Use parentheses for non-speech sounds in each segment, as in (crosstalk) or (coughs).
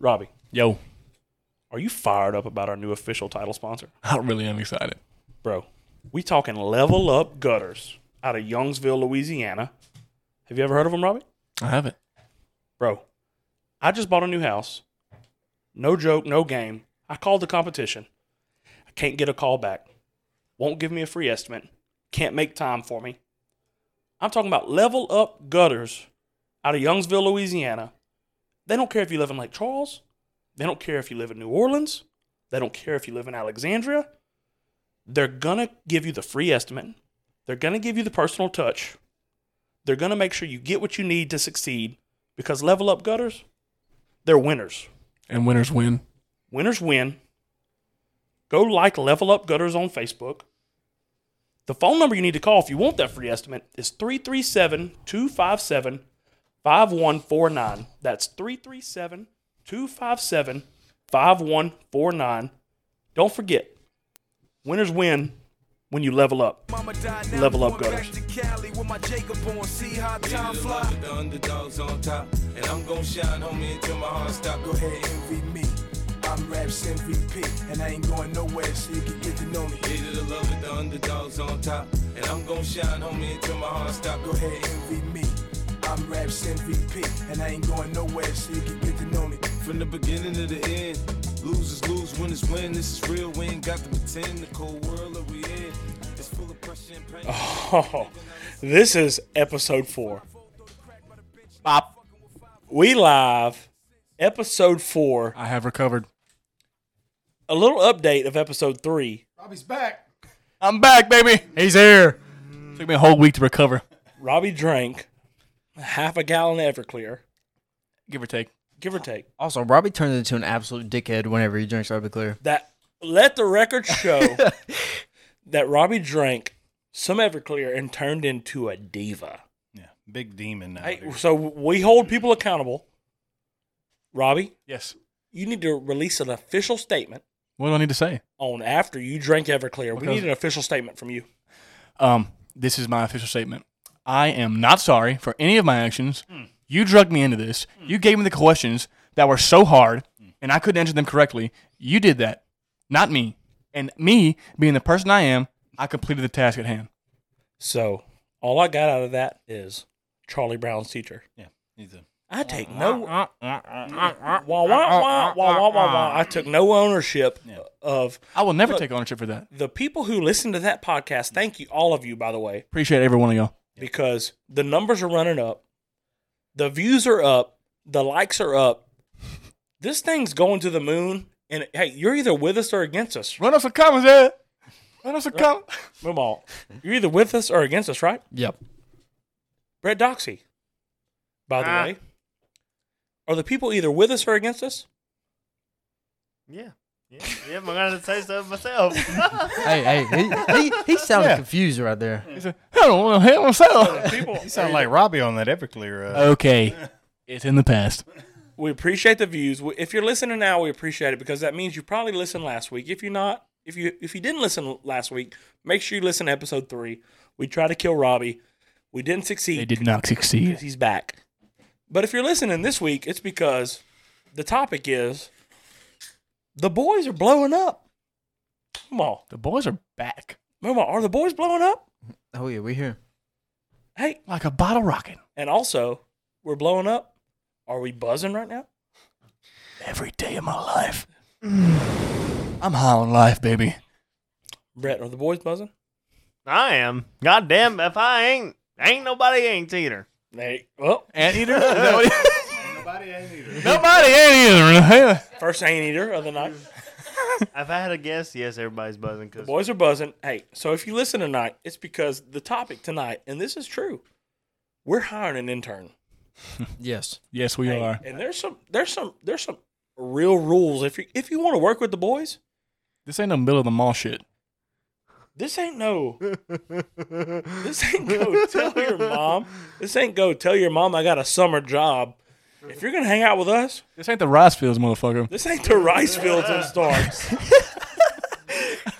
Robbie, Yo, are you fired up about our new official title (laughs) sponsor? I really am excited. Bro, we talking level up gutters out of Youngsville, Louisiana. Have you ever heard of them, Robbie? I haven't. Bro, I just bought a new house. No joke, no game. I called the competition. I can't get a call back. Won't give me a free estimate. Can't make time for me. I'm talking about level up gutters out of Youngsville, Louisiana. They don't care if you live in Lake Charles. They don't care if you live in New Orleans. They don't care if you live in Alexandria. They're going to give you the free estimate. They're going to give you the personal touch. They're going to make sure you get what you need to succeed because level up gutters, they're winners. And winners win. Winners win. Go like Level Up Gutters on Facebook. The phone number you need to call if you want that free estimate is 337 257 5149. That's 337 257 5149. Don't forget, winners win when you level up. Mama died, now Level I'm up going gutters. back to Cali with my Jacob on, see how time fly. The underdogs on top, and I'm gonna shine, homie, until my heart stop. Go ahead, envy me. I'm Raps MVP, and I ain't going nowhere, so you can get to know me. Leader the love with the underdogs on top, and I'm gonna shine, homie, until my heart stop. Go Go ahead, envy me. I'm Raps MVP, and I ain't going nowhere, so you can get to know me. From the beginning to the end, lose is lose, win is win. This is real, we ain't got to pretend. The cold world that we in is full of pressure and pain. Oh, this is episode four. Bop. We live, episode four. I have recovered. A little update of episode three. Robbie's back. I'm back, baby. He's here. Took me a whole week to recover, Robbie drank half a gallon of Everclear, give or take. give or take. Also, Robbie turns into an absolute dickhead whenever he drinks Everclear. That let the record (laughs) show that Robbie drank some Everclear and turned into a diva. Yeah, big demon now. Hey, dude. so we hold people accountable. Robbie, Yes. you need to release an official statement What do I need to say? on after you drank Everclear. we Because- need an official statement from you. Um, this is my official statement. I am not sorry for any of my actions. You drugged me into this. You gave me the questions that were so hard, and I couldn't answer them correctly. You did that, not me. And me, being the person I am, I completed the task at hand. So all I got out of that is Charlie Brown's teacher. Yeah, he's a I take no wah, wah, wah, wah, wah, wah, wah. I took no ownership of I will never take ownership for that. the people who listen to that podcast. Thank you, all of you, by the way, Appreciate every one of y'all. because the numbers are running up, the views are up, the likes are up. This thing's going to the moon, and hey, you're either with us or against us. Run up some comments, Ed. Run up some comments. Come on, you're either with us or against us, right? Yep. Brett Doxy, by the way, are the people either with us or against us? Yeah. Yeah, yeah, I'm gonna say (laughs) so myself. hey, hey, he, he, he sounded confused right there. He said, I (laughs) don't want to hit myself. People, You sound like Robbie on that Everclear. Uh, (laughs) Okay. It's in the past. we appreciate the views. We- If you're listening now, we appreciate it because that means you probably listened last week. If you're not, if you if you didn't listen last week, make sure you listen to episode three. We tried to kill Robbie. We didn't They succeed did not succeed. because he's back. But if you're listening this week, it's because the topic is the boys are blowing up. Come on, The boys are back come on. Are the boys blowing up? Oh yeah, we here. Hey, like a bottle rocket and also we're blowing up. Are we buzzing right now? every day of my life. I'm high on life, baby. Brett, are the boys buzzing? I am. Goddamn, if I ain't, ain't nobody ain't either. They well, (laughs) Anteater? Nobody ain't either. Nobody ain't either. first Uh, anteater of the night. (laughs) If I had a guess, yes, everybody's buzzing. Cause Boys are buzzing. Hey, so if you listen tonight, it's because the topic tonight, and this is true, we're hiring an intern. Yes. Yes, we Hey, are. And there's some there's some there's some real rules. If you if you want to work with the boys, This ain't no middle of the mall shit. this ain't (laughs) no This ain't go tell your mom. This ain't go tell your mom I got a summer job. If you're gonna hang out with us, This ain't the rice fields, motherfucker. this ain't the rice fields and starts.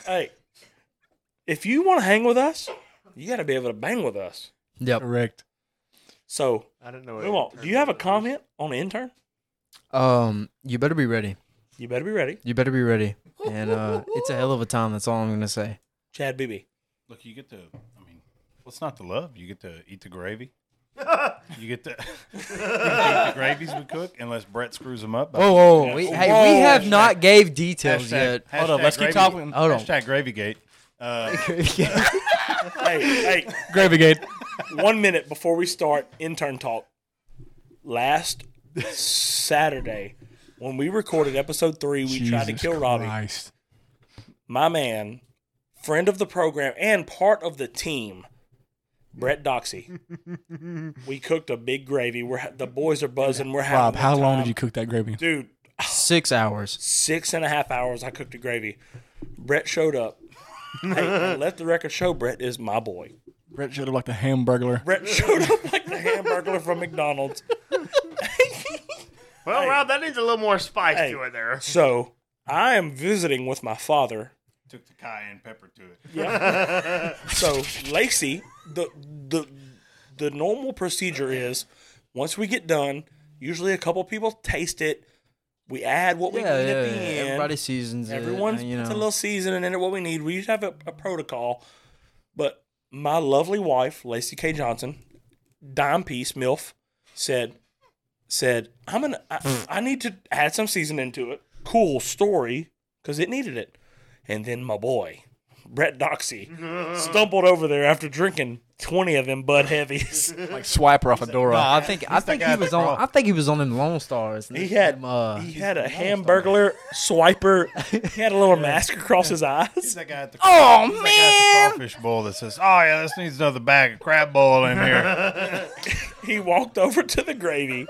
hey, if you want to hang with us, you got to be able to bang with us. Yep. Correct. So I didn't know. Come on. Do you have a comment on the intern? Um, you better be ready. You better be ready. You better be ready. And uh, it's a hell of a time. That's all I'm gonna say. Chad BB. Look, you get to. I mean, what's not to love? You get to eat the (laughs) gravy. you get to (laughs) you get to eat the gravies we cook, unless Brett screws them up. by- Whoa, whoa, whoa. We, hey, we have Hashtag- not gave details Hashtag, hashtag Hold on, let's keep gravy- talking. Hold on. Hashtag Gravygate. Uh, yet. Hey, hey, Gravy Gate. one minute before we start intern talk. Last Saturday, when we recorded episode three, we tried to kill Robbie. Christ. My man, friend of the program and part of the team, Brett Doxy. we cooked a big gravy. We're ha- the boys are buzzing. We're having Rob, a how long time. did you cook that gravy? dude? Six hours. six and a half hours I cooked the gravy. Brett showed up. hey, and let the record show Brett is my boy. Brett showed up like the hamburglar. Brett showed up like the hamburger from McDonald's. Well, Rob, that needs a little more spice Hey. to it there. So I am visiting with my father. took the cayenne pepper to it. (laughs) (laughs) So Lacey, the the the normal procedure is once we get done, usually a couple people taste it. We add what we Yeah, need yeah, at the yeah. end. Everybody seasons Everyone it. uh, You know. puts a little seasoning in it. What we need, we just have a, a protocol. But my lovely wife, Lacey K. Johnson, dime piece milf, said, said I'm gonna, Mm. I, I need to add some seasoning to it. Cool story, because it needed it. And then my boy, Brett Doxy, (laughs) stumbled over there after drinking twenty of them (laughs) Bud Heavies. Like swiper off a door. No, I think I think guy he was that on. brought- I think he was on them Lone Stars. He had Them, uh, he had a hamburglar (laughs) swiper. He had a little mask across his eyes. He's that guy at the oh man, at the crawfish bowl that says, "Oh yeah, this needs another bag of crab boil in here." (laughs) (laughs) he walked over to the gravy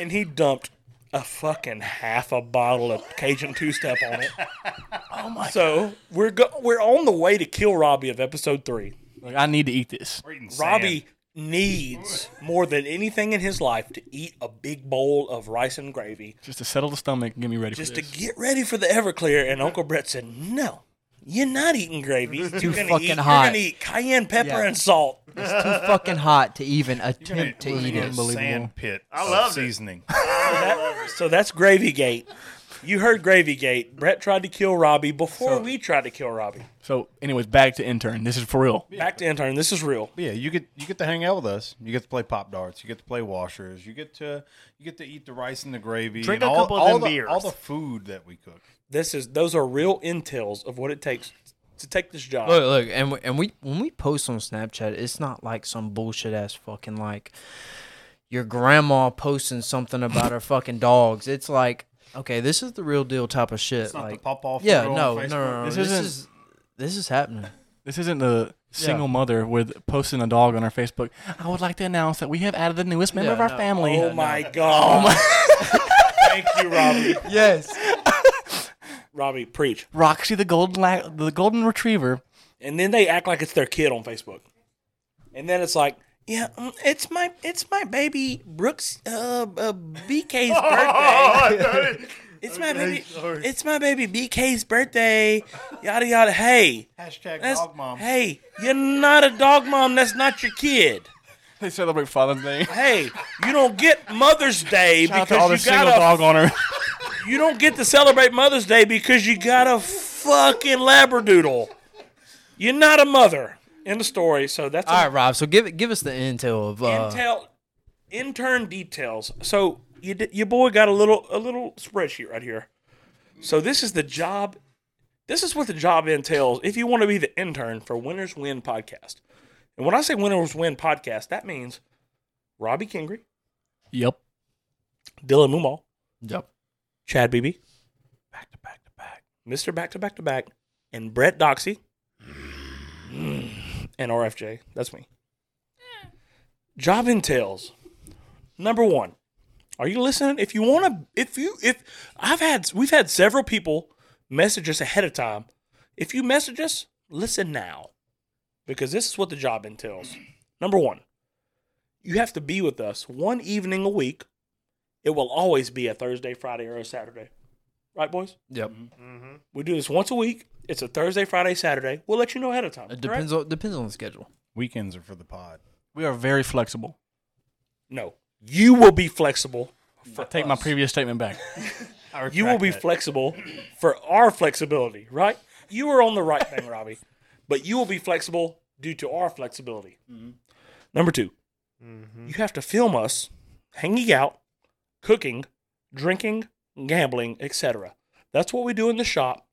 and he dumped a fucking half a bottle of Cajun two step (laughs) on it. Oh my So we're go- we're on the way to kill Robbie of episode three. Like, I need to eat this. We're eating sand. Robbie needs more than anything in his life to eat a big bowl of rice and gravy Just to settle the stomach and get me ready just for to this. get ready for the Everclear. And Uncle Brett said, No, you're not eating gravy. You're too gonna fucking eat, You're hot." gonna eat cayenne pepper Yeah. and salt. it's too fucking hot to even We're gonna- attempt to we're gonna eat eat a it. Unbelievable. Sand pit. I of loved it. seasoning. Oh, (laughs) So that's Gravygate. You heard Gravygate. Brett tried to kill Robbie before we tried to kill Robbie. so, anyways, back to intern. This is for real. Back to intern. This is real. But yeah, you get you get to hang out with us. You get to play pop darts. You get to play washers. You get to you get to eat the rice and the gravy. Drink and a all, couple of all them the, beers. All the food that we cook. This is those are real intels of what it takes to take this job. Look, look, and we, and we when we post on Snapchat, it's not like some bullshit ass fucking like your grandma posting something about her fucking dogs. It's like, okay, this is the real deal type of shit. Not like, the pop off. yeah, photo no, on no, Facebook. no, no, This this, this isn't- is this is happening. This isn't the single mother with posting a dog on her Facebook. I would like to announce that we have added the newest member Yeah, of our no. family. oh my god. (laughs) Thank you, Robbie. Yes, Robbie, preach. Roxy, the golden la- the golden retriever. And then they act like it's their kid on Facebook. And then it's like, yeah, mm, it's my it's my baby Brooks uh, uh (laughs) BK's Oh, birthday. (laughs) It's my baby. It's my baby BK's birthday. Yada yada. Hey, Hashtag that's, dog mom. hey, you're not a dog mom. That's not your kid. They celebrate Father's Day. Hey, you don't get Mother's Day Shout out to all the because you single got dog owner. a, (laughs) you don't get to celebrate Mother's Day because you got a fucking labradoodle. You're not a mother in the story, so that's all right, Rob. So give it, give us the intel of uh, Intel intern details. So you d- your boy got a little a little spreadsheet right here. So this is the job. This is what the job entails. If you want to be the intern for Winners Win podcast, and when I say Winners Win podcast, that means Robbie Kingry, yep. Dylan Mumal, Yep. Chad BB, back to back to back, Mister Back to Back to Back, and Brett Doxy, and RFJ. That's me. Job entails number one. Are you listening? If you want to, if you if I've had we've had several people message us ahead of time. If you message us, listen now, because this is what the job entails. Number one, you have to be with us one evening a week it will always be a Thursday, Friday, or a Saturday. Right, boys? Yep. We do this once a week. It's a Thursday, Friday, Saturday. We'll let you know ahead of time. It correct? depends on depends on the schedule. Weekends are for the pod. We are very flexible. No. You will be flexible. for Take my us. previous statement back. I You will retract be that. flexible for our flexibility, right? You were on the right thing, (laughs) Robbie, but you will be flexible due to our flexibility. Mm-hmm. Number 2 Mm-hmm. you have to film us hanging out, cooking, drinking, gambling, etc. That's what we do in the shop.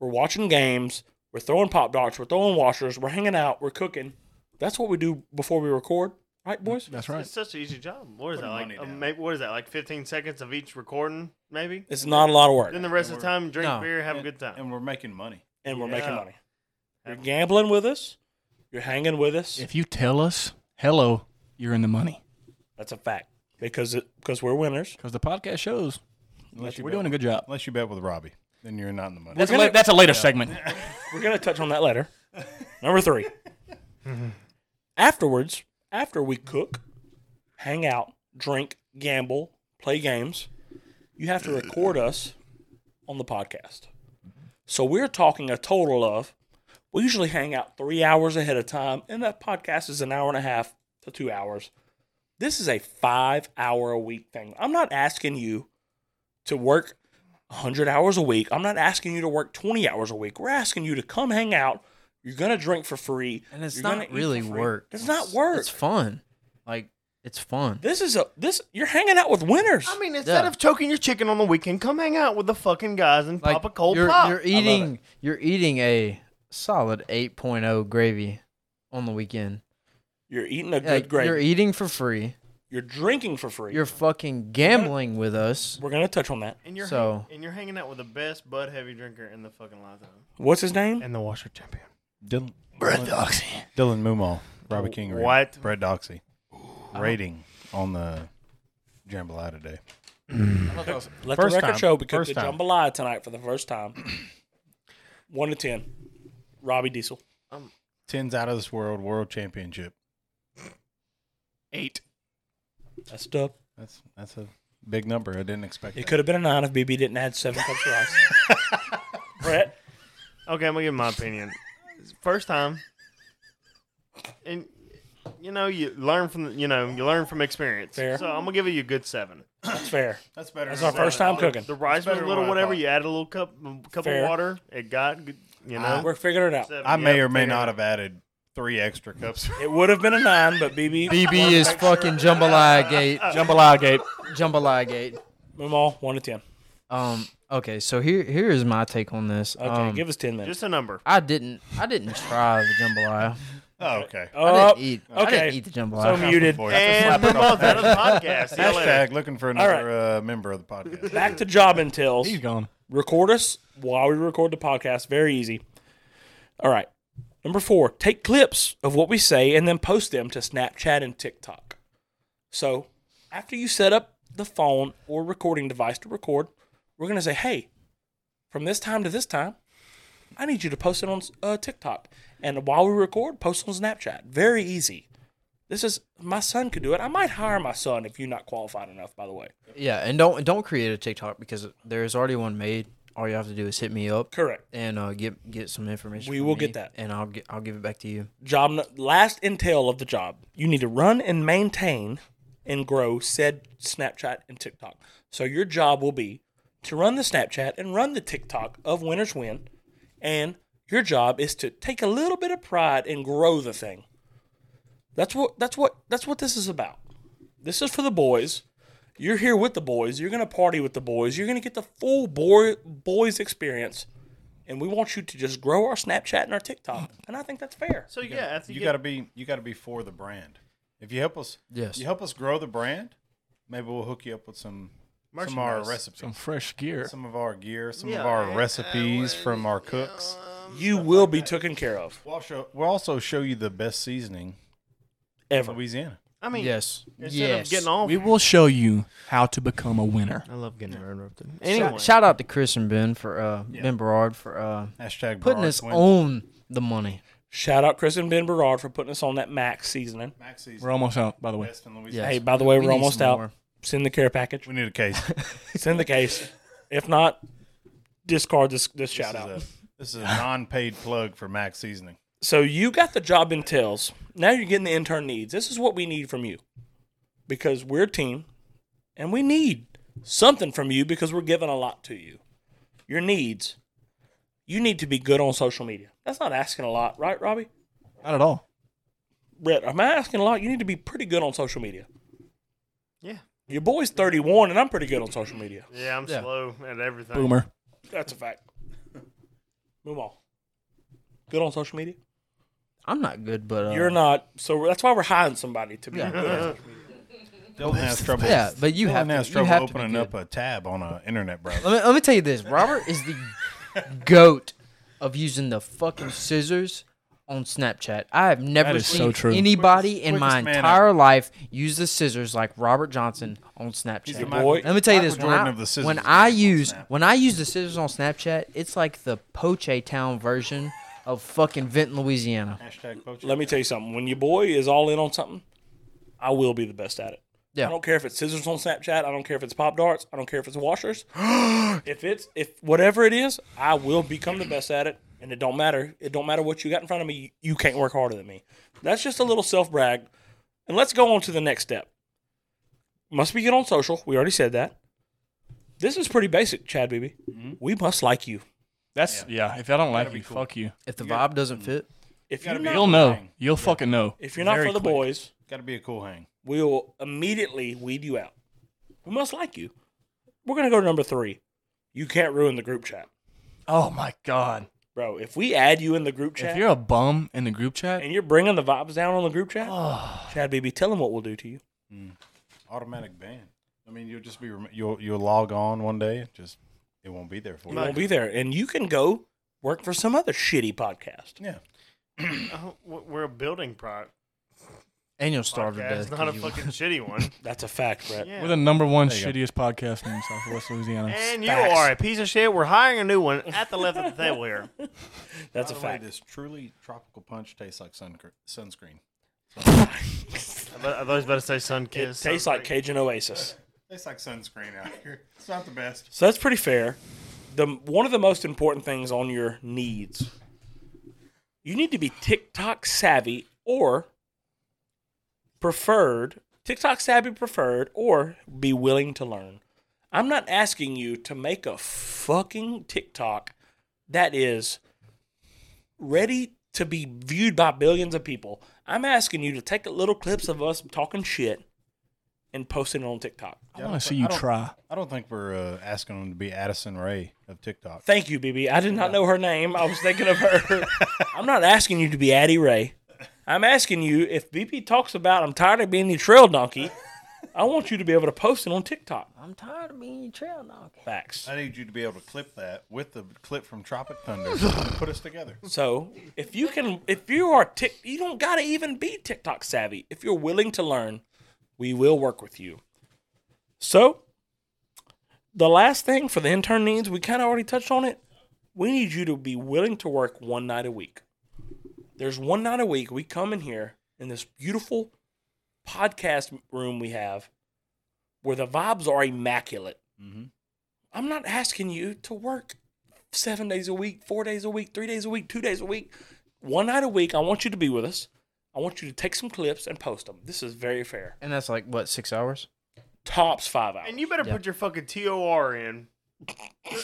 We're watching games, we're throwing pop darts, we're throwing washers, we're hanging out, we're cooking. That's what we do before we record, right, boys? That's right. It's such an easy job. What is Put that money like? Uh, down. maybe, what is that like? Fifteen seconds of each recording, maybe. It's not a lot of work, Then the rest of the time, drink No. beer, have a And- good time. And we're making money. and we're making Yeah. money. You're gambling with us. You're hanging with us. If you tell us hello, you're in the money That's a fact because it because we're winners. because the podcast shows Unless you we're bet- doing a good job. Unless you bet with Robbie, then you're not in the money. That's a, la- that's a later segment. (laughs) We're gonna touch on that later. Number three. Afterwards, after we cook, hang out, drink, gamble, play games, you have to record us on the podcast. So we're talking a total of. We usually hang out three hours ahead of time, and that podcast is an hour and a half to two hours. This is a five hour a week thing. I'm not asking you to work 100 hours a week. I'm not asking you to work 20 hours a week. We're asking you to come hang out. You're going to drink for free. And it's You're gonna eat not for really free. work. It's, not work. It's fun. Like it's fun. this is a this you're hanging out with winners. I mean, instead Yeah. of choking your chicken on the weekend, come hang out with the fucking guys and Like pop a cold you're, pop. You're eating. You're eating a solid 8.0 gravy on the weekend. you're eating a good Like, gravy. You're You're, eating for free. drinking for free. You're fucking gambling with us. We're going to touch on that. and you're So- (laughs) hang- and you're hanging out with the best Bud Heavy drinker in the fucking lifetime. What's his name? And the washer champion. Dylan, Brett Doxy. Dylan Mumal, Robbie King, rating. What? Brett Doxy, rating on the jambalaya today. (clears throat) Let First the record time. show we cooked First the time. jambalaya tonight for the first time. (clears throat) 1 to 10. Robbie Diesel. Tens out of this world, world championship. Eight. That's dope. That's that's a big number. I didn't expect. It It could have been a nine if BB didn't add seven cups of rice. (laughs) Brett, Okay, I'm gonna give my opinion. First time, and you know you learn from the, you know you learn from experience. Fair. So I'm gonna give you a good seven. that's fair. That's better. That's our first time cooking. The rice was better a than little what I whatever. thought. You added a little cup cup Fair. of water. It got good. You know. We're figuring it out. Seven, I may yeah, or may figured it not out. have added three extra cups. It would have been a nine, but BB, BB is fucking jambalaya (laughs) gate. Jambalaya gate. Jambalaya gate. Mumal, one to ten. Um. Okay. So here here is my take on this. Okay, um, give us ten minutes. Just a number. I didn't. I didn't try the (laughs) jambalaya. oh, okay. I (laughs) Oh, didn't eat. I okay. didn't eat the so jambalaya. muted. Boy, And that's a move slap on out in of the the face. podcast. See you later. Hashtag looking for All another uh, member of the podcast. Back to job intels. He's gone. Record us while we record the podcast. Very easy. All right. Number four, take clips of what we say and then post them to Snapchat and TikTok. So after you set up the phone or recording device to record, we're going to say, hey, from this time to this time, I need you to post it on uh, TikTok. And while we record, post on Snapchat. Very easy. This is my son could do it. I might hire my son if you're not qualified enough, by the way. Yeah, and don't don't create a TikTok because there is already one made. All you have to do is hit me up Correct. and uh, get get some information. We from will me, get that. and I'll get I'll give it back to you. job n- last entail of the job you need to run and maintain and grow said snapchat and tiktok so your job will be to run the snapchat and run the tiktok of winners win and your job is to take a little bit of pride and grow the thing that's what that's what that's what this is about this is for the boys you're here with the boys you're going to party with the boys you're going to get the full boy boys experience and we want you to just grow our snapchat and our tiktok and i think that's fair So yeah, after You you, got get, to be you got to be for the brand. If you help us, Yes. you help us grow the brand. Maybe we'll hook you up with some some of our Merchandise. recipes, Some fresh gear. some of our gear, some Yeah, of our and, um, uh, recipes well, from our cooks. you will be taken care of We'll, show, we'll also show you the best seasoning in ever. Louisiana. I mean, Yes. Instead yes. of getting off, We will show you how to become a winner. I love getting interrupted. Shout- Anyway, shout out to Chris and Ben for uh Ben Berard for uh Hashtag putting Brards us win. on the money. Shout out Chris and Ben Berard for putting us on that max seasoning. Max We're seasoning. almost out, by the way. Best in Louisiana. Hey, by the way, We we're need almost some out. more. Send the care package. We need a case. (laughs) Send the case. if not, discard this this this, shout is out. a, this is a non-paid plug for Max seasoning. So you got the job entails. Now you're getting the intern needs. This is what we need from you. Because we're a team. And we need something from you because we're giving a lot to you. Your needs. You need to be good on social media. That's not asking a lot, right, Robbie? Not at all. Brett, am I asking a lot? You need to be pretty good on social media. Yeah. Your boy's 31, and I'm pretty good on social media. Yeah, I'm Yeah. slow at everything. Boomer. That's a (laughs) fact. Move on. Good on social media? I'm not good, but uh, You're not. So that's why we're hiring somebody to be. Dylan has trouble. Yeah, but you Dylan have to- has you trouble have to be opening good. up a tab on an internet browser. Let me, let me tell you this. Robert is the goat of using the fucking scissors on Snapchat. I have never is seen so true. anybody in quickest my man entire ever. life use the scissors like Robert Johnson on He's Snapchat. the boy. Let me tell you Michael this: when Jordan I, of the scissors when is I on use Snap. when I use the scissors on Snapchat, it's like the Poche Town version of fucking Vinton, Louisiana. Hashtag poacher. Let me tell you something. When your boy is all in on something, I will be the best at it. Yeah. I don't care if it's scissors on Snapchat. I don't care if it's pop darts. I don't care if (gasps) it's washers. if it's if whatever it is, I will become the best at it. And it don't matter. It don't matter what you got in front of me. You, you can't work harder than me. That's just a little self brag. And let's go on to the next step. Must be good on social. We already said that. This is pretty basic, Chad Beebe. Mm-hmm. We must like you. That's yeah. If I don't like you, fuck you. If the vibe doesn't fit, If you're You'll not, know. You'll fucking know. if you're not Very for the quick. boys, Got to be a cool hang. we will immediately weed you out. We must like you. We're gonna go to number three. You can't ruin the group chat, Oh my god. bro. If we add you in the group If chat you're a bum in the group chat, and you're bringing the vibes down on the group chat, Chad BB, tell him what we'll do to you. Mm. Automatic ban. I mean, you'll just be rem- you'll you'll log on one day. it Just it won't be there for He you. won't be there, and you can go work for some other shitty podcast. Yeah. (clears throat) Oh, w- we're a building product. and you'll starve to death. Podcast, not a 'cause you- (laughs) fucking shitty one. That's a fact, Brett. Yeah. we're the number one There you go. shittiest podcast in Southwest Louisiana. and you facts. are a piece of shit. We're hiring a new one at the left (laughs) of the table here. That's a By the way, fact. this truly tropical punch tastes like sun- sunscreen. I thought I thought I was about to say sun It kiss. tastes like Cajun Oasis. (laughs) Tastes like sunscreen out here. It's not the best. So that's pretty fair. The one of the most important things on your needs, you need to be TikTok savvy or preferred TikTok savvy preferred or be willing to learn. I'm not asking you to make a fucking TikTok that is ready to be viewed by billions of people. I'm asking you to take little clips of us talking shit and posting it on TikTok. I Yeah, want to but see I you don't- try. I don't think we're uh, asking them to be Addison Ray of TikTok. Thank you, BB. I did not know her name. I was thinking of her. I'm not asking you to be Addie Ray. I'm asking you if BB talks about I'm tired of being the trail donkey. I want you to be able to post it on TikTok. I'm tired of being your trail dog. Facts. I need you to be able to clip that with the clip from Tropic Thunder and put us together. (laughs) So if you can, if you are tick, you don't gotta even be TikTok savvy. If you're willing to learn, we will work with you. So the last thing for the intern needs, we kind of already touched on it. We need you to be willing to work one night a week. There's one night a week we come in here in this beautiful podcast room we have, where the vibes are immaculate. Mm-hmm. I'm not asking you to work seven days a week, four days a week, three days a week, two days a week, one night a week. I want you to be with us. I want you to take some clips and post them. This is very fair. And that's like what six hours? Tops five hours. And you better put your fucking TOR in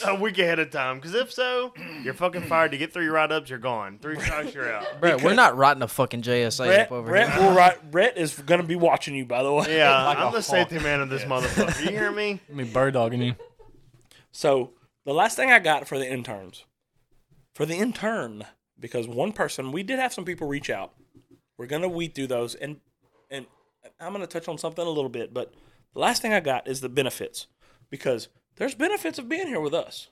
a week ahead of time, because if so, you're fucking fired. To get three write ups, you're gone. Three shots, you're out. Brett, we're not rotting a fucking JSA Brett, up over Brett, here. will write, Brett is going to be watching you, by the way. (laughs) Yeah, I'm the safety man of this motherfucker. You hear me? I mean, bird dogging you. So the last thing I got for the interns, for the intern, because one person we did have some people reach out. We're gonna weed through those, and and I'm gonna touch on something a little bit. But the last thing I got is the benefits, because there's benefits of being here with us.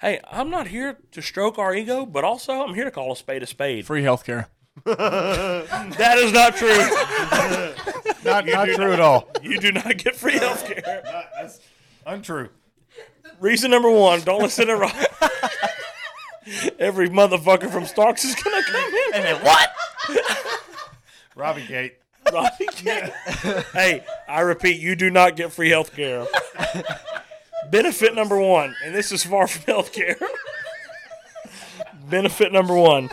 Hey, I'm not here to stroke our ego, but also I'm here to call a spade a spade. Free healthcare. (laughs) That is not true. (laughs) Not, not true at all. you do not get free healthcare. That's untrue. Reason number one: Don't listen to Rob. Every motherfucker from Starks is gonna come in. Robbie Gate. (laughs) Robbie King. hey, I repeat, you do not get free health care. Benefit number one, and this is far from health care. Benefit number one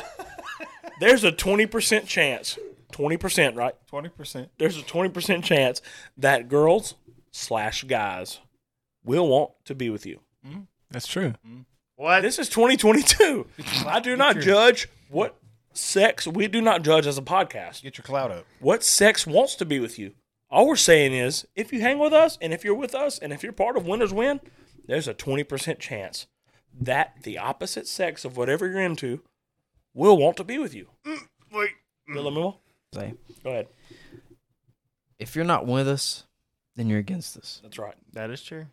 there's a 20% chance, 20%, right? 20%. There's a 20% chance that girls, slash guys will want to be with you. That's true. What? This is (laughs) 2022. I do not judge what sex we do not judge as a podcast. Get your clout up. What sex wants to be with you. All we're saying is if you hang with us and if you're with us and if you're part of Winners Win, there's a 20% chance that the opposite sex of whatever you're into will want to be with you. Mm, Wait. Bill Amimo, Say, go ahead. if you're not with us, then you're against us. That's right. That is true.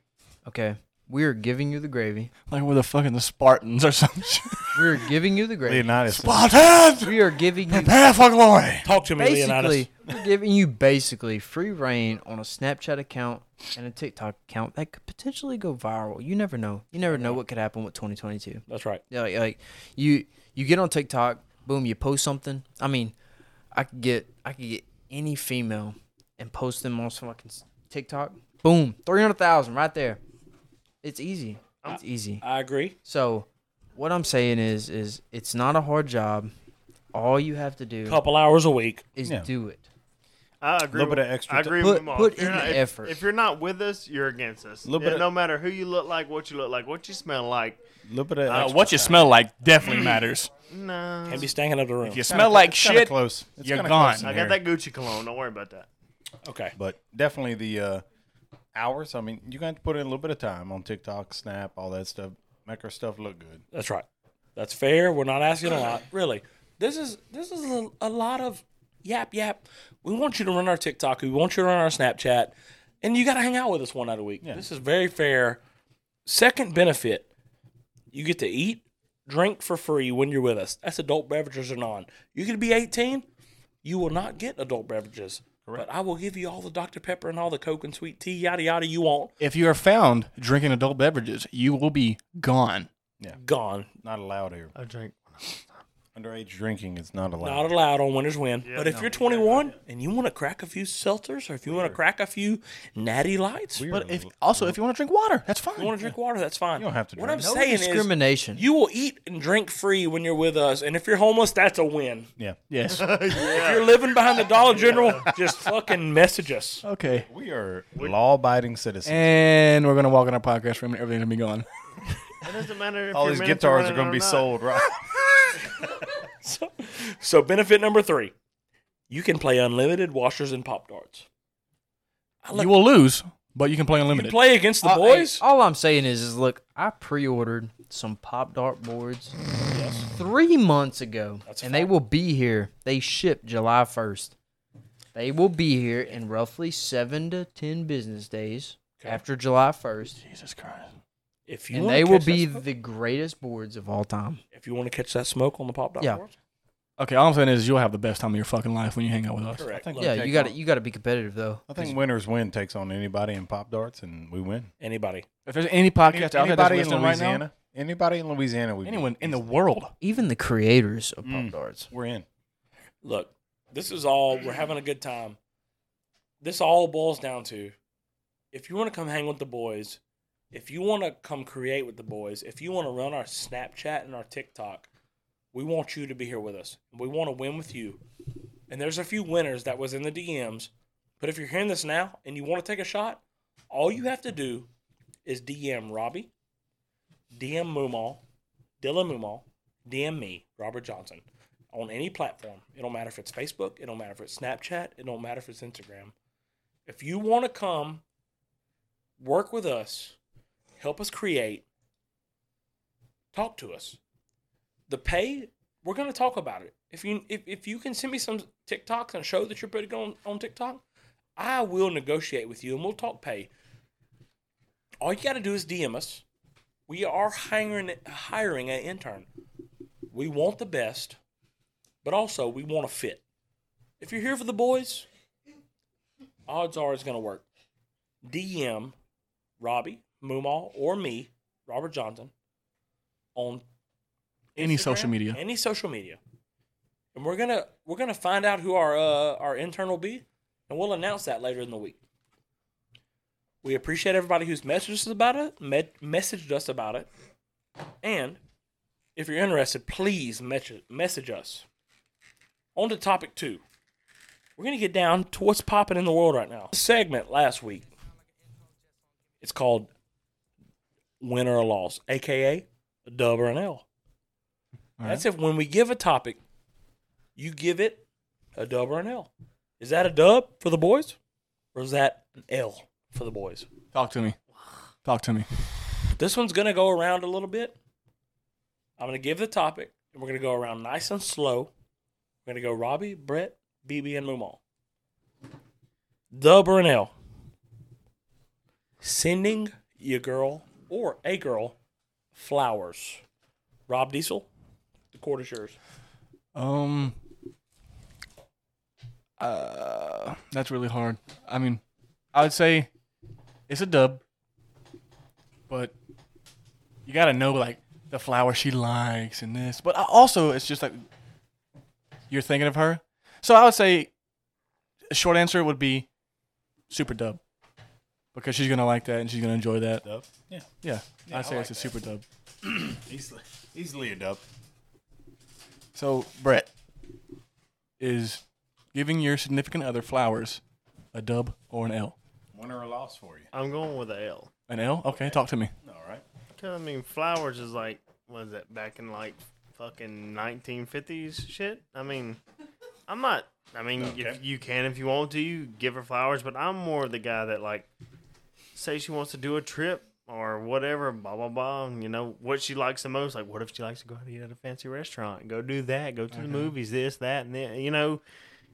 Okay. We are giving you the gravy. Like we're the fucking the Spartans or some shit. We are giving you the gravy. Leonidas. Spartans, We are giving you prepare for glory. Talk to me, Leonidas. basically we're giving you basically free reign on a Snapchat account and a TikTok account that could potentially go viral. You never know. You never know what could happen with 2022. That's right. Yeah, like, like you you get on TikTok, boom, you post something. I mean, I could get I could get any female and post them on some fucking s- TikTok. Boom, three hundred thousand right there. It's easy. It's easy. I agree. So, what I'm saying is, is it's not a hard job. All you have to do Couple hours a week. is Yeah. do it. I agree. Little bit with- of extra I ti- agree Put- with them all. put If you're in not- the if- effort. If you're not with us, you're against us. Little Little bit bit of- no matter who you look like, what you look like, what you smell like. little bit of Uh, extra what you time. smell like definitely matters. No. Can't be staying out of the room. If you smell like It's kinda shit, Close. It's you're kinda gone. close in I here. got that Gucci cologne. Don't worry about that. Okay. But definitely the uh, hours. I mean, you're gonna have to put in a little bit of time on TikTok, Snap, all that stuff. Make our stuff look good. That's right. That's fair. We're not asking a lot, really. This is this is a, a lot of yap yap. We want you to run our TikTok. We want you to run our Snapchat, and you got to hang out with us one night a week. This is very fair. Second benefit, you get to eat, drink for free when you're with us. That's adult beverages or non. You could be 18. You will not get adult beverages, but I will give you all the Dr Pepper and all the Coke and sweet tea, yada yada. You want if you are found drinking adult beverages, you will be gone. gone. Not allowed here. I drink. Underage drinking is not allowed. Not allowed on winners win. but if you're 21 and you want to crack a few seltzers, or if you want to crack a few natty lights, you But if also if you want to drink water, that's fine. want to drink water, that's fine. You don't have to What I'm drink. No saying is, discrimination. you will eat and drink free when you're with us, and if you're homeless, that's a win. (laughs) yeah, yes. If you're living behind the Dollar General, just fucking message us. okay. we are law-abiding citizens. And we're gonna walk in our podcast room and everything's gonna be gone. It doesn't matter. If all your these minutes guitars are running gonna or be not. sold, right? (laughs) So benefit number three, you can play unlimited washers and pop darts. I You look, will lose, but you can play you unlimited. play against the All- Uh, hey, boys. All, I'm saying is, is look, I pre-ordered some pop dart boards three months ago, That's and they will be here. They ship July 1st. They will be here in roughly seven to ten business days after July 1st, Jesus Christ. If you and wanna they will catch that be smoke- the greatest boards of all time. if you want to catch that smoke on the pop dart, Yeah. boards, Okay, all I'm saying is you'll have the best time of your fucking life when you hang out with us. correct. I think we Yeah, take you got to on- You got to be competitive though. I think winners win takes on anybody in pop darts, and we win. Anybody. If there's any podcast out there that's anybody in listening right now, Louisiana? Anybody in Louisiana? We beat. anyone in the world, Even the creators of Mm. pop darts. (clears throat) We're in. look, this is all we're having a good time. This all boils down to if you want to come hang with the boys, if you want to come create with the boys, if you want to run our Snapchat and our TikTok, we want you to be here with us. We want to win with you. And there's a few winners that was in the DMs. But if you're hearing this now and you want to take a shot, all you have to do is DM Robbie, DM Moomaw, Dylan Moomaw, DM me, Robert Johnson, on any platform. It don't matter if it's Facebook, it don't matter if it's Snapchat, it don't matter if it's Instagram. If you want to come work with us, help us create, talk to us. The pay, we're gonna talk about it. If you if, if you can send me some TikToks and show that you're putting on, on TikTok, I will negotiate with you and we'll talk pay. All you gotta do is DM us. We are hiring hiring an intern. We want the best, but also we want to fit. If you're here for the boys, odds are it's going to work. DM Robbie, Moomaw, or me, Robert Johnson, on any Instagram, social media. any social media, and we're gonna we're gonna find out who our uh, our intern will be, and we'll announce that later in the week. We appreciate everybody who's messaged us about it, med- messaged us about it, and if you're interested, please message message us. On to topic two. We're gonna get down to what's popping in the world right now. Segment last week It's called win or a loss, aka a dub or an L. That's if when we give a topic, you give it a dub or an L. Is that a dub for the boys, or is that an L for the boys? Talk to me. Talk to me. This one's gonna go around a little bit. I'm gonna give the topic, and we're gonna go around nice and slow. We're gonna go Robbie, Brett, BB, and Mumal. Dub or an L? Sending your girl or a girl flowers. Rob Diesel, the court is yours. Um. Uh, that's really hard. I mean, I would say it's a dub, but you gotta know like the flower she likes and this. But I- also, it's just like you're thinking of her. So I would say a short answer would be super dub because she's gonna like that and she's gonna enjoy that. Dub? Yeah. Yeah, I'd say I it's a like super dub. Easily, easily a dub. So Brett is giving your significant other flowers a dub or an L. Win or a loss for you. I'm going with a L. An L? Okay, talk to me. All right. Cause I mean, flowers is like, was that back in like fucking 1950s shit? I mean, I'm not. I mean, Okay. if you can if you want to, you give her flowers. But I'm more the guy that like, say she wants to do a trip or whatever, blah blah blah. and, You know what she likes the most? Like, what if she likes to go out to eat at a fancy restaurant? Go do that. Go to the movies. This, that, and then. You know,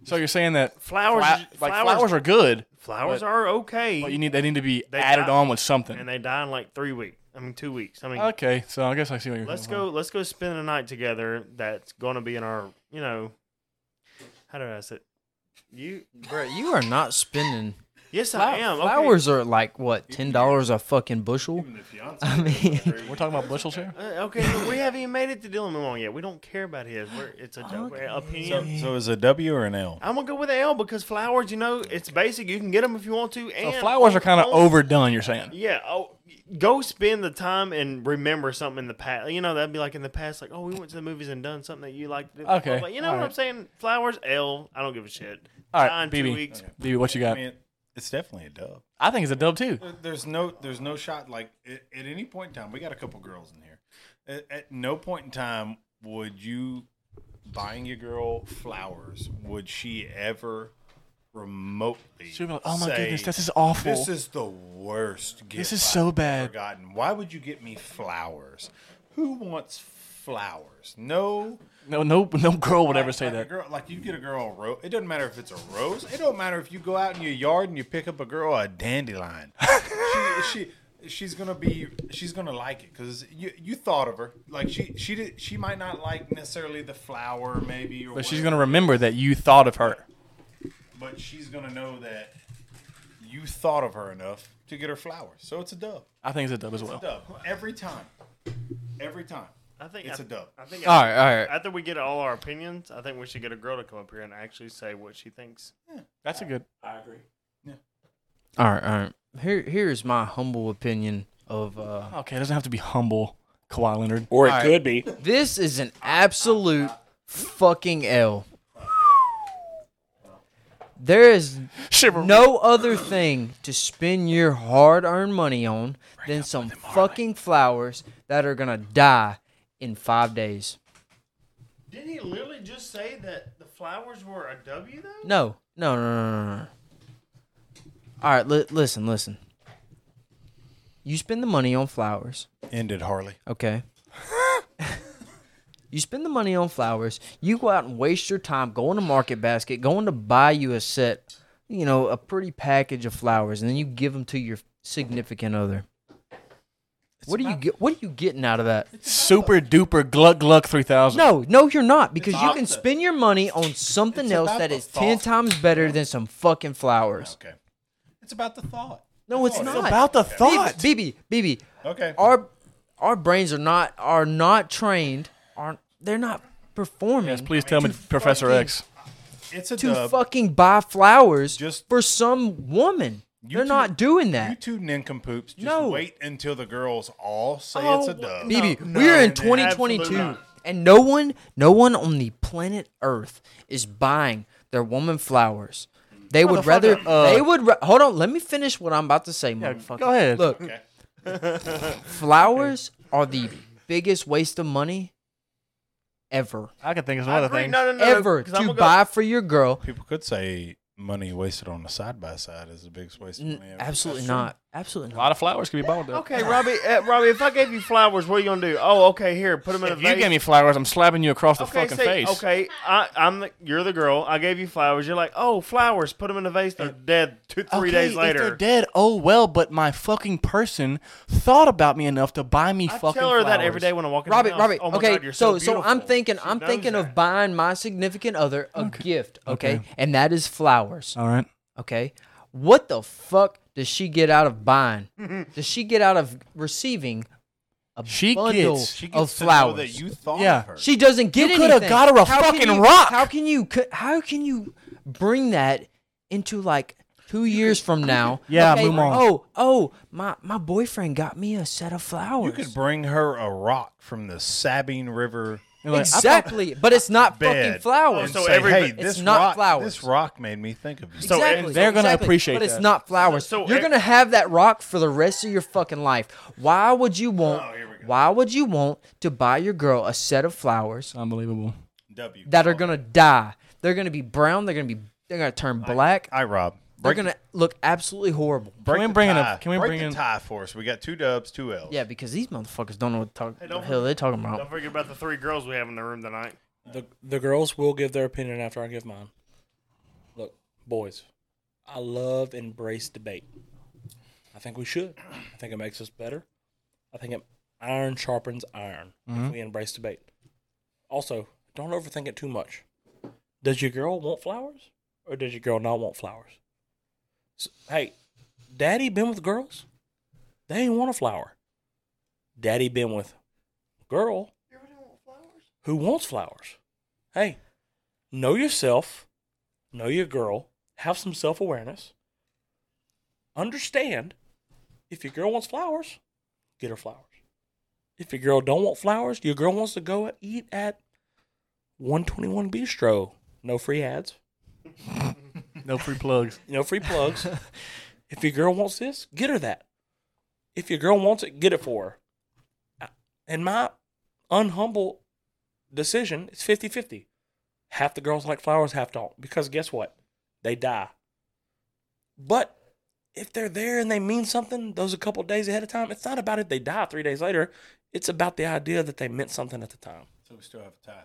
So you're saying that Flowers fla- is- like flowers- flowers, are good, flowers But- are okay, but you need they need to be They added got- on with something. and they die in like three weeks. I mean, two weeks. I mean, (laughs) Oh, okay, so I guess I see what you're. let's coming go Uh-huh. let's go spend a night together that's gonna be in our you know how do i say it? you Bro, you are not spending. yes i Flow- am okay. Flowers are like what ten dollars a fucking bushel. Even the fiance. I mean, (laughs) from. We're talking about bushels here. Uh, okay but we haven't even made it to dylan Malone yet we don't care about his We're, it's a joke uh, So, opinion so is a W or an L? i'm gonna go with l because flowers you know it's basic you can get them if you want to So and flowers are kind of on- overdone. You're saying. yeah oh go spend the time and remember something in the past you know that'd be like in the past like oh we went to the movies and done something that you liked Okay, but you know all what right. i'm saying flowers l i don't give a shit All right, Die in BB. two weeks Dude, what you I got? mean, it's definitely a dub. I think it's a dub too. There- There's no, there's no shot. Like at, at any point in time, we got a couple girls in here. At, at no point in time would you buying your girl flowers. Would she ever remotely? She'll be like, "Oh my say, goodness, this is awful." This is the worst is gift. I've so ever bad." Gotten. Why would you get me flowers? Who wants flowers? No. no, no, no girl would ever Like- say like a that. girl, like you get a girl a rose. It doesn't matter if it's a rose. It don't matter if you go out in your yard and you pick up a girl (laughs) a dandelion. she, she she's gonna be she's gonna like it because you you thought of her. Like she she did she might not like necessarily the flower maybe or But she's whatever, gonna remember that you thought of her. but she's gonna know that you thought of her enough to get her flowers. So it's a dub. I think it's a dub as well. Dub every time. Every time. I think It's a a dub. I Uh, think all right, all right. after we get all our opinions, I think we should get a girl to come up here and actually say what she thinks. That's a good. All right, all right. Here, here's my humble opinion of uh, Okay, it doesn't have to be humble, Kawhi Leonard. Or it All right. could be. this is an absolute fucking L. There is Shiver. no other thing to spend your hard-earned money on than some fucking flowers that are gonna die in five days. Didn't he literally just say that the flowers were a W though? No, no, no, no, no, no. All right, li- listen, listen. You spend the money on flowers. Ended Harley. Okay. (laughs) you spend the money on flowers. You go out and waste your time going to Market Basket, going to buy you a set, you know, a pretty package of flowers, and then you give them to your significant other. what do you get? What are you getting out of that? Super duper gluck gluck 3000. No, no, you're not because you about can the- spend your money on something It's else about that the is ten thought. times better than some fucking flowers. Okay. It's about the thought. No, it's not about the thought. BB, BB, Okay. our our brains are not are not trained aren't they're not performing Yes, please tell me, Professor fucking- X. It's a to dub. fucking buy flowers Uh, Just- for some woman. They're two- not doing You that. two nincompoops, just No. wait until the girls all say Oh, it's a dub. BB, No, we're in no, 2022 absolutely not. and no one no one on the planet Earth is buying their woman flowers. They would rather. Motherfucker, uh, they would. Ra- hold on. Let me finish what I'm about to say, motherfucker. go ahead. Look, (laughs) flowers are the biggest waste of money ever, I can think of some I other agree. things. No, no, no, no, ever 'cause I'm to gonna go- buy for your girl. People could say money wasted on a side by side is the biggest waste of N- money. ever. absolutely not. Absolutely A not. lot of flowers can be bought with that. (laughs) Okay, Robbie, uh, Robbie, if I gave you flowers, what are you gonna do? Oh, okay, here, put them in a If vase. you gave me flowers, I'm slapping you across the okay, fucking say- face. Okay, I, I'm the, you're the girl. I gave you flowers. You're like, oh, flowers. Put them in a vase. They're dead two, three Uh, Okay, days If they're later. dead, oh well, but my fucking person thought about me enough to buy me I tell her fucking that flowers. every day when I walk in. the Robbie, house. Robbie, Oh my okay. God, you're so, so, so I'm beautiful. thinking, She I'm knows thinking that. of buying my significant other a gift, okay? and that is flowers, All right. okay? What the fuck does she get out of buying? does she get out of receiving a She bundle gets- she of To know flowers? that you thought Yeah. of her. she doesn't get You anything. coulda got her a How can fucking you- rock. How can you? co- How can you bring that into like two years from now? Yeah, move on. Oh, oh, my my boyfriend got me a set of flowers. You could bring her a rock from the Sabine River You're like, I thought- exactly, (laughs) but it's not fucking bed. flowers. and so say, every- "Hey, it's this not rock, flowers. This rock made me think of you." So, exactly. and they're gonna exactly. appreciate but it's that. not flowers. So- so eh, You're e- gonna have that rock for the rest of your fucking life. Why would you want? Oh, why would you want to buy your girl a set of flowers Unbelievable. W. that are gonna die? They're gonna be brown. They're gonna be. They're gonna turn black. I Rob. they're Break, gonna look absolutely horrible. break we the bring in a- tie. can we break bring the in- tie for us? We got two dubs, two L's. Yeah, because these motherfuckers don't know what the, talk, the don't- hell they're talking Don't about. forget about the three girls we have in the room tonight. The the girls will give their opinion after I give mine. Look, boys, I love embrace debate. I think we should. I think it makes us better. I think it iron sharpens iron if we embrace debate. Also, don't overthink it too much. Does your girl want flowers or does your girl not want flowers? S hey, daddy been with girls? They ain't want a flower. Daddy been with girl who wants flowers. Hey, know yourself, know your girl, have some self awareness. Understand if your girl wants flowers, get her flowers. If your girl don't want flowers, your girl wants to go eat at 121 Bistro. No free ads, (laughs) No free plugs. no free (laughs) plugs. if your girl wants this, get her that. If your girl wants it, get it for her. I- And my unhumble decision is 50 50. Half the girls like flowers, half don't. Because guess what? They die. But if they're there and they mean something, those a couple days ahead of time, it's not about if they die three days later. It's about the idea that they meant something at the time. So we still have a tie.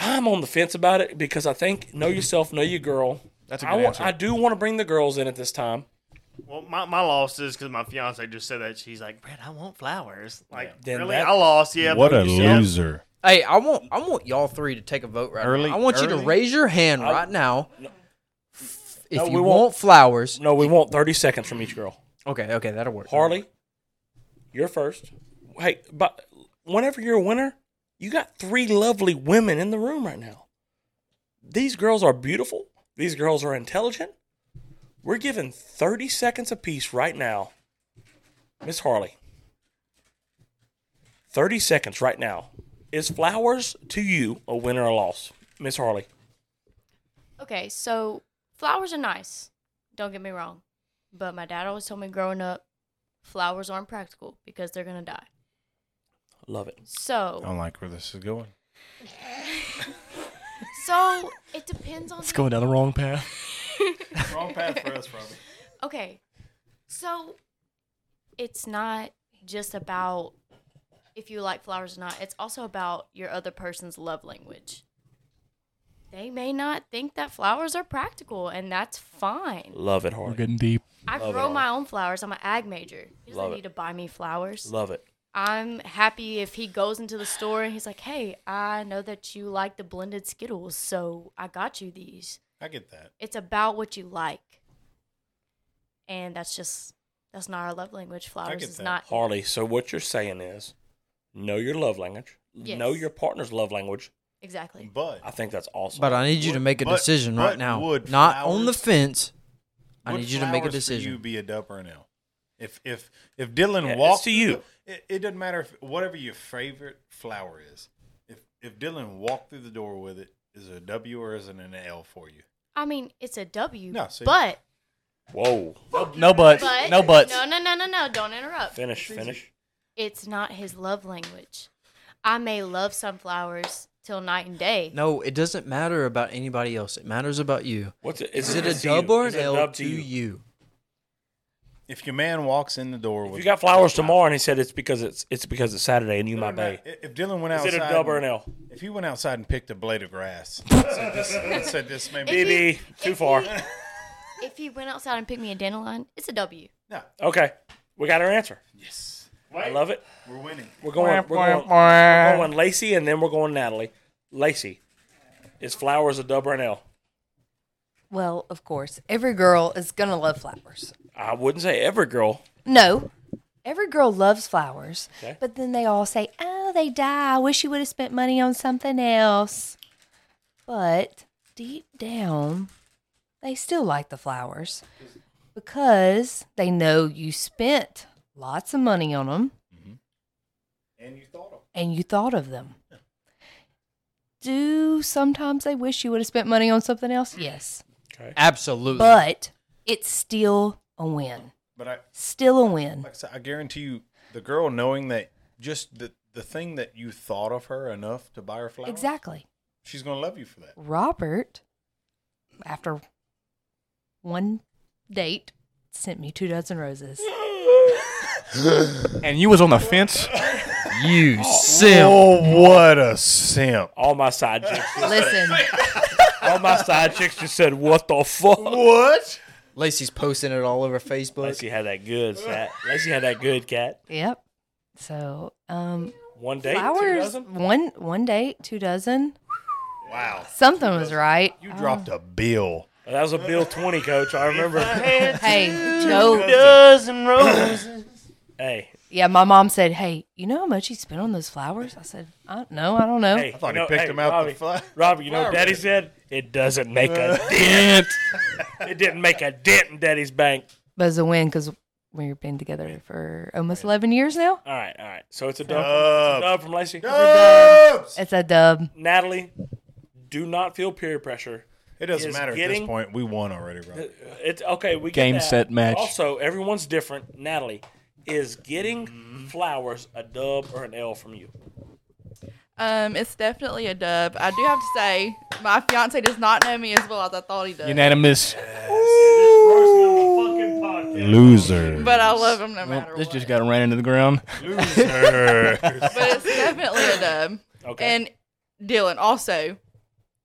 I'm on the fence about it because I think know yourself, know your girl. That's a I good want, answer. I do want to bring the girls in at this time. Well, my, my loss is because my fiance just said that she's like, Brett, I want flowers. Like, Then really, that- I lost. Yeah, What a but you said- loser! Hey, I want I want y'all three to take a vote right Early- now. I want you to early? raise your hand right now. If No, you we want won't. flowers, No, we want 30 seconds from each girl. okay, okay, that'll work. Harley, you're first. Hey, but whenever you're a winner, you got three lovely women in the room right now. These girls are beautiful. These girls are intelligent. We're giving 30 seconds apiece right now. Miss Harley, 30 seconds right now. Is flowers to you a win or a loss? Miss Harley, Okay, so flowers are nice. Don't get me wrong. But my dad always told me growing up, flowers aren't practical because they're going to die. love it. So, I don't like where this is going. so it depends on (laughs) It's going down the wrong path. Wrong path for us, Robbie. Okay. So it's not just about if you like flowers or not, it's also about your other person's love language. They may not think that flowers are practical, and that's fine. Love it, We're Harley. getting deep. I Love it grow all. my own flowers. I'm an ag major. He doesn't Love it. need to buy me flowers. Love it. I'm happy if he goes into the store and he's like, hey, I know that you like the blended Skittles, so I got you these I get that. it's about what you like and that's just that's not our love language flowers get is that. not Harley, so what you're saying is know your love language, know Yes. your partner's love language. exactly But I think that's awesome. But I need you to But- make a but- decision but right now. would Not on the flowers- fence. I would need you to make a flowers for decision. You be a dub or an L. If if if Dylan Yeah, it's walked to you. it, it doesn't matter if whatever your favorite flower is. If if Dylan walked through the door with it, is it a W or is it an L for you? I mean, it's a W. No, see. but Whoa. No buts. but no buts. No, no, no, no, no. Don't interrupt. Finish, finish. It's not his love language. I may love sunflowers till night and day. No, it doesn't matter about anybody else. It matters about you. What's it? Is it a to you? dub or an Is it a L dub to you? If your man walks in the door If with you got flowers tomorrow, and he said it's because it's it's because it's Saturday and you my bae. if Dylan went Is outside, it a dub or an L? If he went outside and picked a blade of grass, and said this, and said this may be If he- BB, too far. If he went outside and picked me a dandelion, it's a W. no. Okay, we got our answer. Yes, I love it. we're winning. We're going. We're going, we're going Lacey, and then we're going Natalie. Lacey, is flowers a dub or an L? Well, of course, every girl is going to love flowers. I wouldn't say every girl. No, every girl loves flowers, Okay. but then they all say, oh, they die. I wish you would have spent money on something else. But deep down, they still like the flowers because they know you spent lots of money on them And you thought of and you thought of them. Do sometimes they wish you would have spent money on something else? Yes. Absolutely. But it's still a win. but I Still a win. like I said, I guarantee you, the girl knowing that just the the thing that you thought of her enough to buy her flowers, Exactly. she's gonna love you for that. Robert, after one date, sent me two dozen (gasps) roses. (gasps) And you was on the (laughs) fence. you simp. Oh, what a simp! All my (laughs) side chicks. Listen, (laughs) all my side chicks just said, "What the fuck?" What? Lacey's posting it all over Facebook. Lacey had that good cat. Lacey had that good cat. yep. So, um, One day, two flowers, dozen. one one date, two dozen. Wow, Something was right. Um, you dropped a bill. That was a Bill twenty, Coach. I remember. Hey, no. (coughs) Dozen roses. hey, Yeah, my mom said, "Hey, you know how much you spent on those flowers?" I said, I, "No, I don't know." hey, I thought you know- he picked hey, him out Robbie, the fly. Robbie, you know flower what Daddy bed. said? It doesn't make a dent. (laughs) it didn't make a dent in Daddy's bank. But it's a win because we've been together for almost eleven years now. All right, all right. So it's a dub. Dub. Dub from Lacey. Dubs! It's a dub. Natalie, do not feel peer pressure. It doesn't Is matter at getting- this point. We won already, Rob. (laughs) It's okay. We get Game, that. set, match. Also, everyone's different. Natalie, is Mm-hmm. getting flowers a dub or an L from you? Um, it's definitely a dub. I do have to say, my fiance does not know me as well as I thought he does. Unanimous. Loser. but I love him no Well, matter this what. just got ran into the ground. (laughs) but it's definitely a dub. Okay. And Dylan, also,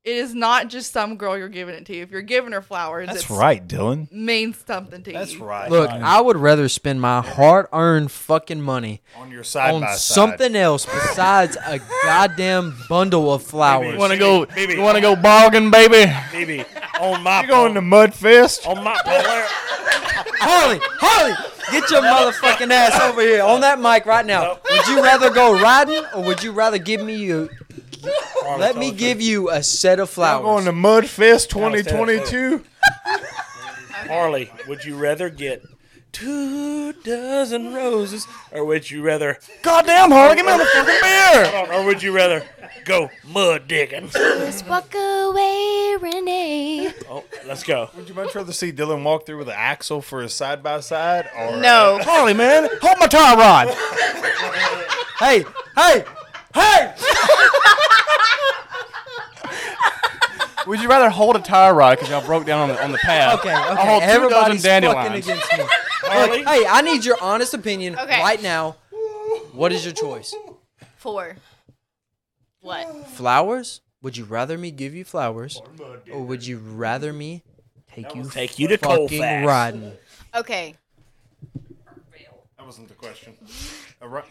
it is not just some girl you're giving it to. If you're giving her flowers, That's it's right, Dylan. means something to you. right. Look, I would rather spend my hard-earned fucking money on your side by on side. something else (laughs) besides a goddamn bundle of flowers. You want to go? Baby. You want to go bargain, baby? Maybe on my You going to Mudfest? on my Polaris. Harley, Harley, get your motherfucking ass over here on that mic right now. Would you rather go riding or would you rather give me you? Let me give you a set of You going flowers. to Mudfest was terrible. 2022? Harley, would you rather get two dozen roses, or would you rather, Goddamn, Harley, give me the (laughs) fucking beer. or would you rather go mud digging? Just walk away, Renee. Oh, let's go. Would you much rather see Dylan walk through with an axle for his side by side? or No, Harley, man, hold my tie rod. (laughs) Hey, hey, hey! Would you rather hold a tie rod because y'all broke down on the on the path? Okay, okay. I'll hold two Everybody's dozen fucking dandelions. against me. Harley, Hey, I need your honest opinion Okay. right now. What is your choice? Four. What? Flowers? Would you rather me give you flowers, or would you rather me take you take you to fucking Colfax. riding? Okay. That wasn't the question. A ri-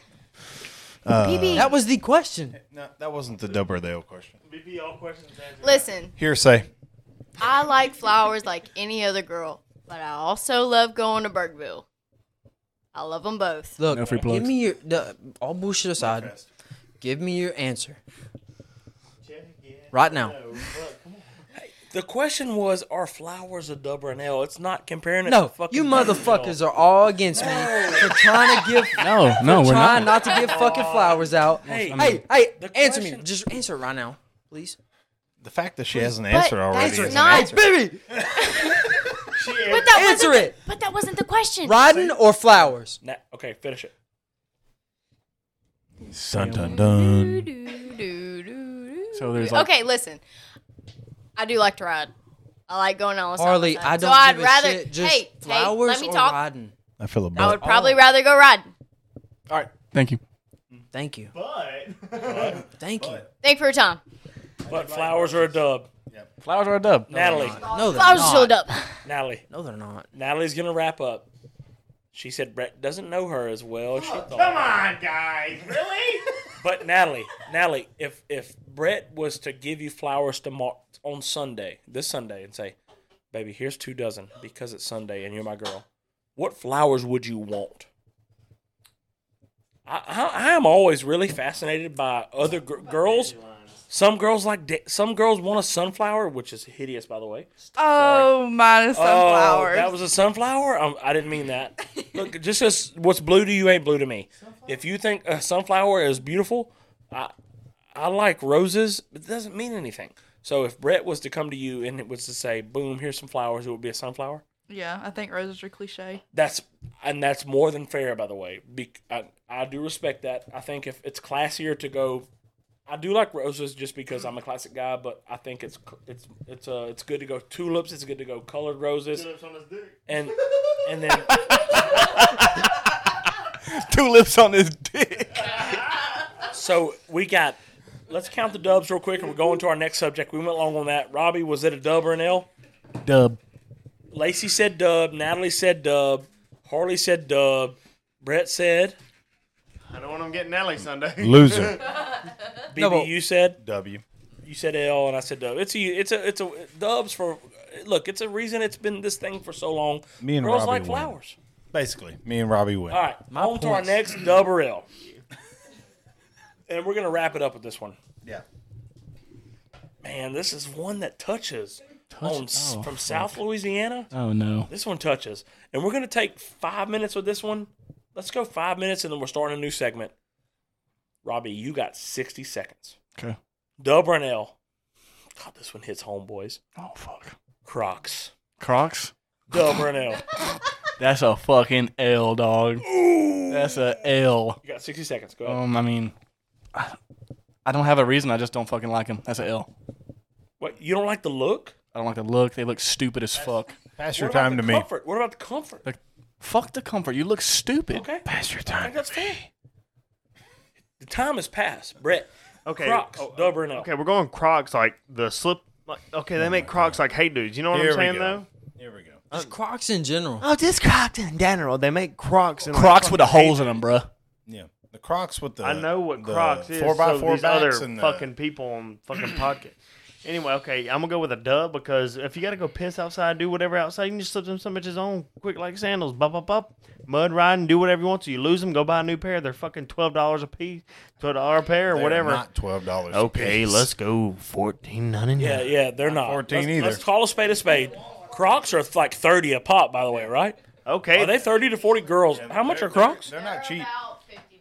BB, That was the question. no, that wasn't the dub or the L question. listen, Hearsay. I like flowers like any other girl, but I also love going to Burkeville. I love them both. Look, No free give plugs. me your. The, all bullshit aside, give me your answer right now. the question was, are flowers a dub or an L? It's not comparing it. to No, fucking you motherfuckers are all against me for trying to give. (laughs) No, Oh, no, we're trying not. not. to give fucking flowers out. Hey, Hey, hey, the answer me. question- Just answer it right now, please. The fact that she hasn't But answered already that's is an not- answer. Baby, But that Answer wasn't it. The, but that wasn't the question. riding or flowers? Na- okay, finish it. Dun, dun, dun. So there's like Okay, listen. I do like to ride. I like going on. a Harley, stop I sign. don't so I'd give a rather shit. Just hey, hey, flowers let me or Oh. talk. riding. I feel a I bug. would probably rather go riding. thank you. Thank you. Thank you. Thank you for your time. But flowers are a dub. Flowers are a dub. Natalie, No, they're Flowers not. showed up. Natalie, No, they're not. Natalie's gonna wrap up. She said Brett doesn't know her as Oh, well as she thought. Come on, guys, really? but Natalie, Natalie, if if Brett was to give you flowers tomorrow on Sunday, this Sunday, and say, "Baby, here's two dozen because it's Sunday and you're my girl," what flowers would you want? I I, I am always really fascinated by other gr- girls. Some girls like da- some girls want a sunflower, which is hideous, by the way. Oh, mine is sunflowers. Oh, that was a sunflower. Um, I didn't mean that. Look, just as what's blue to you ain't blue to me. If you think a sunflower is beautiful, I I like roses. It doesn't mean anything. So if Brett was to come to you and it was to say, "Boom, here's some flowers," it would be a sunflower. yeah, I think roses are cliche. That's and that's more than fair, by the way. Be, I, I do respect that. I think if it's classier to go, I do like roses just because I'm a classic guy. But I think it's it's it's uh it's good to go tulips. It's good to go colored roses and and (laughs) then Two lips on his dick. so we got. Let's count the dubs real quick, and we're going to our next subject. We went long on that. Robbie, was it a dub or an L? Dub. Lacey said dub. Natalie said dub. Harley said dub. Brett said. I don't want them getting Nelly Sunday. (laughs) (laughs) Loser. BB, you said. W. you said L and I said dub. It's a it's a it's a dubs for look. It's a reason it's been this thing for so long. Me and girls Robbie like win. flowers. Basically, me and Robbie win. All right, on to our next dub or L, and we're gonna wrap it up with this one. Yeah. Man, this is one that touches on s from South Louisiana. Oh no. This one touches, and we're gonna take five minutes with this one. Let's go five minutes, and then we're starting a new segment. Robbie, you got sixty seconds. Okay. Dub or an L? God, this one hits home, boys. Oh fuck. Crocs. Crocs. Dub or an L? That's a fucking L, dog. That's a L. You got 60 seconds. Go ahead. Um, I mean, I, I don't have a reason. I just don't fucking like them. That's a L. Wait, you don't like the look? I don't like the look. They look stupid as fuck. Pass What your about time the to me. Comfort? What about the comfort? Like, fuck the comfort. You look stupid. Okay. Pass your I time. think that's fair. The time has passed. Brett. Okay. Crocs. oh, dub or an L? Okay, we're going Crocs like the slip. Like, okay, Oh they make Crocs like hey dudes. You know what Here I'm we saying go. though? Here we go. Um, Just Crocs in general. Oh, just Crocs in general. They make Crocs and Crocs with the holes in them, bruh. Yeah. The Crocs with the I know what the Crocs is. Four by so four these other backs and the- fucking people on fucking (clears throat) pocket. Anyway, okay, I'm gonna go with a dub because if you gotta go piss outside, do whatever outside, you can just slip them some bitches on quick like sandals, bop bop bop, mud riding, do whatever you want to. You lose them, go buy a new pair. They're fucking twelve dollars a piece, twelve dollar a pair or They are whatever. Not twelve dollars. okay, let's go fourteen ninety nine. Yeah, yeah, they're not. 14 let's, either. Let's call a spade a spade. Crocs are like 30 a pop, by the way, right? Okay, Are they 30 to 40 girls? How much are Crocs? They're not cheap.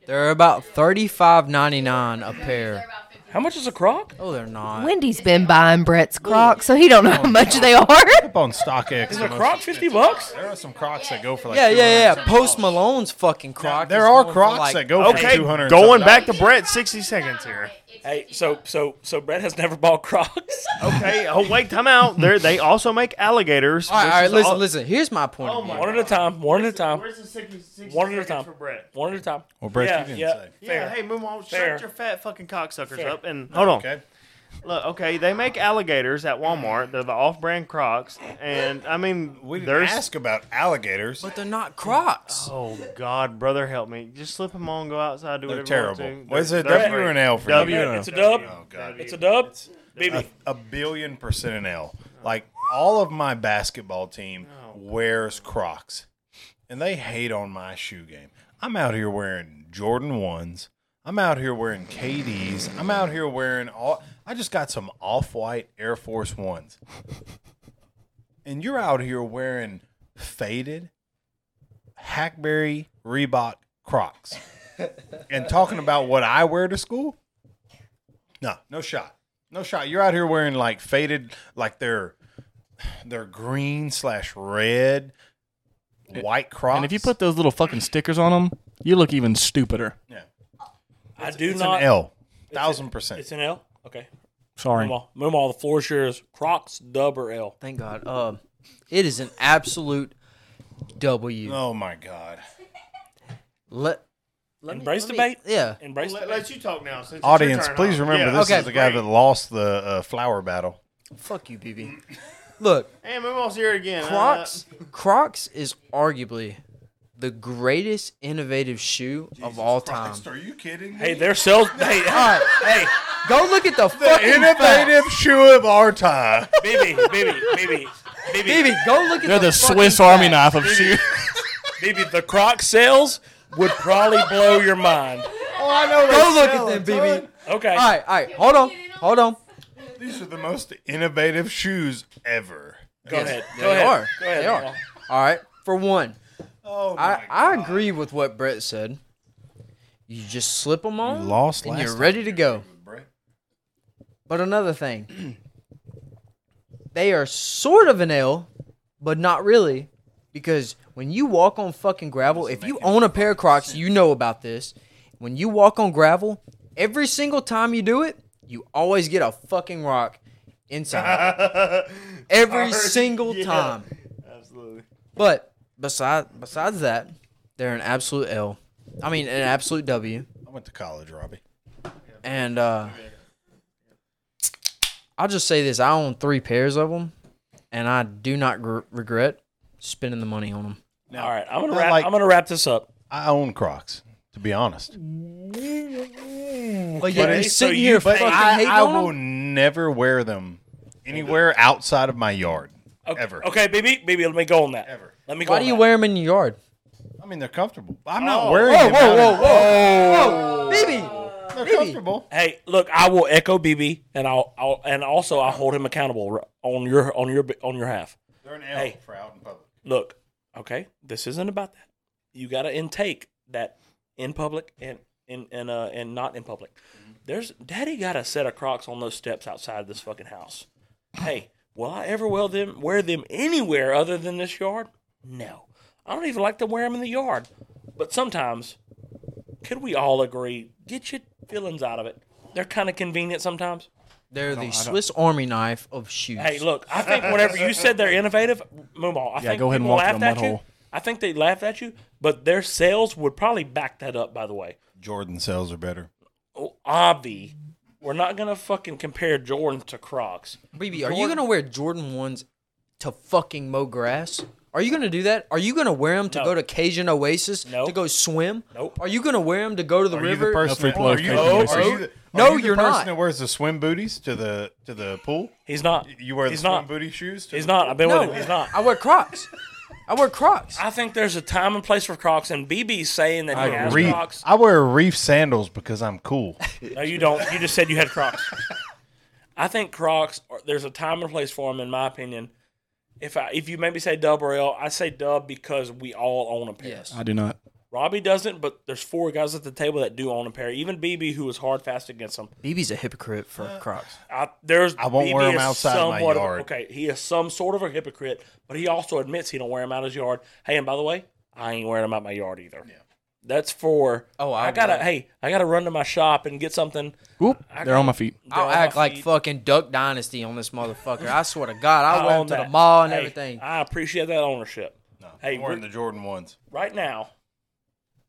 They're about thirty-five ninety-nine a pair. How much is a Croc? Oh, they're not. Wendy's been buying Brett's Crocs, so he don't Oh, know how much they are. (laughs) Up on StockX. Is a Croc 50 bucks? There are some Crocs that go for like. Yeah, yeah, yeah. $200. Post Malone's fucking Crocs. There is are going for Crocs like- that go for okay. two hundred. Going back to Brett, sixty seconds here. Hey, so so so Brett has never bought Crocs. Okay, oh wait, time (laughs) out. They they also make alligators. All right, all which right. is Listen, all- listen. Here's my point. of view. One at a time. One at a time. Oh Where's the 60, 60 One at a seconds time. for Brett? One at a time. Well, Brett, you yeah, didn't yeah, say. fair. Yeah, hey, move on. Fair. Shut your fat fucking cocksuckers Fair. up and hold on. Okay. Look, okay, they make alligators at Walmart. They're the off-brand Crocs, and I mean, We didn't there's. ask about alligators. But they're not Crocs. Oh God, brother, help me! Just slip them on, go outside, do They're whatever. terrible. You want to. What is it? They're W great. or an L for W. you? and It's a dub. Oh god. It's a dub. BB. a, a billion percent an L. Like all of my basketball team Oh, wears Crocs, and they hate on my shoe game. I'm out here wearing Jordan ones. I'm out here wearing KDs. I'm out here wearing all. I just got some off-white Air Force ones, and you're out here wearing faded Hackberry Reebok Crocs, and talking about what I wear to school. No, no shot. No shot. You're out here wearing like faded, like they're they're green slash red, white crops. And if you put those little fucking stickers on them, you look even stupider. yeah, I do it's not. an L, thousand percent. It's an L. Okay. Sorry. Move on. Move on. The floor is yours. Crocs, dub, or L. Thank God. Um, it is an absolute W. oh my god. Let, let me- Embrace let me- debate. Yeah. Embrace Let, debate. let you talk now. Since it's your Audience, turn, please huh? remember Yeah. this Okay, is the guy great. that lost the uh, flower battle. Fuck you, BB. Look, And we're almost here again. uh, (laughs) Crocs. Crocs is arguably the greatest innovative shoe of all time. Are you kidding? Hey, (laughs) their (laughs) sales. hey, hey, Go look at the The fucking innovative shoe of our time. BB, BB, BB, BB, BB, go look at They're the, the, fucking Swiss Army facts. knife of (laughs) shoes. BB. The Croc sales would probably blow your mind. Oh, I know. they Go look sell a at them, BB. ton. Okay. All right, all right. Hold on, hold on. These are the most innovative shoes ever. Go ahead. Go They ahead. are. Go ahead. They are. Noel. All right. For one, Oh my I, I agree with what Brett said. You just slip them on, lost and last you're time. ready to go. Brett. But another thing, (clears throat) they are sort of an L, but not really, because when you walk on fucking gravel, if you own a pair of Crocs, you know about this. When you walk on gravel, every single time you do it, you always get a fucking rock (laughs) inside. every (laughs) single time. Absolutely. But besides besides that, they're an absolute L. I mean, an absolute W. I went to college, Robbie. And uh, I'll just say this: I own three pairs of them, and I do not gr- regret spending the money on them. All right. I'm gonna I wrap. like- I'm gonna wrap this up. I own Crocs, to be honest. But yeah, But you it- so sitting you here think- fucking I, hating I on 'em? will never wear them anywhere outside of my yard. Okay. Ever. Okay, BB, BB. Let me go on that. Ever. Let me go. Why on do you that. wear them in your yard? I mean, they're comfortable. I'm not Oh. wearing them. out in- whoa, baby! They're Maybe. comfortable. Hey, look, I will echo BB, and I'll, I'll and also I hold him accountable r- on your on your on your half. They're an L Hey. for out in public. Look, okay, this isn't about that. You got to intake that in public and in and uh and not in public. There's Daddy got a set of Crocs on those steps outside this fucking house. Hey, will I ever wear them wear them anywhere other than this yard? No, I don't even like to wear them in the yard. But sometimes, could we all agree? Get your feelings out of it. They're kind of convenient sometimes. They're the Swiss Army knife of shoes. Hey, look, I think whenever you said they're innovative, Moomaw, I Yeah, think go ahead and people walk through laughed a mud at you. hole. I think they laughed at you, but their sales would probably back that up, by the way. Jordan sales are better. Oh, Obvi, we're not going to fucking compare Jordan to Crocs. baby, are you gonna wear Jordan ones to fucking mow grass? Are you gonna do that? Are you gonna wear them to No. go to Cajun Oasis Nope. to go swim? Nope. Are you gonna wear them to go to the Are you river? the person? free that- flow are you, occasion oh, basis. are you the, are No, you the you're person not. that wears the swim booties to the to the pool? He's not. You wear the he's swim not. booty shoes? To He's the not. I've been no, with him. He's not. I wear Crocs. I wear Crocs. I think there's a time and place for Crocs, and BB's saying that he has Reef. Crocs. I wear reef sandals because I'm cool. No, you don't. You just said you had (laughs) Crocs. I think Crocs. Are, there's a time and place for them, in my opinion. If I, if you maybe say dub or L, I say dub because we all own a pair. Yes. I do not. Robbie doesn't, but there's four guys at the table that do own a pair. Even BB, who is hard fast against them. BB's a hypocrite for Crocs. I, there's I won't BB wear 'em is outside my somewhat of- yard. okay, he is some sort of a hypocrite, but he also admits he don't wear them out his yard. Hey, and by the way, I ain't wearing them out my yard either. Yeah. That's for Oh, I I gotta would. hey, I gotta run to my shop and get something. Whoop, they're on my feet. I'll They're on act my like feet. fucking Duck Dynasty on this motherfucker. I swear to God, I, went own to the that. mall and Hey, everything. (laughs) I appreciate that ownership. Hey, I'm wearing we're- the Jordan ones. Right now,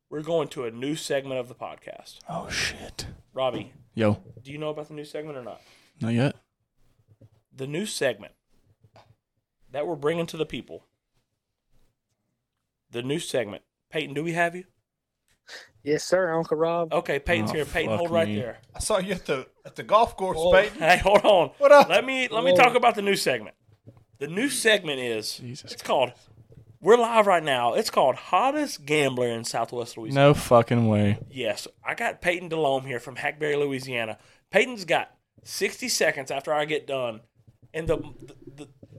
we're going to a new segment of the podcast. Oh shit. Robbie, Yo, do you know about the new segment or not? not yet. The new segment that we're bringing to the people. The new segment. Peyton, do we have you? Yes, sir, Uncle Rob. Okay, Peyton's Oh, here. Peyton, fuck hold right me. there. I saw you at the at the golf course, Peyton. Hey, hold on. What up? Let me let me talk about the new segment. The new segment is Jesus it's called we're live right now. It's called Hottest Gambler in Southwest Louisiana. No fucking way. Yes, I got Peyton DeLome here from Hackberry, Louisiana. Peyton's got 60 seconds after I get done, and the the,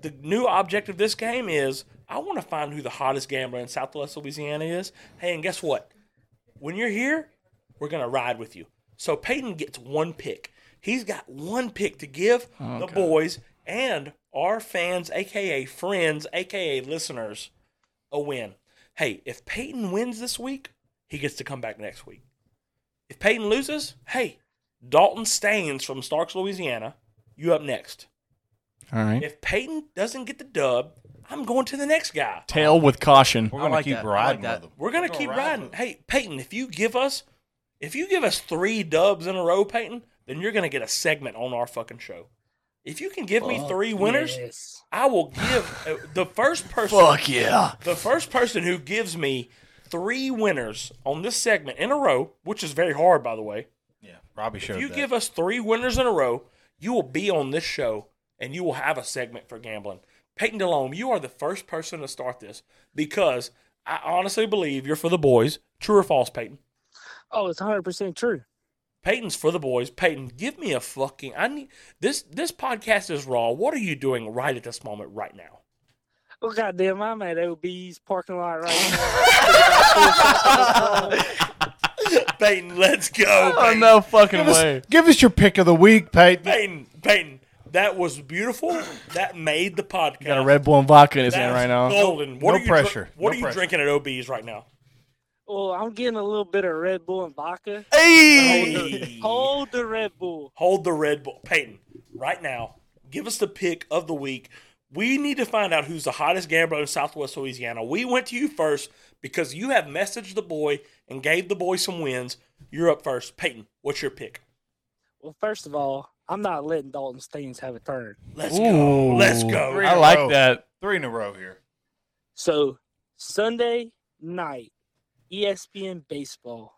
the, the new object of this game is I want to find who the hottest gambler in Southwest Louisiana is. Hey, and guess what? When you're here, we're gonna ride with you. So Peyton gets one pick. He's got one pick to give Oh, the God. boys and our fans, aka friends, aka listeners, a win. Hey, if Peyton wins this week, he gets to come back next week. If Peyton loses, hey, Dalton Staines from Starks, Louisiana, you up next. All right. If Peyton doesn't get the dub, I'm going to the next guy. Tail with caution. We're gonna keep riding with them. We're gonna keep riding. Hey, Peyton, if you give us, if you give us three dubs in a row, Peyton, then you're gonna get a segment on our fucking show. If you can give me Fuck three winners, I will give uh, the (sighs) first person. Fuck yeah. The first person who gives me three winners on this segment in a row, which is very hard, by the way. Yeah, Robbie If showed you that. give us three winners in a row, you will be on this show and you will have a segment for gambling. Peyton DeLome, you are the first person to start this because I honestly believe you're for the boys. True or false, Peyton? Oh, it's 100% true. Peyton's for the boys. Peyton, give me a fucking. I need this. This podcast is raw. What are you doing right at this moment, right now? (laughs) Well, goddamn, I'm at OB's parking lot right now. (laughs) Peyton, let's go. Oh, no fucking Give us- way. give us your pick of the week, Peyton. Peyton, Peyton, that was beautiful. That made the podcast. Got a Red Bull and vodka in his hand That's right now. Golden. What no are you dri- pressure. what No are you pressure. drinking at OB's right now? Well, I'm getting a little bit of Red Bull and vodka. Hey! Hold the, hold the Red Bull. Hold the Red Bull. Peyton, right now, give us the pick of the week. We need to find out who's the hottest gambler in Southwest Louisiana. We went to you first because you have messaged the boy and gave the boy some wins. You're up first. Peyton, what's your pick? Well, first of all, I'm not letting Dalton Staines have a turn. Let's go. Let's go. Three in I a like row. that. Three in a row here. So, Sunday night, E ESPN baseball,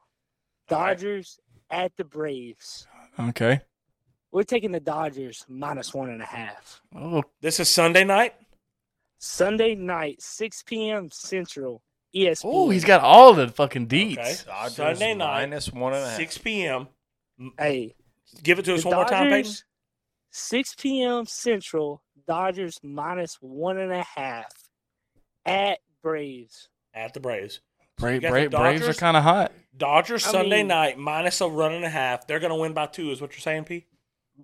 Dodgers at the Braves. Okay. We're taking the Dodgers minus one and a half. Oh, This is Sunday night. Sunday night, 6 p.m. Central. E ESPN. Ooh, he's got all the fucking deets. Okay. Dodgers Sunday night, minus one and a half. 6 p.m. Hey, Give it to us the one more time, Peyton. Dodgers, 6 p.m. Central, Dodgers minus one and a half at Braves. At the Braves. Bra- You got Bra- the Braves are Dodgers? kind of hot. Dodgers I Sunday mean- night minus a run and a half. They're going to win by two, is what you're saying, P?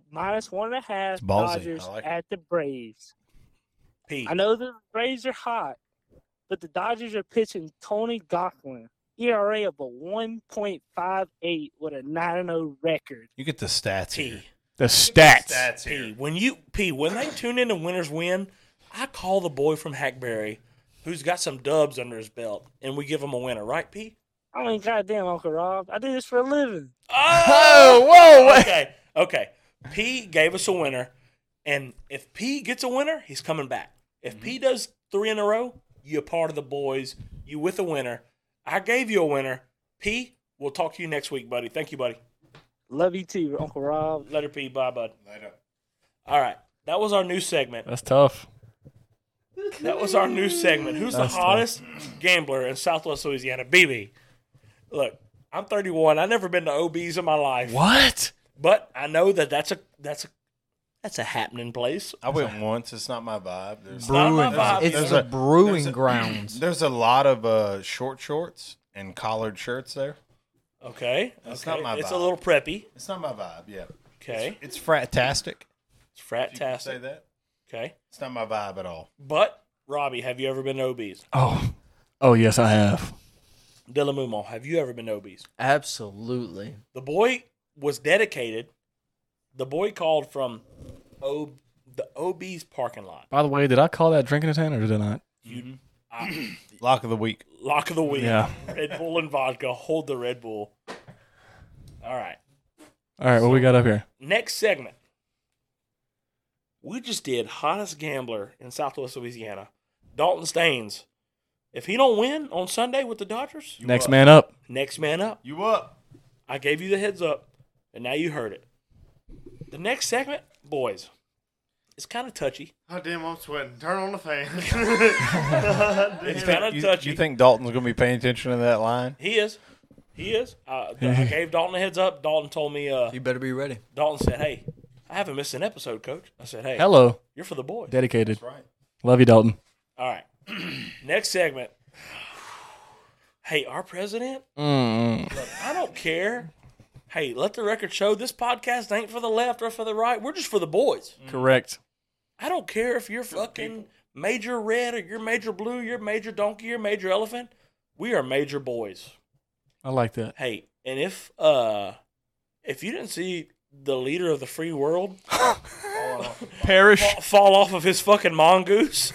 Minus one and a half, It's ballsy. I Dodgers like it. at the Braves. P. I know the Braves are hot, but the Dodgers are pitching Tony Gocklin, ERA of a 1.58 with a 9 0 record. You get the stats P. here. The stats. Stats P, here. when you P, when they tune into Winners Win, I call the boy from Hackberry, who's got some dubs under his belt, and we give him a winner, right, P? I mean, goddamn, Uncle Rob, I do this for a living. (laughs) Oh, whoa. wait. okay, okay. P gave us a winner, and if P gets a winner, he's coming back. If P Mm-hmm. does three in a row, you're part of the boys. You with a winner. I gave you a winner. P, we'll talk to you next week, buddy. Thank you, buddy. Love you too, Uncle Rob. Letter P, bye, bud. All right, that was our new segment. That's tough. That was our new segment. Who's That's the tough. hottest gambler in Southwest Louisiana? BB. Look, I'm 31. I've never been to OBs in my life, What? but I know that that's a that's a that's a happening place. I went once. It's not my vibe. There's, Not my Brewing. vibe. It's There's the a- brewing there's a- grounds. (clears throat) there's a lot of uh, short shorts and collared shirts there. okay, That's okay. not my It's a vibe. little preppy. It's not my vibe. Yeah. Okay, It's it's fratastic. if you can Say frat-tastic. that. Okay, It's not my vibe at all. but Robbie, have you ever been to OBs? Oh. Oh, yes, I have. Dylan Mumo, have you ever been to OBs? Absolutely. The boy was dedicated. The boy called from o- the OB's parking lot. By the way, did I call that drinking a tan or did I not? Lock of the week. (clears throat) Lock of the week. Mm-hmm. Yeah. (laughs) Red Bull and vodka. Hold the Red Bull. All right. All right, what we got up here? Next segment. We just did hottest gambler in Southwest Louisiana, Dalton Staines. If he don't win on Sunday with the Dodgers, Next man up. next man up. You up? I gave you the heads up, and now you heard it. The next segment, boys, it's kind of touchy. Oh damn, I'm sweating. Turn on (laughs) the fan. (laughs) It's kind of You, touchy. you think Dalton's going to be paying attention to that line? he is? He is. Uh, I gave Dalton a heads up. Dalton told me. Uh, You better be ready. Dalton said, "Hey, I haven't missed an episode, Coach." I said, "Hey, Hello. you're for the boys." Dedicated. right. Love you, Dalton. All right. (clears throat) Next segment. Hey, our president. Mm. I don't care Hey, let the record show this podcast ain't for the left or for the right. We're just for the boys. Correct. I don't care if you're fucking major red or you're major blue, you're major donkey, you're major elephant. We are major boys. I like that. Hey, and if uh if you didn't see the leader of the free world perish fall, fall off of his fucking mongoose,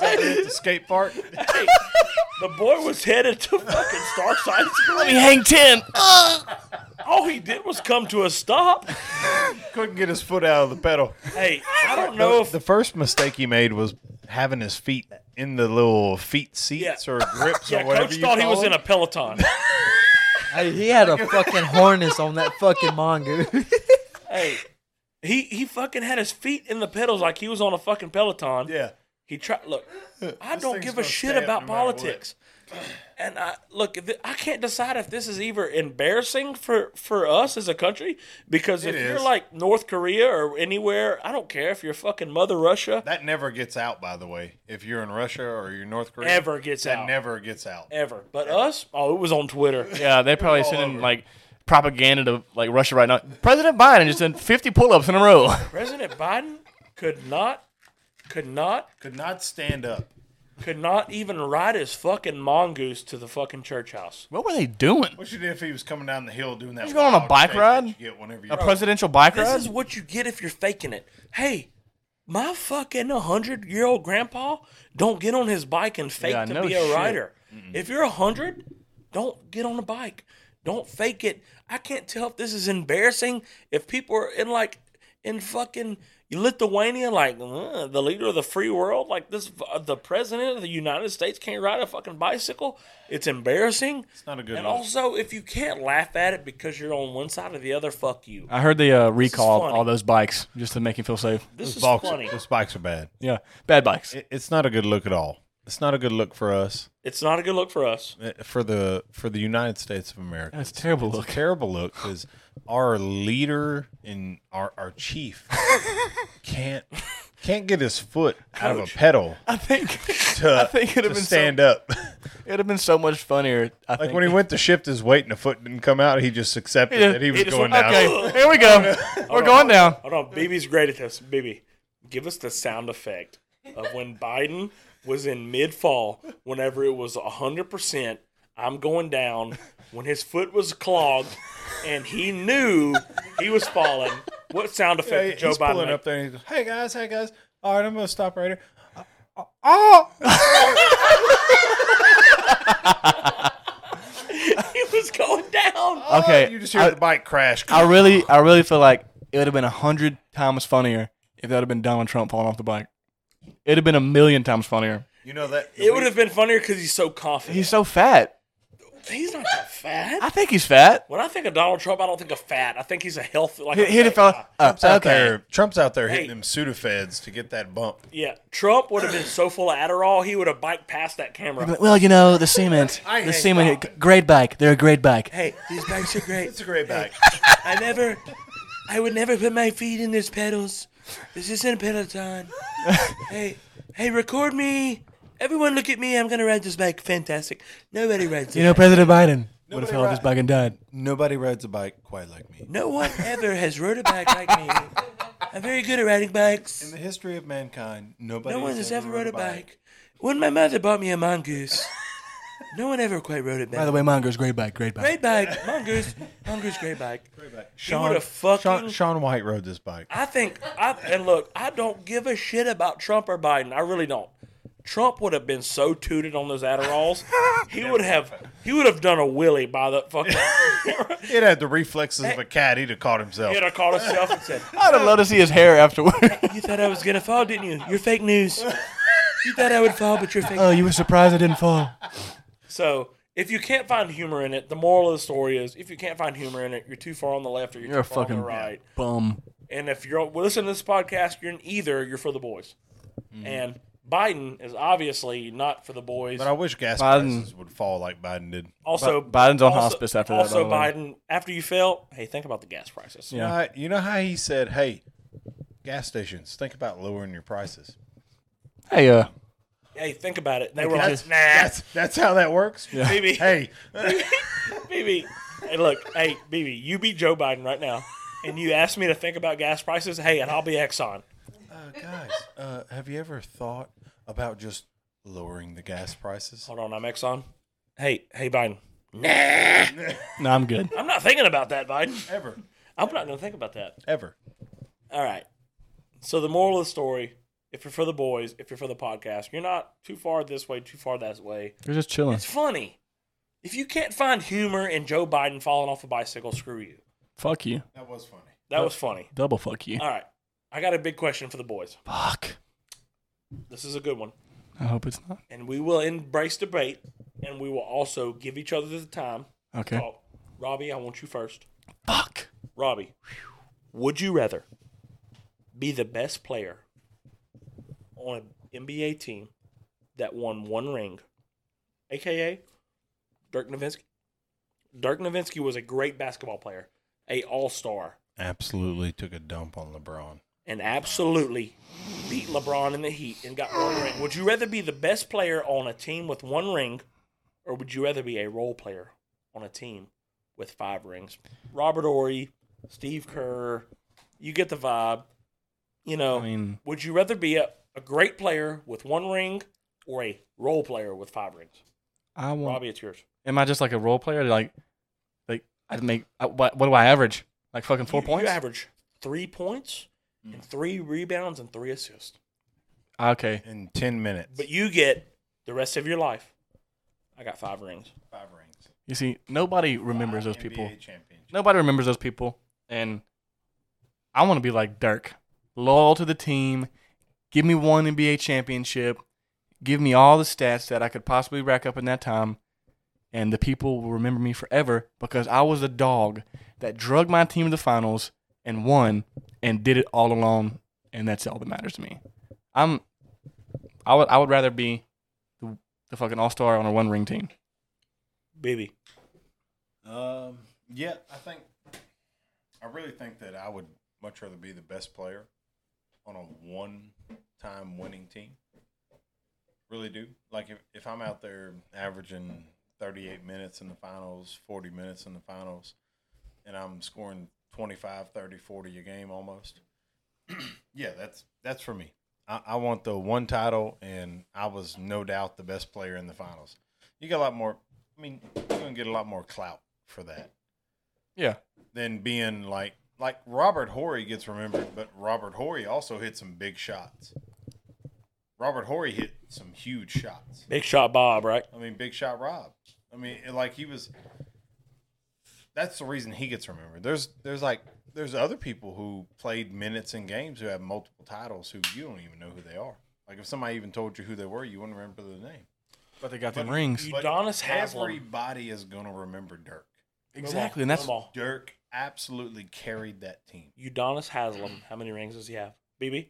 the skate (laughs) park. the boy was headed to fucking Starside School. Let me hang ten. (laughs) All he did was come to a stop. Couldn't get his foot out of the pedal. Hey, I don't know if the first mistake he made was having his feet in the little feet seats or (laughs) grips yeah, or whatever. coach you thought he call was in a them. peloton. Hey, he had a fucking harness on that fucking mongoose. (laughs) hey, he he fucking had his feet in the pedals like he was on a fucking peloton. Yeah. He tried. (laughs) Look, I This don't thing's give a gonna shit stay up about no matter what. politics. And I look, if th- I can't decide if this is either embarrassing for for us as a country because It if you're is. like North Korea or anywhere, I don't care if you're fucking Mother Russia That never gets out, by the way. If you're in Russia or you're North Korea, ever gets that out never gets out. ever, but us, oh, it was on (laughs) Twitter. Yeah, they probably sending like propaganda to like Russia right now. President Biden just did fifty pull-ups in a row. (laughs) Oh. (laughs) President Biden could not, could not, Could not stand up. could not even ride his fucking mongoose to the fucking church house. What were they doing? What you do if he was coming down the hill doing that? He's going on a wild bike shake that ride? You get whenever you A presidential bike This ride? is what you get if you're faking it. Hey, my fucking 100 year old grandpa don't get on his bike and fake Yeah, to no be a shit. rider. If you're 100, don't get on a bike. Don't fake it. I can't tell if this is embarrassing. If people are in like, in fucking Lithuania, like uh, the leader of the free world, like this, uh, the president of the United States can't ride a fucking bicycle. It's embarrassing. It's not a good And look. also, if you can't laugh at it because you're on one side or the other, fuck you. I heard they uh, recall funny. all those bikes just to make him feel safe. This is Bikes- funny. Those bikes are bad. Yeah, bad bikes. It, it's not a good look at all. It's not a good look for us. It's not a good look for us. uh, For the for the United States of America. That's a terrible It's look. a terrible look because our leader and our our (laughs) chief can't can't get his foot out of a pedal (laughs) I think to, I think it'd have to been so- stand up. (laughs) it'd have been so much funnier. I Like think. when he went to shift his weight and the foot didn't come out, he just accepted Yeah, that he was just going went, down. Okay, here we (laughs) go. We're going down. Hold on, BB's great at this. BB, give us the sound effect of when Biden was in mid fall, whenever it was 100%, I'm going down, when his foot was clogged and he knew he was falling. What sound Yeah, effect did Joe he's Biden pulling make? up there and he goes, "Hey guys, hey guys, all right, I'm gonna stop right here." Uh, uh, Oh, He was going down. Okay, Oh, you just hear I- the bike crash. I really, I really feel like it would have been a hundred times funnier if that would have been Donald Trump falling off the bike. It'd have been a million times funnier. You know that It would have been funnier because he's so confident. He's so fat. He's not that fat. I think he's fat. When I think of Donald Trump, I don't think of fat. I think he's a healthy, like He, a he'd have fat guy. fell. Uh, Trump's out okay. there. Trump's out there Hey. hitting them Sudafeds to get that bump. Yeah, Trump would have been so full of Adderall, he would have biked past that He'd be camera. like, Well, you know, the (laughs) cement, the cement, great bike. They're a great bike. Hey, these bikes are great. It's a great bike. I never, I would never put my feet in these pedals. This isn't a peloton. hey, hey, record me. Everyone, look at me. I'm gonna ride this bike. Fantastic. Nobody rides it. You know, President Biden would have Nobody fell off his ri- bike and died. Nobody rides a bike quite like me. no one ever has rode a bike like me. I'm very good at riding bikes. the history of mankind, nobody. No one has ever rode a bike. When my mother bought me a mongoose, no one ever quite rode it back. By the way, Mongo's great bike, great bike. Great bike, mongoose, mongoose, great bike. Great bike. Sean, Sean, would fucking, Sean, Sean White rode (laughs) this bike. I think, I, and look, I don't give a shit about Trump or Biden. I really don't. Trump would have been so tooted on those Adderalls. He would have, he would have done a willy by the (laughs) fucking. It had the reflexes of a cat. He'd have caught himself. He'd have called himself and said, I'd have loved to see his hair afterward. (laughs) "You thought I was gonna fall, didn't you? You're fake news. You thought I would fall, but you're fake." oh, you were surprised I didn't fall. So if you can't find humor in it, the moral of the story is: if you can't find humor in it, you're too far on the left or you're, You're a too far fucking on the right. bum. And if you're listening to this podcast, you're in either. You're for the boys, Mm-hmm. and Biden is obviously not for the boys. But I wish gas Biden- prices would fall like Biden did. also, Bi- Biden's on also- hospice after that, Also, by the Biden, after you fail, hey, think about the gas prices. Yeah. You know, how, you know how he said, "Hey, gas stations, think about lowering your prices." Hey, uh, Hey, think about it. They Like, were like, that's, nah. That's, that's how that works. Yeah. (laughs) Maybe. Hey, BB, hey, look, hey, BB, you be Joe Biden right now, and you ask me to think about gas prices. Hey, and I'll be Exxon. uh, guys, uh, have you ever thought about just lowering the gas prices? Hold on, I'm Exxon. Hey, hey, Biden. (laughs) (laughs) No, I'm good. I'm not thinking about that, Biden. Ever. I'm not going to think about that. Ever. All right. So the moral of the story, if you're for the boys, if you're for the podcast, you're not too far this way, too far that way. You're just chilling. It's funny. If you can't find humor in Joe Biden falling off a bicycle, screw you. Fuck you. That was funny. That was funny. Double fuck you. All right. I got a big question for the boys. Fuck. This is a good one. I hope it's not. And we will embrace debate and we will also give each other the time. to Okay. talk. Robbie, I want you first. Fuck. Robbie, would you rather be the best player on an NBA team that won one ring, aka Dirk Nowitzki? Dirk Nowitzki was a great basketball player, a All Star, Absolutely took a dump on LeBron. and absolutely beat LeBron in the Heat and got one ring. Would you rather be the best player on a team with one ring, or would you rather be a role player on a team with five rings? Robert Ory, Steve Kerr, you get the vibe. You know, I mean, would you rather be a, a great player with one ring or a role player with five rings? I want. Robbie, it's yours. Am I just like a role player? Like, like I'd make. I, what, what do I average? Like fucking four You- points. You average three points and three rebounds and three assists. okay. In 10 minutes. But you get the rest of your life. I got five rings. Five rings. You see, nobody remembers those people. NBA championship. Nobody remembers those people. And I want to be like Dirk, loyal to the team. Give me one NBA championship. Give me all the stats that I could possibly rack up in that time. And the people will remember me forever because I was the dog that drug my team to the finals and won and did it all alone. And that's all that matters to me. I'm, I would, I would rather be the, the fucking all star on a one ring team. Baby. Um, yeah, I think I really think that I would much rather be the best player on a one-time winning team. Really do. Like if, if I'm out there averaging 38 minutes in the finals, 40 minutes in the finals, and I'm scoring 25, 30, 40 a game almost. (clears throat) yeah, that's that's for me. I, I want the one title, and I was no doubt the best player in the finals. You get a lot more. I mean, you're gonna get a lot more clout for that Yeah. than being like like Robert Horry gets remembered, but Robert Horry also hit some big shots. Robert Horry hit some huge shots. Big shot Bob, right? I mean, Big Shot Rob. I mean, it- like he was. That's the reason he gets remembered. There's there's like there's other people who played minutes in games who have multiple titles who you don't even know who they are. Like if somebody even told you who they were, you wouldn't remember the name. But they got them them rings. But Udonis Haslam. Everybody is gonna remember Dirk. Exactly. And that's all. Dirk absolutely carried that team. Udonis Haslam. How many rings does he have? BB?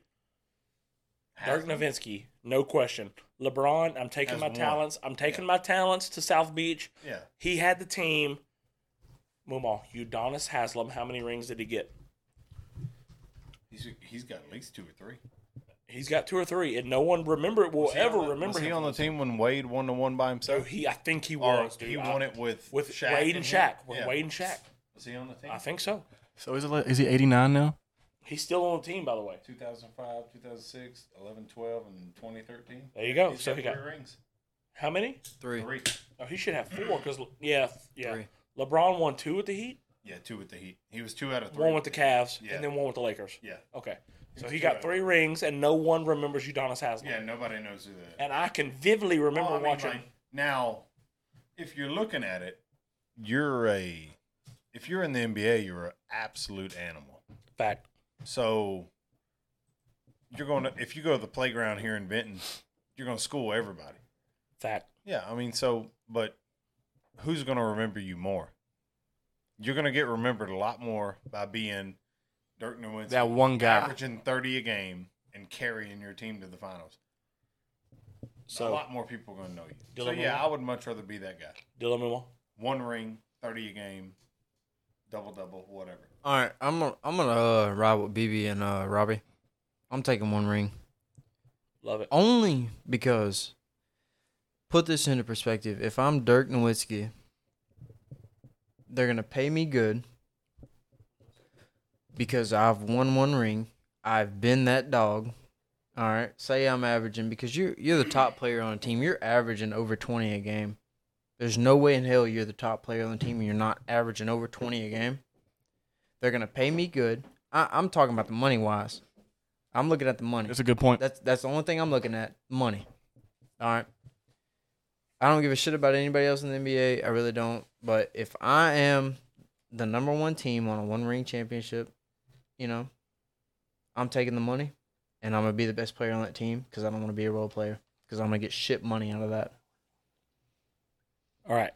Dirk Haslam Nowitzki. No question. LeBron, I'm taking Has my one. talents. I'm taking Yeah. my talents to South Beach. Yeah. He had the team. Mumal, Udonis Haslam, how many rings did he get? He's he's got at least two or three. He's got two or three, and no one remember will ever remember Was he him. on the team when Wade won the one by so himself? he, I think he Or was. Dude. he I- won it with with Shaq Wade and him? Shaq. With Yeah. Wade and Shaq, Was he on the team? I think so. So is it like- is he 89 now? He's still on the team, by the way. 2005, 2006, 11, 12, and 2013. There you go. He's So got he three got rings. how many? Three. Three. Oh, he should have four because yeah, yeah. Three. LeBron won two with the Heat, Yeah, two with the Heat. He was two out of three. one with the Cavs, Yeah. and then one with the Lakers. Yeah. Okay, so was he two out got of three rings, and no one remembers Udonis Haslam. Yeah, nobody knows who that. And I can vividly remember Well, I mean, watching. like, now, if you're looking at it, you're a. If you're in the NBA, you're an absolute animal. fact, So you're going to if you go to the playground here in Benton, you're going to school everybody. fact. Yeah, I mean, so, but who's going to remember you more? You're going to get remembered a lot more by being Dirk Nowitzki, That one guy. averaging 30 a game and carrying your team to the finals. So a So lot more people are going to know you. So Dylan yeah, Moore. I would much rather be that guy. Dylan Mumal, One ring, 30 a game, double double, whatever. All right, I'm gonna I'm gonna uh, ride with BB and uh, Robbie. I'm taking one ring. Love it. Only because, put this into perspective. If I'm Dirk Nowitzki, they're gonna pay me good because I've won one ring. I've been that dog. All right, say I'm averaging because you're you're the top player on a team. You're averaging over twenty a game. There's no way in hell you're the top player on the team and you're not averaging over twenty a game. They're gonna pay me good. I, I'm talking about the money wise. I'm looking at the money. That's a good point. That's that's the only thing I'm looking at. Money. All right. I don't give a shit about anybody else in the NBA. I really don't. But if I am the number one team on a one ring championship, you know, I'm taking the money and I'm gonna be the best player on that team because I don't want to be a role player because I'm gonna get shit money out of that. All right.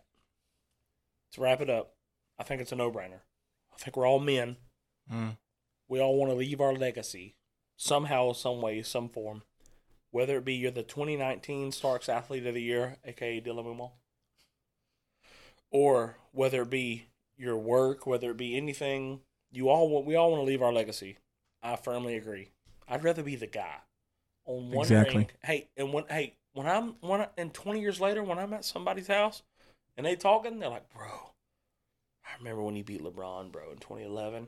To wrap it up, I think it's a no brainer. I think we're all men. Mm. We all want to leave our legacy somehow, some way, some form. Whether it be you're the 2019 Starks Athlete of the Year, aka Dylan Mumal, or whether it be your work, whether it be anything, you all want, we all want to leave our legacy. I firmly agree. I'd rather be the guy on one Exactly. ring. Hey, and when hey when I'm when I, and 20 years later when I'm at somebody's house and they talking, they're like, bro, I remember when you beat LeBron, bro, in 2011.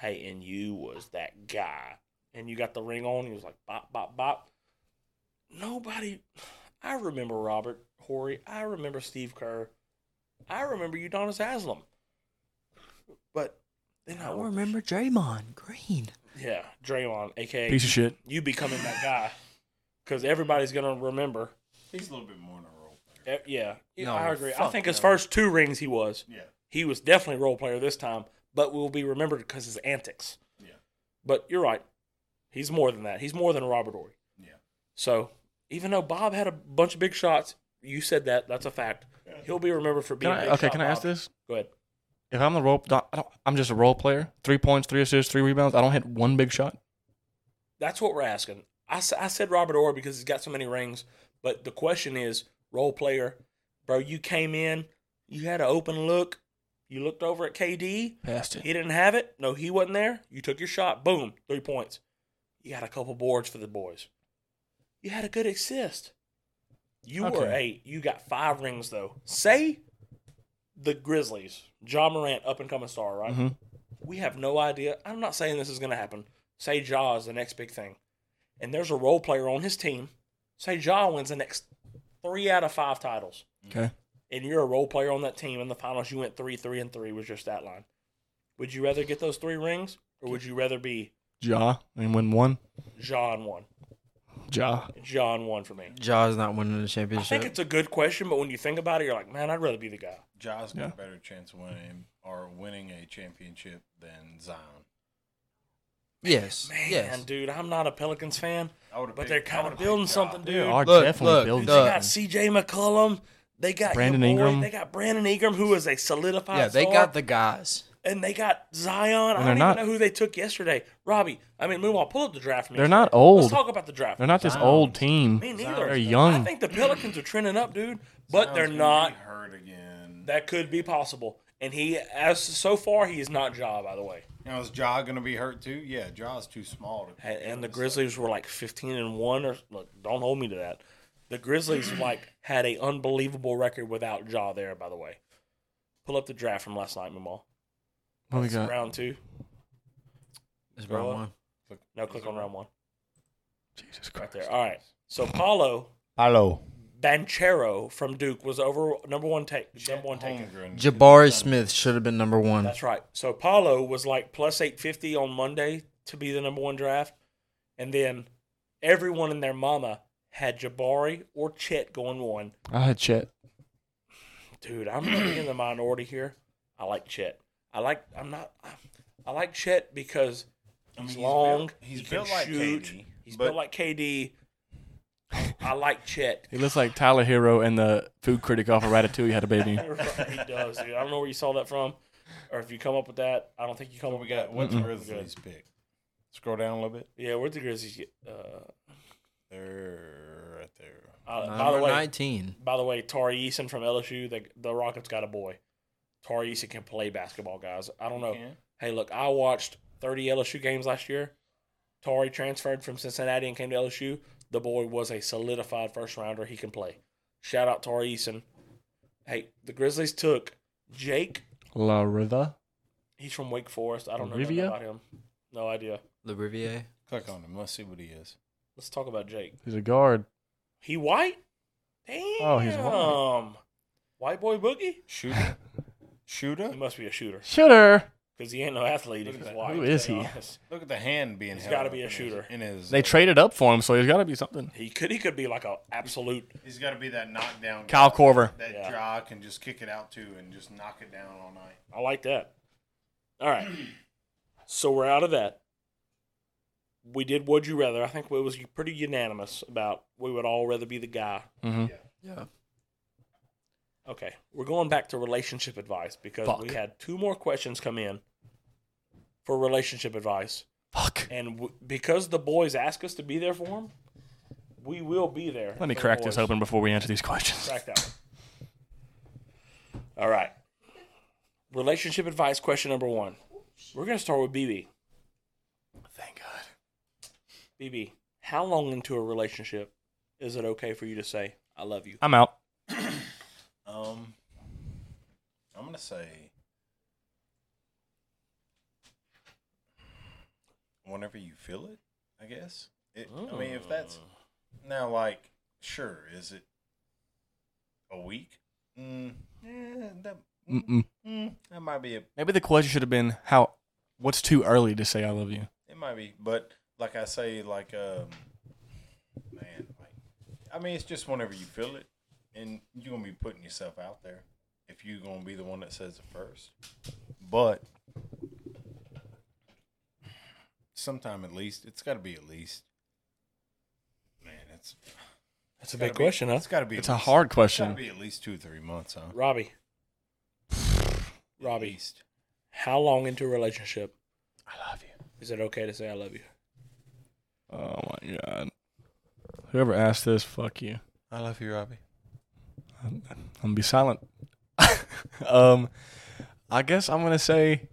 Hey, and you was that guy, and you got the ring on. He was like bop, bop, bop. Nobody, I remember Robert Horry. I remember Steve Kerr. I remember Udonis Haslam. But then I, I went- remember Draymond Green. yeah, Draymond, aka Piece of shit. You becoming that guy because everybody's gonna remember. He's a little bit more in a role. Eh, Yeah, yeah, No, I agree. I fuck think his no. first two rings he was. Yeah. He was definitely a role player this time, but will be remembered because his antics. Yeah. But you're right. He's more than that. He's more than a Robert Ory. Yeah. So even though Bob had a bunch of big shots, you said that. That's a fact. He'll be remembered for Can being. a I, big okay, shot, can I ask Bob. this? Go ahead. If I'm the role, I don't, I'm just a role player. Three points, three assists, three rebounds. I don't hit one big shot. That's what we're asking. I, s- I said Robert Ory because he's got so many rings, but the question is role player. Bro, you came in, you had an open look, you looked over at KD, Passed it. he didn't have it. No, he wasn't there. You took your shot, boom, three points. You got a couple boards for the boys. You had a good assist. You were Okay. eight. You got five rings though. Say the Grizzlies, John Morant, up and coming star, right? Mhm. We have no idea. I'm not saying this is going to happen. Say Ja is the next big thing. And there's a role player on his team. Say Ja wins the next three out of five titles. Okay. And you're a role player on that team. In the finals, you went three, three, and three was your stat line. Would you rather get those three rings or would you rather be Ja and win one. Ja and one? Ja. Ja and one for me. Jaw's not winning the I think championship. it's a good question, but when you think about it, you're like, man, I'd rather be the guy. Ja's got Yeah. a better chance of winning or winning a championship than Zion. Yes, Man, yes. dude, I'm not a Pelicans fan, I would've but picked- they're I kind would've of picked building Ja. something, dude. They are Look, definitely look, building. They look. got CJ McCollum. They got your Brandon boy, Ingram. They got Brandon Ingram, who is a solidified. Yeah, they star, got the guys. and they got Zion. I they're don't even not- know who they took yesterday. Robbie, I mean, meanwhile, pull up the draft. for me. They're not old. Let's talk about the draft. They're not this old team. Me neither. They're I young. think the Pelicans are trending up, dude, but Zion's they're gonna not. Be hurt again. That could be possible. And he, as so far, he is not Ja, by the way. Now is Ja gonna be hurt too? Yeah, Ja's too small to. And, and the Grizzlies were like 15 and 1 or look, don't hold me to that. The (clears throat) Grizzlies like had a unbelievable record without Jaw there by the way. Pull up the draft from last night, Mamal. What we It's got? Round 2. It's Grow round up. one. No, click on round 1 Jesus right Christ. there. All right. So Paulo Hello. Banchero from Duke was over number 1 take number 1 taken. Jabari Smith should have been number one. That's right. So Paulo was like plus 850 on Monday to be the number one draft. And then everyone and their mama had Jabari or Chet going one. I had Chet. Dude, I'm really in the minority here. I like Chet. I like, I'm not, I, I like Chet because he's, he's long. built- he's he built can like shoot. KD, he's but- built like KD. I like Chet. He looks like Tyler Hero and the food critic off of Ratatouille had (laughs) a baby. he does, dude. I don't know where you saw that from or if you come up with that. I don't think you come So up we with got that. what's We're Grizzlies good. pick? Scroll down a little bit. Yeah, where'd the Grizzlies get? Uh, They're right there. uh, by Number the way, 19. By the way, Tari Eason from LSU, the, the Rockets got a boy. Tari Eason can play basketball, guys. I don't know. can. Hey, look, I watched 30 LSU games last year. Tari transferred from Cincinnati and came to LSU. The boy was a solidified first rounder. He can play. Shout out Tari Eason. Hey, the Grizzlies took Jake. La Riva. He's from Wake Forest. I don't know Rivia? nothing about him. No idea. Le Rivier. Click on him. Let's see what he is. Let's talk about Jake. He's a guard. He white? Damn. Oh, he's white. White boy boogie? (laughs) Shooter. Shooter. He must be a shooter. Shooter. Because he ain't no athlete if he's white. Who is he? Look at the hand being. He's held gotta up be a in his- shooter. in his. They traded up for him, so there's got to be something. He could he could be like a absolute He's got to be that knockdown. Kyle guy Korver. That Yeah. jaw can just kick it out too and just knock it down all night. I like that. All right. So we're out of that. We did Would You Rather. I think it was pretty unanimous about we would all rather be the guy. Mm-hmm. Yeah. Okay. We're going back to relationship advice because we Fuck. had two more questions come in for relationship advice. Fuck. And w- because the boys ask us to be there for them, we will be there. Let me for the crack this boys. open before we answer these questions. Crack that one. All right. Relationship advice question number one. We're going to start with BB. Thank God. BB, how long into a relationship is it okay for you to say, I love you? I'm out. Um, I'm gonna say whenever you feel it. I guess. It, I mean, if that's now, like, sure, is it a week? Mm, eh, that, Mm-mm. mm, that might be a. Maybe the question should have been how. What's too early to say I love you? It might be, but like I say, like, um, man, like, I mean, it's just whenever you feel it, and you're gonna be putting yourself out there if you're gonna be the one that says it first. But sometime at least, it's got to be at least. Man, it's That's gotta be- It's got to be. It's at a least- hard It's got to question. be at least two, three months, huh? Robbie, At Robbie. least. how long into a relationship I love you. is it okay to say, I love you? Oh my God. Whoever asked this, fuck you. I love you, Robbie. I'm, I'm gonna be silent. (laughs) um, I guess I'm gonna say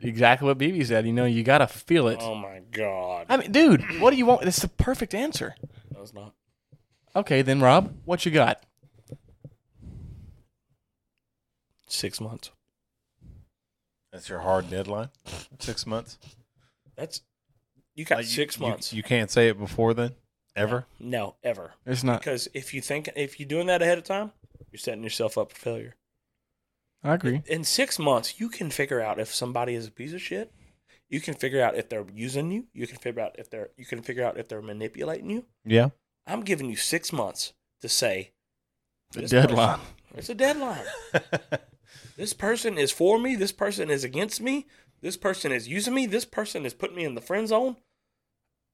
exactly what BB said. You know, you gotta feel it. Oh my God. I mean, dude, what do you want? It's the perfect answer. No, it's not. Okay, then Rob, what you got? Six months. That's your hard deadline. Six months. That's, you got Like, you- six you- months. You, can't say it before then, ever. no, ever. It's not. Because if you think, if you're doing that ahead of time, you're setting yourself up for failure. I agree. in six months, you can figure out if somebody is a piece of shit. You can figure out if they're using you. You can figure out if they're you can figure out if they're manipulating you. Yeah. I'm giving you six months to say The this deadline. person- it's a deadline. this person is for me. This person is against me. This person is using me. This person is putting me in the friend zone.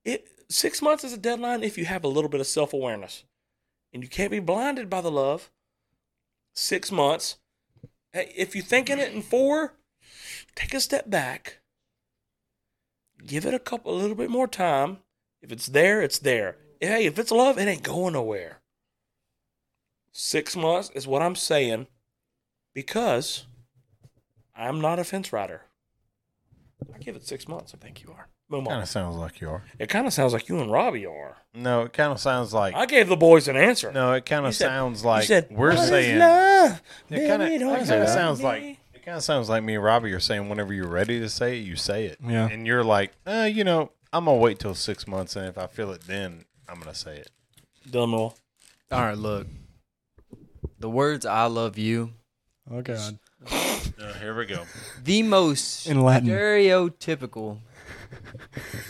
It six months is a deadline if you have a little bit of self awareness, and you can't be blinded by the love. Six months. Hey, if you're thinking it in four, take a step back. Give it a couple, a little bit more time. If it's there, it's there. Hey, if it's love, it ain't going nowhere. Six months is what I'm saying because I'm not a fence rider. I give it six months. I think you are. Boom Kind of sounds like you are. It kind of sounds like you and Robbie are. No, it kind of sounds like. I gave the boys an answer. no, it kind You of said- sounds You like said, we're "What is saying. love? It kind of Baby, don't hurt sounds me." like. It kind of sounds like me and Robbie are saying whenever you're ready to say it, you say it. Yeah. And you're like, uh, you know, I'm gonna wait till six months, and if I feel it, then I'm gonna say it. Dylan Moore. All right, look. The words "I love you" Oh God. here we go. the most In Latin. (laughs) stereotypical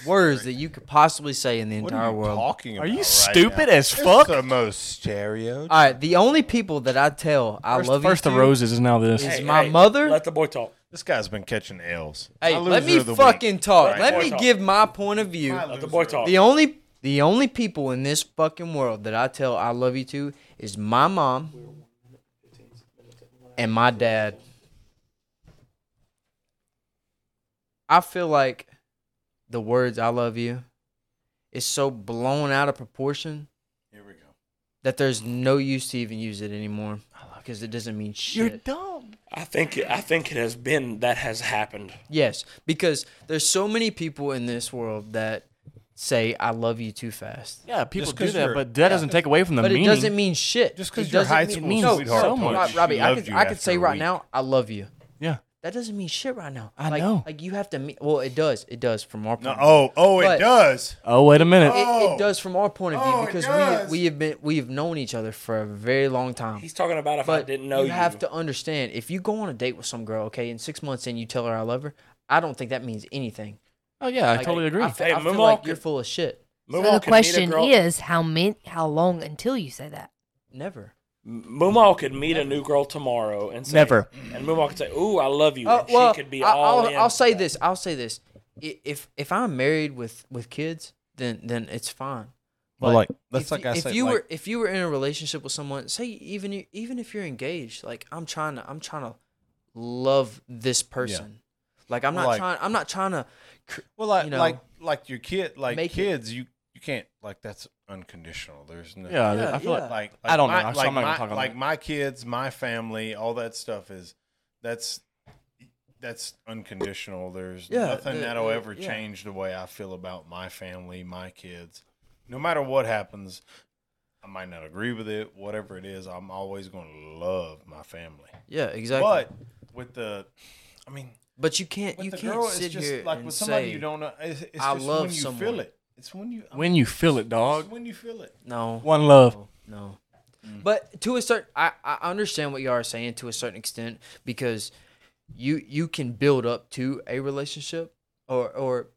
words that you could possibly say in the What entire are you world. talking Are about? you right stupid now? as It's fuck? the most stereo. All right, the only people that I tell I first, love first you the to- roses is now this. Hey. Is my mother- Let the boy talk. This guy's been catching L's. Hey, My let loser me of the fucking week. talk. Right, let boy me talk. give my point of view. My Let the loser boy of talk. The only the only people in this fucking world that I tell I love you to is my mom and my dad. I feel like the words I love you is so blown out of proportion Here we go. that there's no use to even use it anymore because it doesn't mean shit. You're dumb. I think I think it has been that has happened. Yes, because there's so many people in this world that say "I love you" too fast. Yeah, people do that, but that doesn't take away from the But meaning. it doesn't mean shit. Just It 'cause your doesn't high mean- school no, sweetheart no, told Rob- you she Robbie, I loved could, you I could after say a right week. now, I love you. Yeah. That doesn't mean shit right now. I like, know. Like you have to mean. Well, it does. It does from our point. of view. Oh, oh, it But- does. Oh, wait a minute. It, it does from our point of view Oh, it because does. we we have been we have known each other for a very long time. He's talking about if I didn't know you you. have to understand if you go on a date with some girl, okay, and six months in you tell her I love her, I don't think that means anything. oh, yeah, I Like, totally agree. I, fe- Hey, I feel Moonwalk like can- you're full of shit. So the Moonwalk could meet a question girl- is how min- how long until you say that? Never. Moomaw could meet a new girl tomorrow and say, Never. And Moomaw could say, "Ooh, I love you." Oh, and well, she could be I, all will in. I'll say this. I'll say this. I- If if I'm married with with kids, then then it's fine. Well, like, that's if like you, I if said, you like- were if you were in a relationship with someone, say even you, even if you're engaged, like I'm trying to I'm trying to love this person. Like I'm not Like- trying I'm not trying to cr- Well, like you know, Uh, like like your kid, like make it- kids, you you can't like that's unconditional. There's no Yeah, Yeah, I feel yeah. like. like, I don't like know, My, so I'm not like gonna my- talk on like that. my kids, my family, all that stuff is that's that's unconditional. There's Yeah, nothing the- that'll the- ever yeah. change the way I feel about my family, my kids. No matter what happens, I might not agree with it. Whatever it is, I'm always going to love my family. yeah, exactly. But with the, I mean, But you can't with you the can't girl, sit it's just here like and with somebody say you don't know. It's, it's "I just love when you someone." feel it. It's when you When you feel it, it's dog. when you feel it. no One love. No. Mm. But to a certain I, I understand what you are saying to a certain extent because you you can build up to a relationship or or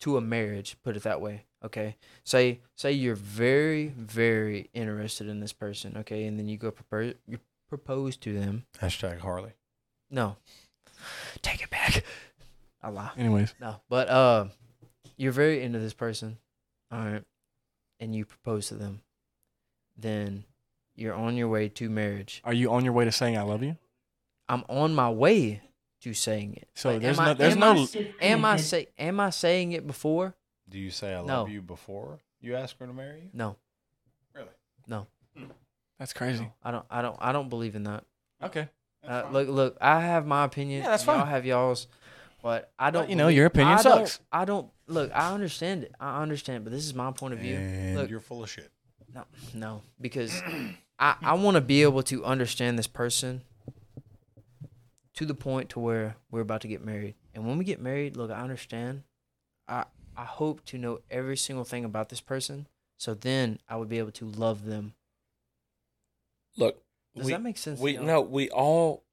to a marriage, put it that way. Okay. Say say you're very, very interested in this person, okay, and then you go propose you propose to them. Hashtag Harley. No. Take it back. I lie. Anyways. No, but uh, you're very into this person, all right, and you propose to them, then you're on your way to marriage. Are you on your way to saying I love you? I'm on my way to saying it. So Like, there's am I- no, there's am no. I, am I say am I saying it before? Do you say I No. love you before you ask her to marry you? No, Really? no, Hmm. that's crazy. I don't, I don't, I don't believe in that. Okay. Uh, look, look, I have my opinion. Yeah, that's Y'all fine. have y'alls, but I don't. you know, believe- your opinion I sucks. Don't, I don't look. I understand it. I understand, but this is my point of view. And look, you're full of shit. No, no, because I I want to be able to understand this person to the point to where we're about to get married, and when we get married, look, I understand. I I hope to know every single thing about this person, so then I would be able to love them. Look, Does we, that make sense to We y'all? no, we all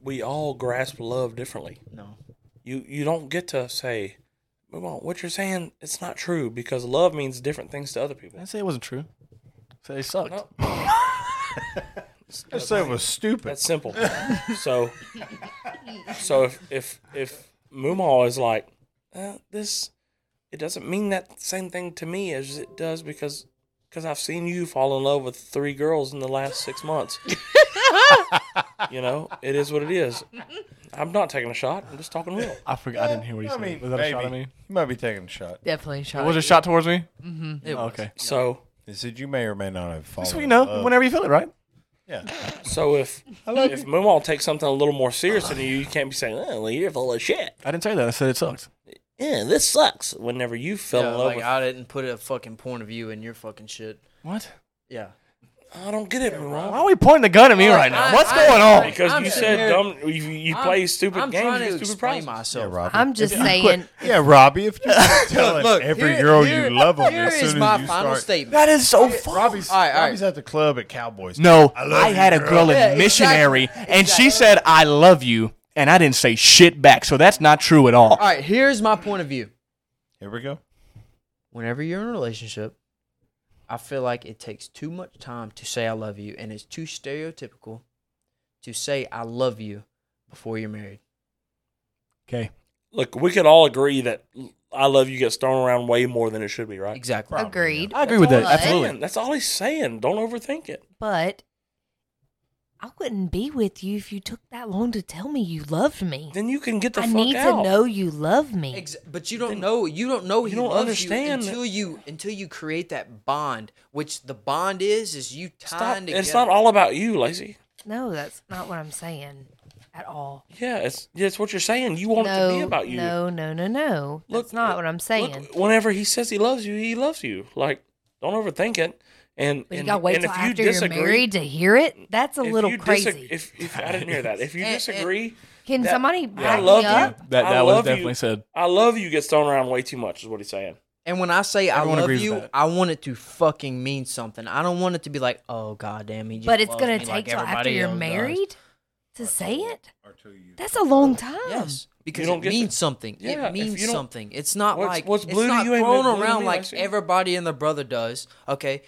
we all grasp love differently. No, You you don't get to say, Moomaw, what you're saying it's not true because love means different things to other I people. didn't say it wasn't true. I said it (laughs) sucked. No. I said it was stupid. That's simple. so, so if if if Moomaw is like, uh, this, it doesn't mean that same thing to me as it does because because I've seen you fall in love with three girls in the last six months. you know, it is what it is. I'm not taking a shot. I'm just talking real. I forgot. I didn't hear what he I said. mean, was that a shot at maybe. me? You might be taking a shot. Definitely shot. was it a shot towards me? It Oh, was. okay. So He said you may or may not have fallen. That's what you in know. love. Whenever you feel it, right? Yeah. so if if Moomaw takes something a little more serious than you, you can't be saying, oh, well, you're full of shit. I didn't say that. I said it sucked. Yeah, this sucks. Whenever you fell Yeah, in love like with, I didn't put a fucking point of view in your fucking shit. What? Yeah. I don't get it, Moomaw. Why are we pointing the gun at me right now? I- What's I- going on? Because I'm you sitting said here- dumb. You, you I'm- play stupid I'm games. trying to you stupid explain problems. Yeah, myself. Robbie. I'm just saying. yeah, Robbie. If you quit telling Look, every here- girl here- you love them Here as soon is as my you final start. statement. That is so fun. Robbie's, All right, all right. Robbie's at the club at Cowboys. No, I love I you, had a girl in Yeah, exactly, missionary, and she said, "I love you," and I didn't say shit back. So that's not true at all. All right, here's my point of view. Here we go. Whenever you're in a relationship, I feel like it takes too much time to say I love you, and it's too stereotypical to say I love you before you're married. Okay, Look, we could all agree that "I love you" gets thrown around way more than it should be, right? Exactly. Probably, Agreed. I agree with that. But- Absolutely. Man, that's all he's saying. Don't overthink it. But I wouldn't be with you if you took that long to tell me you loved me. Then you can get the I fuck need to out. know you love me. Ex- but you don't know. You don't know. You He don't loves understand. you until you until you create that bond, which the bond is is you Stop. tying together. It's not all about you, Lacey. No, that's not what I'm saying. at all. Yeah, it's yeah, it's what you're saying. You want it to be about you. No, no, no, no. That's not what I'm saying. Look, whenever he says he loves you, he loves you. Like, don't overthink it. And but you and, gotta wait and till if you after you're disagree, married to hear it. That's a if little you dis- crazy. if, if I didn't hear that, (laughs) if you Eh, eh. disagree, Can that- somebody I back love me you. up? That- I that was love you. definitely said. I love you gets thrown around way too much. Is what he's saying. And when I say Everyone I love agrees with you, that. I want it to fucking mean something. I don't want it to be like, oh god damn, he just But it's loves gonna me take like till after everybody you're else does." married to say it. That's a long time. Yes, because don't it get to- means something. Yeah, if it means you don't- something. It's not What's- like what's blue it's to not you ain't thrown blue to around me, I like see. everybody and their brother does. Okay,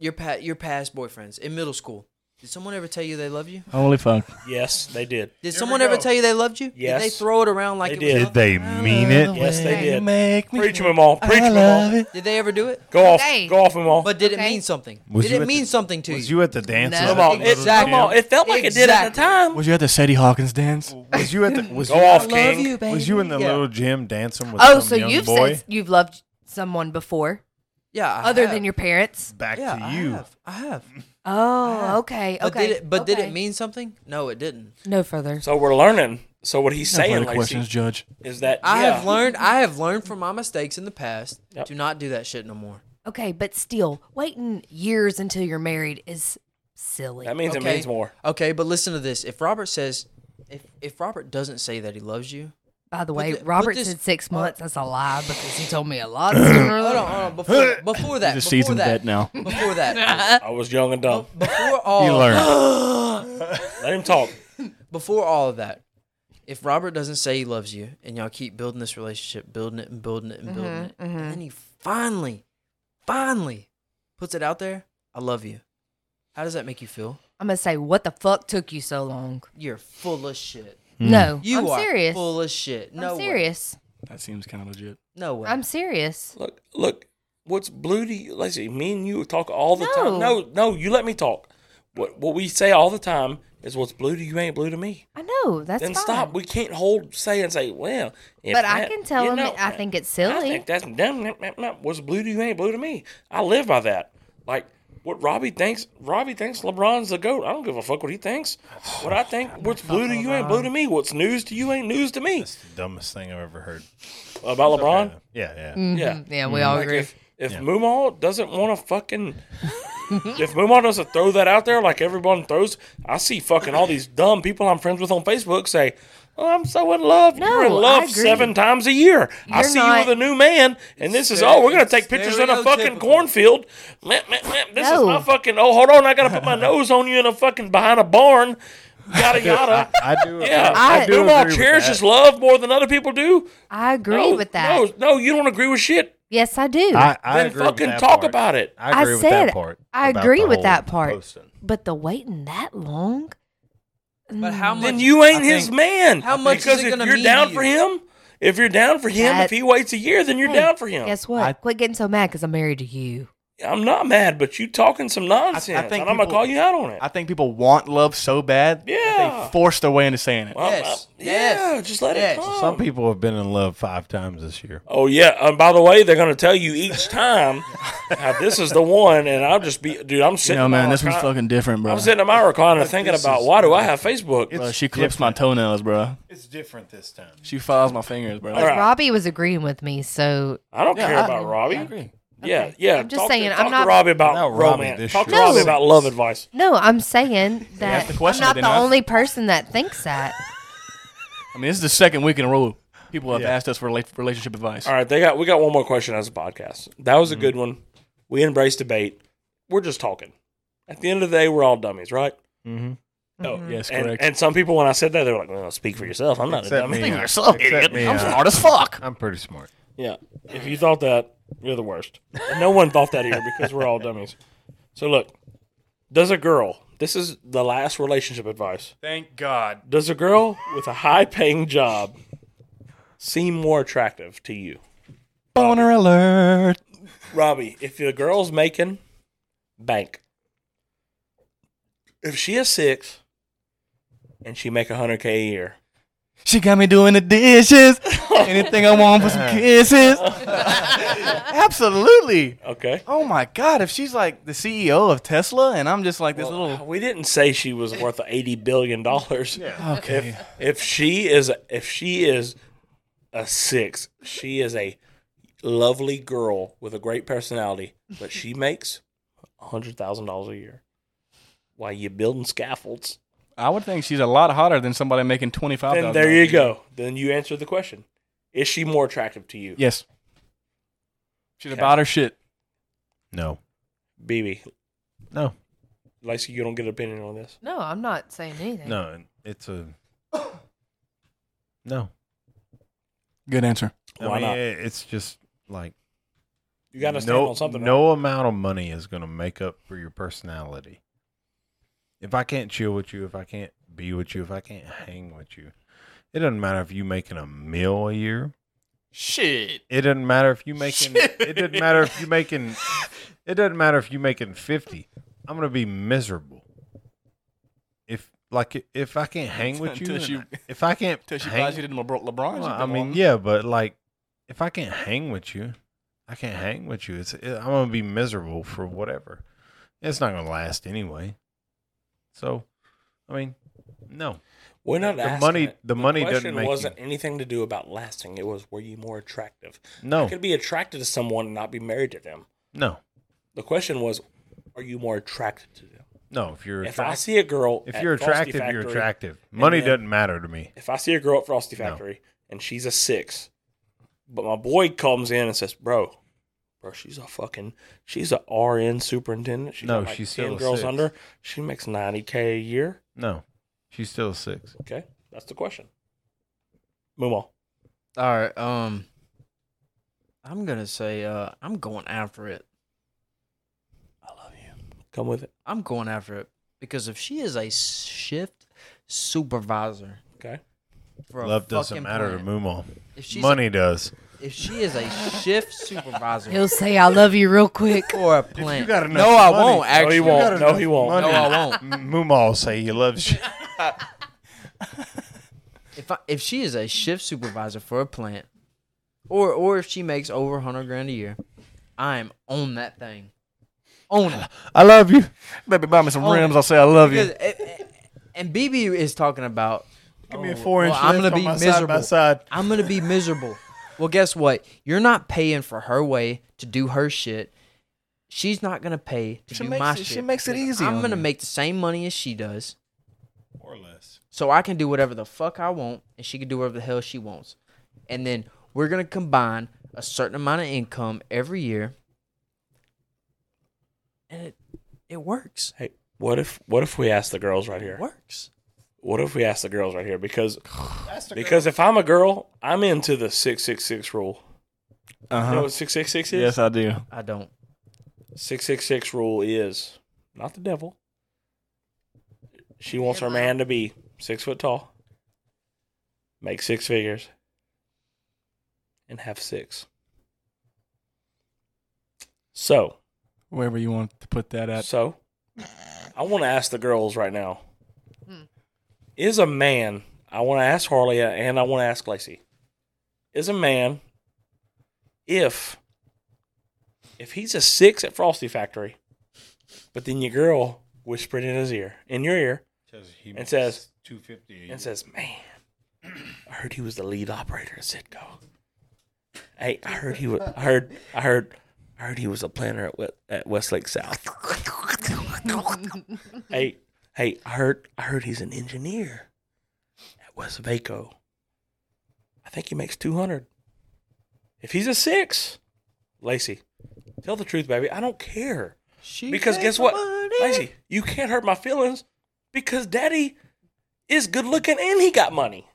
your pa- your past boyfriends in middle school. Did someone ever tell you they love you? Holy fuck. Yes, they did. Did someone ever tell you they loved you? Did they Yes. throw it around like They it did. was Did nothing? They mean it. Yes, they You did. make me Preach feel them all. I Preach them love all. it. Did they ever do it? Go off. Okay. Go off them all. But did it Okay. mean something? Was did you it at mean the- something to Was you? you at the dance? No. Come on. It, Exactly. come on. It felt like it did at the Exactly. time. Was you at the Sadie Hawkins dance? Was you at the? Was Go you, off, King. you, baby. Was you in the Yeah. little gym dancing with Oh, some so young you've boy? said you've loved someone before, Yeah. I other have. than your parents. Back Yeah, to I you. have. I have. Oh, okay, okay. But did it? But did okay. it mean something? No, it didn't. no further? So we're learning. So what he's No saying, further Lacey, questions, Judge. is that I yeah, have learned. I have learned from my mistakes in the past. Yep. Do not do that shit no more. Okay, but still, waiting years until you're married is silly. That means Okay. it means more. Okay, but listen to this. If Robert says, if if Robert doesn't say that he loves you, By the way, the- but Robert this- uh, said six months. That's a lie because he told me a (coughs) lot sooner. hold than- on, hold on. Before (laughs) before that, He's a before seasoned that, vet now. before that, (laughs) I was young and dumb. before all, You learned. (gasps) Let him talk. before all of that, if Robert doesn't say he loves you and y'all keep building this relationship, building it and building it and building Mm-hmm, it, and then he finally, finally puts it out there, I love you. How does that make you feel? I'm gonna say, what the fuck took you so long? You're full of shit. Hmm. Hmm. No, You I'm are serious. full of shit. No I'm way. serious. That seems kind of legit. No way. I'm serious. Look, look. What's blue to you, Lacey? Me and you talk all the time. No. No, no. You let me talk. What what we say all the time is what's blue to you ain't blue to me. I know that's then fine. stop. We can't hold say and say. Well, if But I that- can tell you him know, I think it's I silly. think that's dumb, nah, nah, nah. what's blue to you ain't blue to me. I live by that. Like what Robbie thinks. Robbie thinks LeBron's the goat. I don't give a fuck what he (sighs) thinks. What I think. What's blue to you ain't blue to me. What's news to you ain't news to me. That's the dumbest thing I've ever heard. About LeBron. Yeah, yeah. Mm-hmm. Yeah. Mm-hmm. yeah, we all Like agree. if if Mumal doesn't want to fucking, if Mumal doesn't throw that out there like everyone throws, I see fucking all these dumb people I'm friends with on Facebook say, "Oh, I'm so in love. You're in No, I love agree. seven times a year. I You're see not- you with a new man, and this is oh, we're gonna take pictures in a fucking stereotypical. cornfield. Meh, meh, meh. This is No. my fucking. Oh, hold on, I gotta put (laughs) my nose on you in a fucking behind a barn. Yada yada. I do. Yeah, I- I do Mumal agree with cherishes that. love more than other people do. I agree No, with that. No, no, you don't agree with shit. Yes, I do. I, I Then agree with fucking that talk part. about it. I agree I with that said part. I about agree the with whole that part. posting. but the waiting that long. but how much? Then you I ain't his think- man. how much is because it if gonna you're mean down to for you? him, if you're down for him, That- if he waits a year, then you're Hey, down for him. Guess what? I- Quit getting so mad because I'm married to you. I'm not mad, but you talking some nonsense, think and I'm gonna people- call you out on it. I think people want love so bad that Yeah. they force their way into saying it. Well, I'm- Yes, I- yes, yeah, just let yes. it come. Some people have been in love five times this year. Oh yeah, and by the way, they're gonna tell you each time, "Now, this is the one, and I'll just be, dude. I'm You sitting. know, in my man, this one's recliner- fucking different, bro. I'm sitting in my recliner thinking about why do I have Facebook? Bro, she clips my toenails, bro. It's different this time. She files my fingers, bro. All right. Robbie was agreeing with me, so I don't care I- about Robbie. I agree. Yeah, yeah. I'm just talk to- saying, I'm talk to not- Robbie about Not Robbie romance. this talk to shit. Robbie No. about love advice. no, I'm saying that the question, I'm not didn't the I? only person that thinks (laughs) that. I mean, this is the second week in a row people have Yeah. asked us for rela- relationship advice. All right, they got we got one more question as a podcast. That was a good one. We embrace debate. We're just talking. At the end of the day, we're all dummies, right? Mm-hmm. No. Yes, And, correct. and some people, when I said that, they were like, "Well, speak for yourself. I'm not a Except dummy." (laughs) me. yourself, Except idiot. me, I'm uh, smart as fuck. I'm pretty smart. Yeah. If you thought that, you're the worst. And no one thought that here because we're all dummies. So look, does a girl? This is the last relationship advice. Thank God. Does a girl with a high-paying job seem more attractive to you? Boner alert. Robbie, if your girl's making bank, if she is six and she make a hundred k a year, (laughs) She got me doing the dishes. Anything I want for some kisses. Absolutely. Okay. Oh my God! If she's like the CEO of Tesla, and I'm just like this Well, little We didn't say she was worth eighty billion dollars. Yeah. (laughs) Okay. If, if she is, if she is a six, she is a lovely girl with a great personality, but she makes hundred thousand dollars a year. Why you building scaffolds? I would think she's a lot hotter than somebody making twenty five. Then there you go. Then you answer the question: Is she more attractive to you? Yes. She's Okay. about her shit. No. BB. No. Lacey, you don't get an opinion on this. No, I'm not saying anything. No, it's a no. Good answer. I Why mean, not? it- It's just like You got to stand no, on something. right? no amount of money is going to make up for your personality. If I can't chill with you, if I can't be with you, if I can't hang with you, it doesn't matter if you making a meal a year. Shit. It doesn't matter if (laughs) you making. it doesn't matter if you making. It doesn't matter if you making fifty. I'm gonna be miserable. If like if I can't (laughs) hang with you, Until and she- I- if I can't Till she hang- buys you to LeBron. LeBron's. well, you I mean, belong. yeah, but like, if I can't hang with you, I can't hang with you. It's it, I'm gonna be miserable for whatever. It's not gonna last anyway. So, I mean, no. We're not The asking money- it. the money doesn't question make you- wasn't anything to do about lasting. It was were you more attractive? No. I could be attracted to someone and not be married to them. No, The question was, are you more attracted to them? no. If you're If I attract- see a girl, if at you're Frosty attractive, you're Factory, attractive. and Money then- doesn't matter to me. If I see a girl at Frosty No. Factory and she's a six, but my boy comes in and says, "Bro, bro, she's a fucking, she's a RN superintendent. She's No, got, like she's still 10 a girls six. under. She makes ninety k a year. No, she's still a six. Okay, that's the question. Moomaw. All right. Um, I'm gonna say uh, I'm going after it. come with it. I'm going after it because if she is a shift supervisor, Okay, for a Love doesn't fucking matter to plant, Moomaw. If she's Money does. If she is a (laughs) shift supervisor, He'll say, "I love you," real quick. for a plant. got enough no, I money- won't. No, Actually, he won't. No, he won't. No, I won't. (laughs) Moomaw say he loves you. (laughs) If I, if she is a shift supervisor for a plant, or or if she makes over hundred grand a year, I am on that thing. On it. I love you. Baby, buy me some Oh, rims. I'll say I love you. Because- eh, eh, and BB is talking about Give me a four inch. well, I'm gonna lift on be my Side by miserable. side. I'm gonna be miserable. Well, guess what? You're not paying for her way to do her shit. She's not gonna pay to She do makes my it- shit. she makes it because easy I'm on gonna you. make the same money as she does, Or less. so I can do whatever the fuck I want, and she can do whatever the hell she wants. And then we're gonna combine a certain amount of income every year, and it it works. Hey, what if what if we ask the girls right It here? works. What if we ask the girls right here? (sighs) Because because if I'm a girl, I'm into the six six six rule. Uh You know huh. what six six six is? Yes, I do. I don't. Six six six rule is not the devil. She wants her man to be six foot tall, make six figures, and have six. So Wherever you want to put that at. So, I want to ask the girls right now: Is a man? I want to ask Harley, and I want to ask Lacey: Is a man, if if he's a six at Frosty Factory, but then your girl whispered in his ear, in your ear, and says two fifty. Mm-hmm. and says, "Man, I heard he was the lead operator at Sitco. Hey, I heard he was. I heard. I heard. I heard he was a planner at Wet- at Westlake South. hey, hey, I heard. I heard he's an engineer at West Vaco. I think he makes two hundred. If he's a six, Lacey, tell the truth, baby. I don't care." She because guess what, Lacey, you can't hurt my feelings because Daddy is good looking and he got money.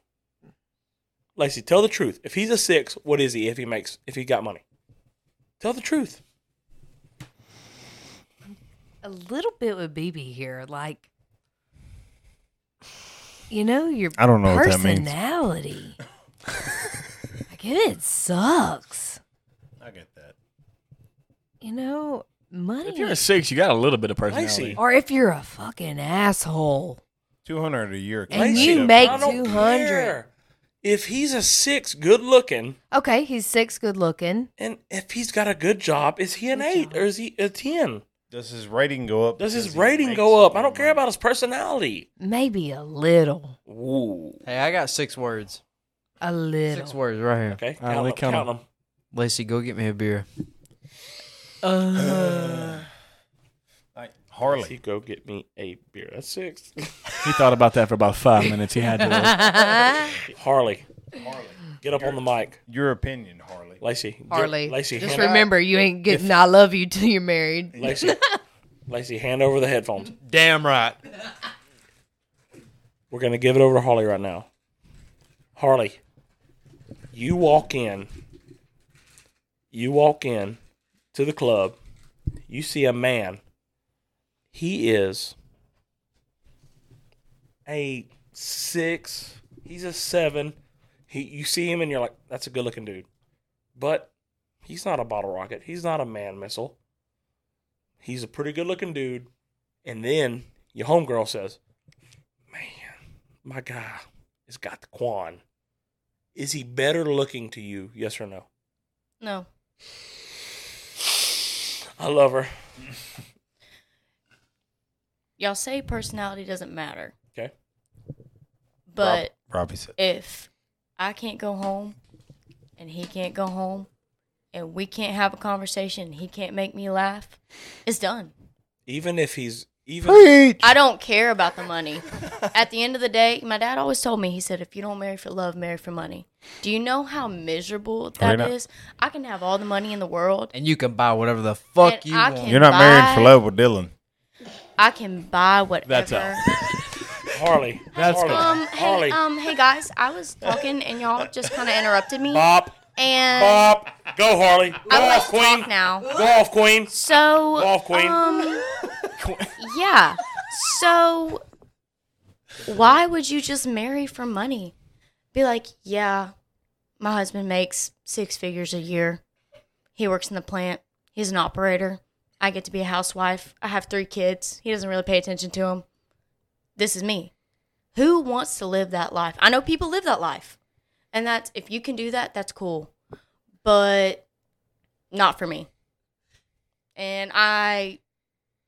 Lacey, tell the truth. If he's a six, what is he? If he makes, if he got money, tell the truth. A little bit with BB here, like you know your I don't know what that means. personality. like it sucks. I get that. You know, money. If you're a six, you got a little bit of Lacey. personality. or if you're a fucking asshole. Two hundred a year. And Lacey, you make I don't 200. care. If he's a six, good looking, Okay, he's six, good looking. and if he's got a good job, is he an eight or is he a ten? Does his rating go up? Does his rating go up? I don't care about his personality. Maybe a little. Ooh. Hey, I got six words. A little. Six words right here. (laughs) Okay, All right, count, we them, count count 'em. them. Lacey, go get me a beer. Uh. Like He Harley. go get me a beer. That's six. He thought about that for about five minutes. He had to. (laughs) Harley, Harley. get up on the mic. Your opinion, Harley. Lacey. get- Harley. Lacey, just hand, remember, you ain't getting I love you till you're married. (laughs) Lacey, Lacey, hand over the headphones. Damn right. We're gonna give it over to Harley right now. Harley, you walk in. You walk in to the club. You see a man. He is a six. He's a seven. He, you see him and you're like, that's a good looking dude. But he's not a bottle rocket. He's not a man missile. He's a pretty good looking dude. And then your homegirl says, my guy has got the Quan. Is he better looking to you? Yes or no? No. I love her. Y'all say personality doesn't matter. Okay. But Robbie said. if I can't go home and he can't go home and we can't have a conversation, and he can't make me laugh, it's done. Even if he's even I don't care about the money. At the end of the day, my dad always told me, he said, if you don't marry for love, marry for money. Do you know how miserable that not- is? I can have all the money in the world. And you can buy whatever the fuck And you I want. can- You're not marrying for Bye. love with Dylan. I can buy whatever. That's Harley. That's Harley. Um, hey, Harley. um, hey guys, I was talking and y'all just kind of interrupted me. Bop. And Bop. Go, Harley. Go I off, must queen. talk now. Go off, queen. So, Go off, queen. um, yeah. So, why would you just marry for money? Be like, yeah, my husband makes six figures a year. He works in the plant. He's an operator. I get to be a housewife. I have three kids. He doesn't really pay attention to them. This is me. Who wants to live that life? I know people live that life. And that's, if you can do that, that's cool. But not for me and I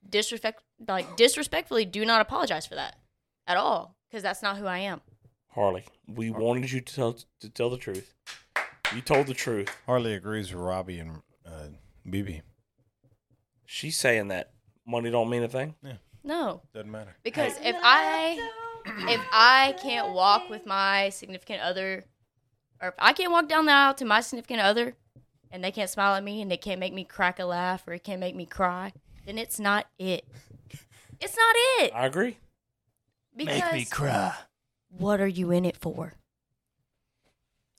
disrespect like disrespectfully do not apologize for that at all because that's not who I am. Harley, we wanted you to tell to tell the truth. You told the truth. Harley agrees with Robbie and uh, BB. She's saying that money don't mean a thing. No, Doesn't matter. because if I if I can't walk with my significant other, or if I can't walk down the aisle to my significant other, and they can't smile at me and they can't make me crack a laugh or it can't make me cry, then it's not it. It's not it. I agree. Because What are you in it (laughs) for?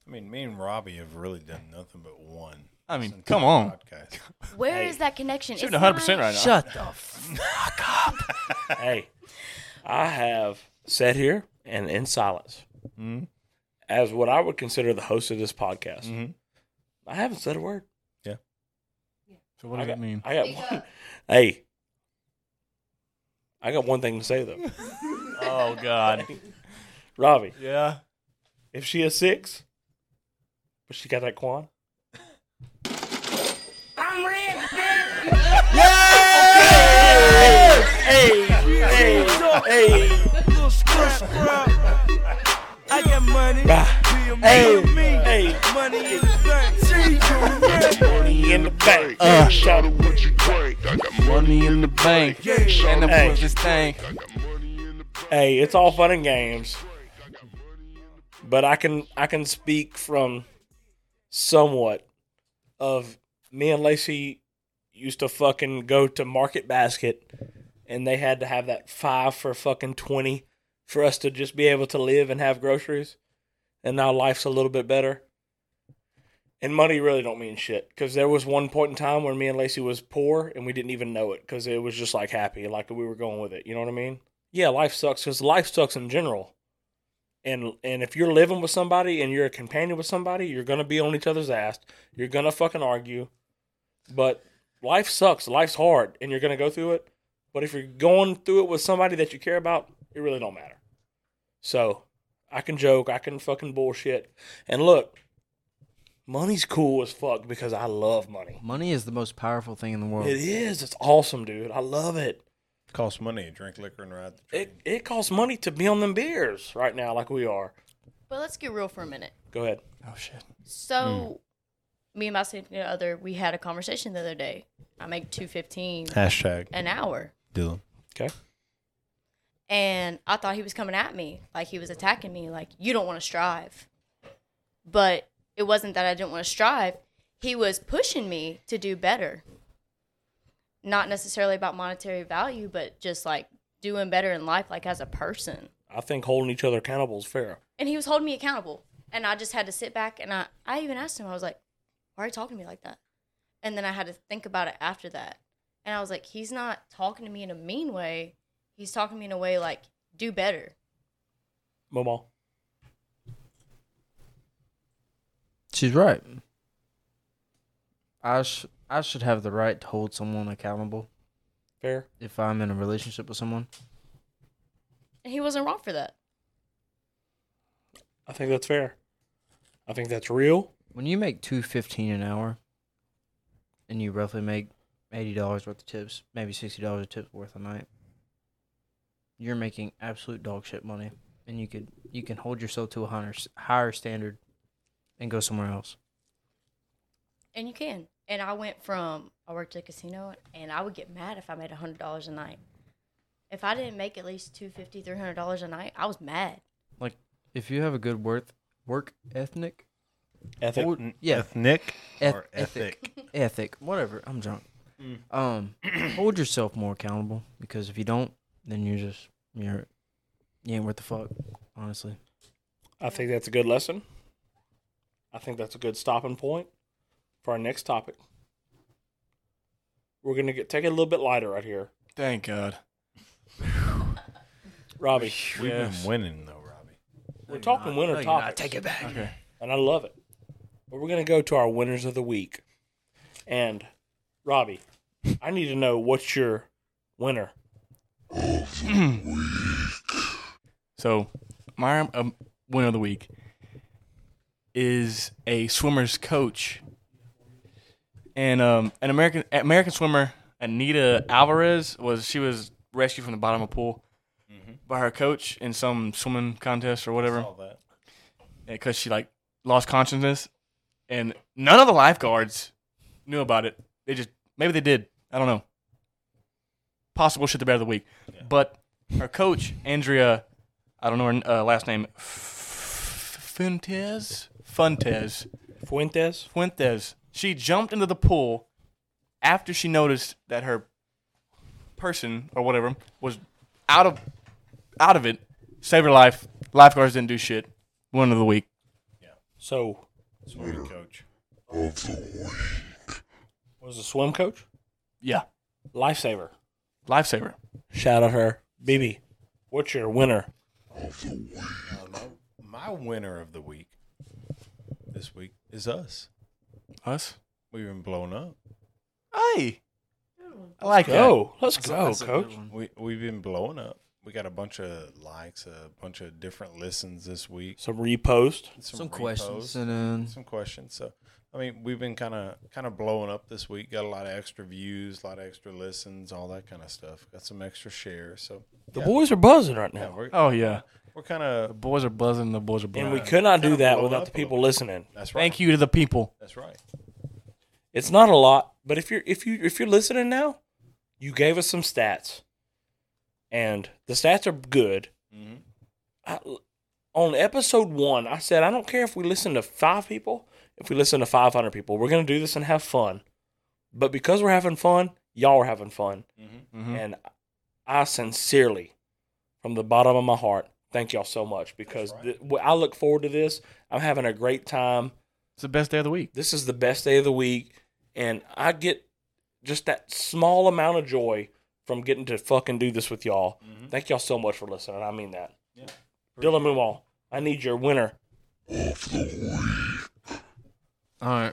I mean, me and Robbie have really done nothing but one. I mean, since come the on. podcast. Where is that connection? Shooting It's 100% not- right now. Shut (laughs) the f- (laughs) hey, I have sat here and in silence Hmm? as what I would consider the host of this podcast. Mm-hmm. Mhm. I haven't said a word. So what does I that got- mean? I got one. Hey, I got one thing to say though, Oh God. Robbie. Yeah. If she is six, but she got that quan. I got money. Hey, hey, Money in the bank. Money in the bank. Uh. shot it. Money in the bank. And the Hey. boys this thing. Hey, it's all fun and games, but I can I can speak from somewhat of me and Lacey used to fucking go to Market Basket, and they had to have that five for fucking twenty for us to just be able to live and have groceries, and now life's a little bit better. And money really don't mean shit because there was one point in time where me and Lacey was poor and we didn't even know it because it was just like happy, like we were going with it. You know what I mean? yeah, life sucks because life sucks in general. And and if you're living with somebody and you're a companion with somebody, you're gonna be on each other's ass. You're gonna fucking argue. But life sucks. Life's hard, and you're gonna go through it. But if you're going through it with somebody that you care about, it really don't matter. So I can joke. I can fucking bullshit. And look, money's cool as fuck because I love money. Money is the most powerful thing in the world. It is. It's awesome, dude. I love it. Costs money to drink liquor and ride the It it costs money to be on them beers right now, like we are. But let's get real for a minute. Go ahead. Oh shit. So, me and my significant other, we had a conversation the other day. I make two fifteen Hashtag. an hour, Dylan. Okay. and I thought he was coming at me, like he was attacking me, like you don't want to strive. But it wasn't that I didn't want to strive. He was pushing me to do better. Not necessarily about monetary value, but just like doing better in life, like as a person. I think holding each other accountable is fair. and he was holding me accountable and i just had to sit back and i i even asked him i was like why are you talking to me like that and then i had to think about it after that and i was like he's not talking to me in a mean way he's talking to me in a way like do better Mama. She's right. I sh- I should have the right to hold someone accountable Fair. if I'm in a relationship with someone. and he wasn't wrong for that I think that's fair. I think that's real. When you make two fifteen an hour, and you roughly make eighty dollars worth of tips, maybe sixty dollars of tips worth a night, you're making absolute dog shit money, and you could you can hold yourself to a higher higher standard, and go somewhere else. and you can and i went from i worked at a casino and i would get mad if i made a hundred dollars a night if i didn't make at least 250 300 dollars a night i was mad Like if you have a good worth work ethnic, Ethic. or- yeah, Ethnic Eth- or ethic, ethic? ethic, whatever. I'm drunk. Mm. Um, (clears throat) hold yourself more accountable because if you don't, then you're just you're you ain't worth the fuck. Honestly, I think that's a good lesson. I think that's a good stopping point for our next topic. We're gonna get take it a little bit lighter right here, Thank God. Robbie. We've Yes. been winning though, Robbie. We're talking winter topics. take it back. Okay. and I love it. But we're gonna go to our winners of the week, and Robbie, I need to know what's your winner. So, my um, win of the week is a swimmer's coach, and um, an American American swimmer, Anita Alvarez, was she was rescued from the bottom of a pool by her coach in some swimming contest or whatever, All that. because she like lost consciousness, and none of the lifeguards knew about it. They just maybe they did. I don't know. Possible shit the better of the week, but her coach Andrea I don't know her uh, last name. F- Fuentes? Fuentes. Fuentes. Fuentes. She jumped into the pool after she noticed that her person or whatever was out of out of it. Saved her life. Lifeguards didn't do shit. One of the week. So Swimming coach. was a swim coach, Yeah. lifesaver. Lifesaver. Shout out her, BB. What's your winner? Uh, my, my winner of the week this week is us. Us. We've been blown up. Hey. I like that. Go. Let's go, That's a good coach. one. We we've been blowing up. We got a bunch of likes, a bunch of different listens this week. Some repost. Some, reposts, questions and then some questions. So I mean, we've been kind of kind of blowing up this week. Got a lot of extra views, a lot of extra listens, all that kind of stuff. Got some extra shares. So The yeah, boys are buzzing right yeah, now. we're, Oh yeah. we're kind The of boys are buzzing. The boys are buzzing. And we could not do Kinda that blow without up the a little people listening. that's right. Thank you to the people. That's right. It's not a lot, but if you're if you if you're listening now, you gave us some stats, and the stats are good. I, on episode one, I said I don't care if we listen to five people, if we listen to five hundred people, we're gonna do this and have fun. But because we're having fun, y'all are having fun, Mhm. and I sincerely, from the bottom of my heart, thank y'all so much because th- I look forward to this. I'm having a great time It's the best day of the week. this is the best day of the week and i get just that small amount of joy from getting to fucking do this with y'all Mm-hmm. thank y'all so much for listening i mean that dylan Moomaw, i need your winner All right.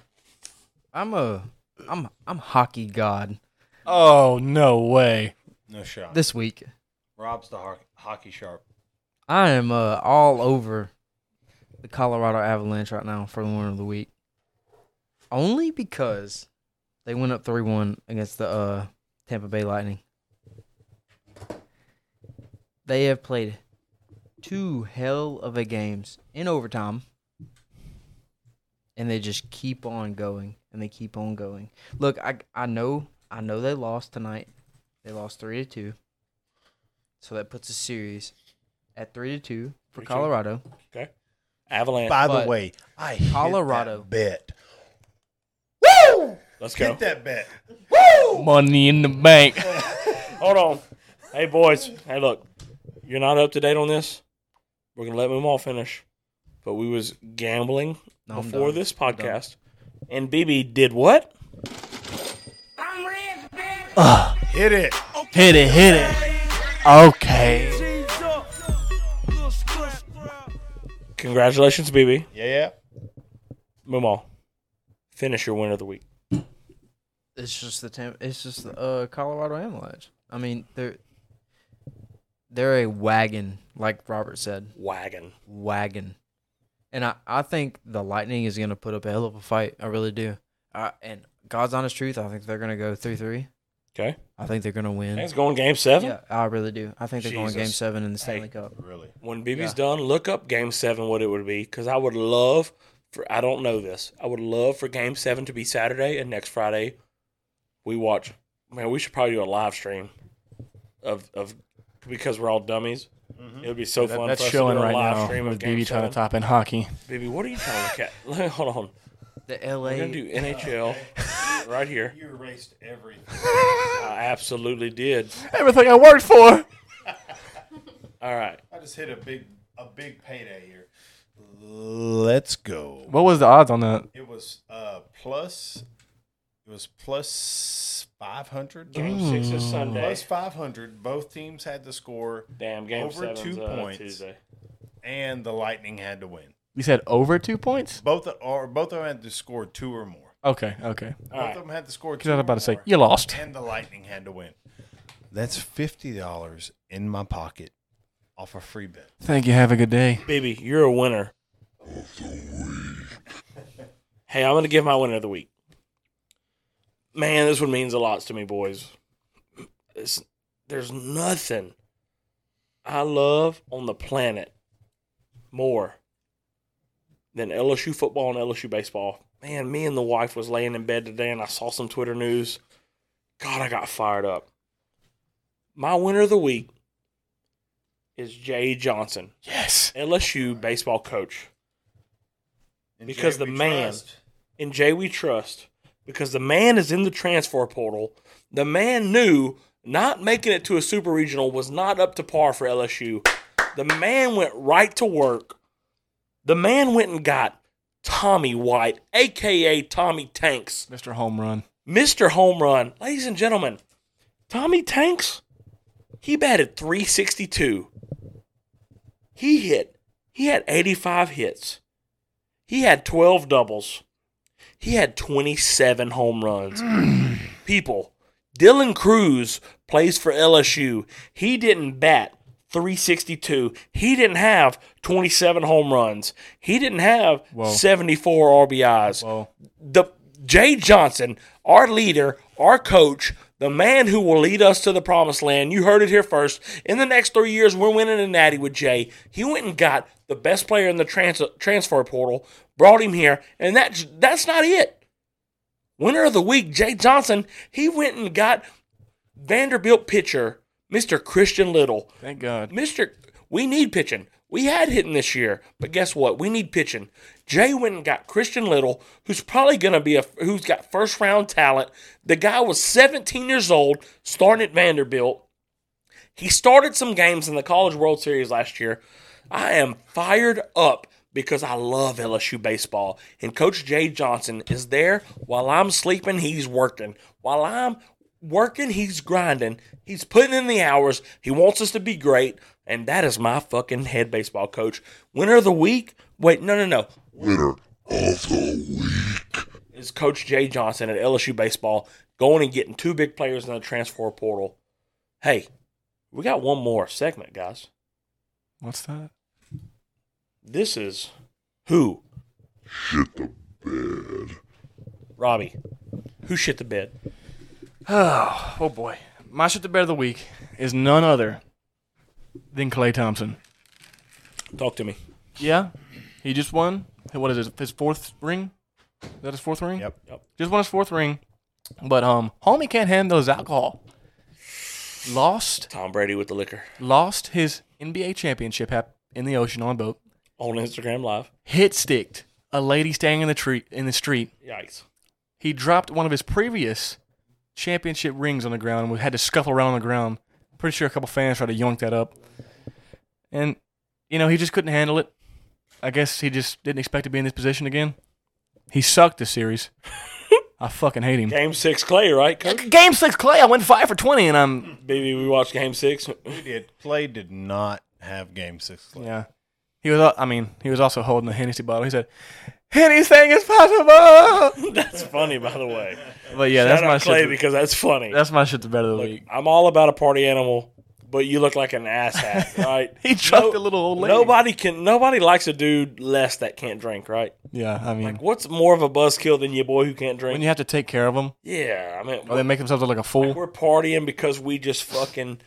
I'm a I'm I'm hockey god Oh no way. No shot. this week. Rob's the ho- hockey sharp. I am uh, all over the Colorado Avalanche right now for the winner of the week, only because they went up three one against the uh, Tampa Bay Lightning. They have played two hell of a games in overtime, and they just keep on going and they keep on going. Look, I I know I know they lost tonight. They lost three to two. So that puts a series at three to two for 3-2. Colorado. Okay. Avalanche. By the But way, I hit Colorado. that bet. Let's go. Hit that bet. Money in the (laughs) bank. Hold on. Hey, boys. Hey, look. You're not up to date on this. We're going to let Moomaw finish. But we was gambling No, I'm before done. this I'm done. podcast. And BB did what? Hit it. Hit it, hit it. Okay. Congratulations, BB. Yeah, yeah. Moomaw, finish your win of the week. It's just the Tam- it's just the uh, Colorado Avalanche. I mean, they're they're a wagon, like Robert said, Wagon. wagon. And I, I think the Lightning is gonna put up a hell of a fight. I really do. I, and God's honest truth, I think they're gonna go three three. Okay. I think they're gonna win. Hey, it's going game seven. Yeah, I really do. I think they're going Game Jesus. Seven in the Hey. Stanley Cup. Really. When BB's Yeah. done, look up game seven, what it would be. Because I would love for, I don't know this, I would love for game seven to be Saturday and next Friday we watch. Man, we should probably do a live stream of, of because we're all dummies. It would be so Mm-hmm. That- fun. that's for us showing to do a right live now Stream with of game BB trying seven. to top in hockey. BB, what are you trying to look at? (laughs) Hold on. The We're LA going to do NHL right here. You erased everything. I absolutely did. Everything I worked for. All right. I just hit a big a big payday here. Let's go. What was the odds on that? It was uh plus. It was plus five hundred. Game six is Sunday. Plus five hundred. Both teams had to score, Damn, game Over seven's two uh, points. Tuesday. and the Lightning had to win. You said over two points? Both or both of them had to score two or more. Okay, okay. All both right. of them had to score. Because Two I or was about to say, more, you lost. and the Lightning had to win. That's fifty dollars in my pocket off a free bet. Thank you. Have a good day. Baby, you're a winner. hey, I'm going to give my winner of the week. Man, this one means a lot to me, boys. It's, there's nothing I love on the planet more than LSU football and LSU baseball. Man, me and the wife was laying in bed today and I saw some Twitter news. God, I got fired up. My winner of the week is Jay Johnson. Yes. LSU baseball coach. And Because the we man- trust. In Jay, we trust because the man is in the transfer portal. The man knew not making it to a super regional was not up to par for LSU. The man went right to work. The man went and got Tommy White, aka Tommy Tanks, Mr. Home Run. Mr. Home Run. Ladies and gentlemen, Tommy Tanks, he batted 362. He hit, he had 85 hits. He had 12 doubles. He had 27 home (clears throat) runs. People, Dylan Cruz plays for LSU. He didn't bat 362. He didn't have 27 home runs. He didn't have Whoa. 74 RBIs Well, the Jay Johnson, our leader, our coach, the man who will lead us to the promised land. You heard it here first. In the next three years, we're winning a natty with Jay. He went and got the best player in the trans- transfer portal, brought him here, and that that's not it. Winner of the week, Jay Johnson. He went and got Vanderbilt pitcher Mr. Christian Little. thank God. Mr. We need pitching. We had hitting this year, but guess what? We need pitching. Jay went and got Christian Little, who's probably going to be a who's got first round talent. The guy was 17 years old, starting at Vanderbilt. He started some games in the College World Series last year. I am fired up because I love LSU baseball. And Coach Jay Johnson is there while I'm sleeping, he's working. While I'm working, he's grinding. He's putting in the hours. He wants us to be great. And that is my fucking head baseball coach. Winner of the week? Wait, no, no, no. Is Coach Jay Johnson at LSU baseball going and getting two big players in the transfer portal? Hey, we got one more segment, guys. What's that? This is who shit the bed. Robbie, who shit the bed? Oh, oh boy. My shit the bed of the week is none other than Clay Thompson. Talk to me. Yeah. He just won. What is it? His fourth ring? Is that his fourth ring? Yep. yep. Just won his fourth ring. But um homie can't handle his alcohol. Lost Tom Brady with the liquor lost his NBA championship hap- in the ocean on a boat. on Instagram Live. Hit sticked a lady standing in the tree in the street. Yikes. He dropped one of his previous championship rings on the ground and we had to scuffle around on the ground. Pretty sure a couple fans tried to yoink that up. And you know, he just couldn't handle it. I guess he just didn't expect to be in this position again. He sucked (laughs) this series. I fucking hate him. Game six, Clay, right, Coach? Game six, Clay. I went five for twenty, and I'm Baby, we watched game (laughs) six. (laughs) We did. Clay did not have game six. Left. yeah. He was. al- I mean, he was also holding the Hennessy bottle. He said, "Anything is possible." (laughs) that's funny, by the way. But yeah, Shout that's out my Clay shit. because that's funny. that's my shit. The better of the week. I'm all about a party animal, but you look like an asshat, (laughs) right? He chucked a little old lady. Nobody can. Nobody likes a dude less that can't drink, right? Yeah, I mean, Like, what's more of a buzzkill than your boy who can't when drink? you have to take care of them, yeah, I mean, or they make themselves look like a fool. we're partying because we just fucking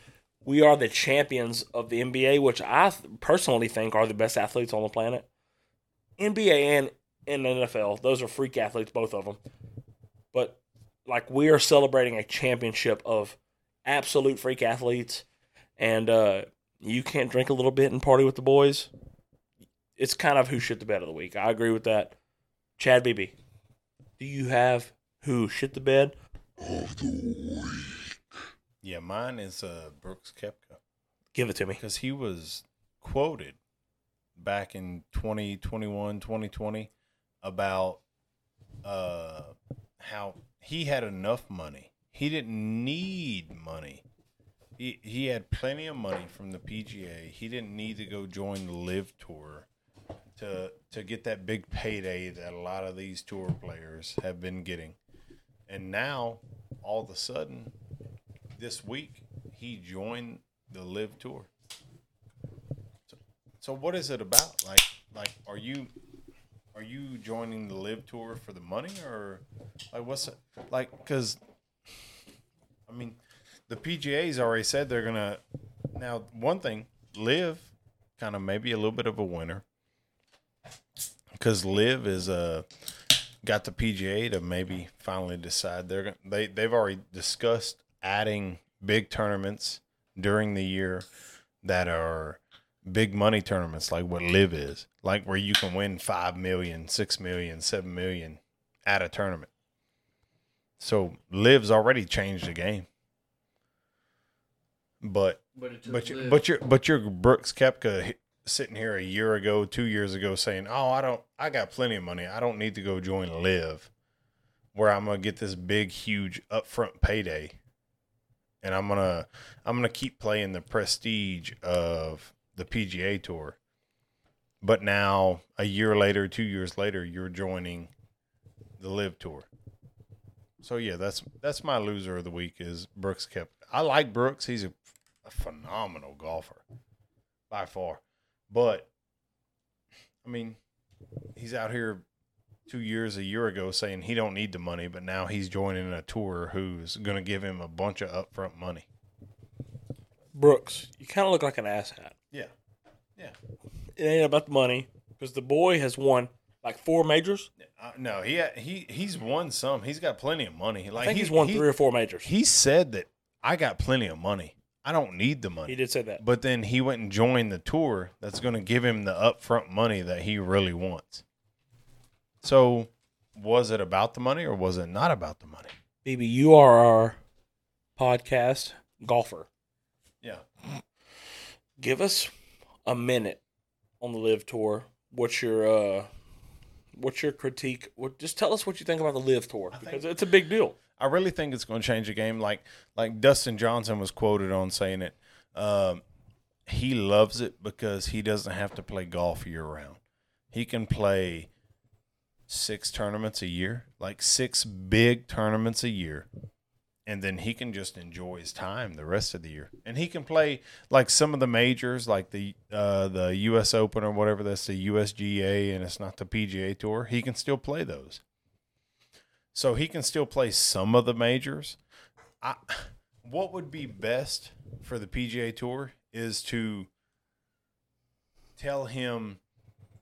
we are the champions of the NBA, which I th- personally think are the best athletes on the planet. NBA and and NFL, those are freak athletes, both of them. But like we are celebrating a championship of absolute freak athletes, and uh, you can't drink a little bit and party with the boys. It's kind of who shit the bed of the week. I agree with that. Chad BB, do you have who shit the bed? Yeah, mine is uh, Brooks Kepka Give it to me. because he was quoted back in 2021, 2020 about uh, how he had enough money. He didn't need money. He, he had plenty of money from the PGA. He didn't need to go join the Live Tour to to get that big payday that a lot of these tour players have been getting. And now, all of a sudden, this week he joined the live tour so, so what is it about like like are you are you joining the live tour for the money or like what's it like because i mean the pga's already said they're gonna now one thing live kind of maybe a little bit of a winner because live is a got the PGA to maybe finally decide they're gon- they they've already discussed adding big tournaments during the year that are big money tournaments like what live is like where you can win 5 million 6 million 7 million at a tournament so live's already changed the game but But, but you, but your but your Brooks Kepka h- sitting here a year ago, two years ago, saying, "Oh, I don't, I got plenty of money. I don't need to go join Live, where I'm gonna get this big, huge upfront payday, and I'm gonna I'm gonna keep playing the prestige of the PGA Tour." But now, a year later, two years later, you're joining the Live Tour. So yeah, that's that's my loser of the week is Brooks Kepka. I like Brooks. He's a a phenomenal golfer by far. But I mean, he's out here two years, a year ago saying he don't need the money, but now he's joining a tour who's gonna give him a bunch of upfront money. Brooks, you kind of look like an asshat. Yeah. It ain't about the money because the boy has won like four majors. Uh, no, he he he's won some. He's got plenty of money. Like I think he- he's won he- three or four majors. He said that I got plenty of money. I don't need the money. He did say that. But then he went and joined the tour that's going to give him the upfront money that he really wants. So, was it about the money or was it not about the money? BB, you are our podcast golfer. Yeah. Give us a minute on the live tour. What's your uh what's your critique? What just tell us what you think about the live tour because it's a big deal. I really think it's going to change the game. Like like Dustin Johnson was quoted on saying it. Um, he loves it because he doesn't have to play golf year round. He can play six tournaments a year, like six big tournaments a year, and then he can just enjoy his time the rest of the year. And he can play like some of the majors, like the uh, the U.S. Open or whatever. That's the USGA, and it's not the PGA Tour. He can still play those, so he can still play some of the majors. I, what would be best for the PGA Tour is to tell him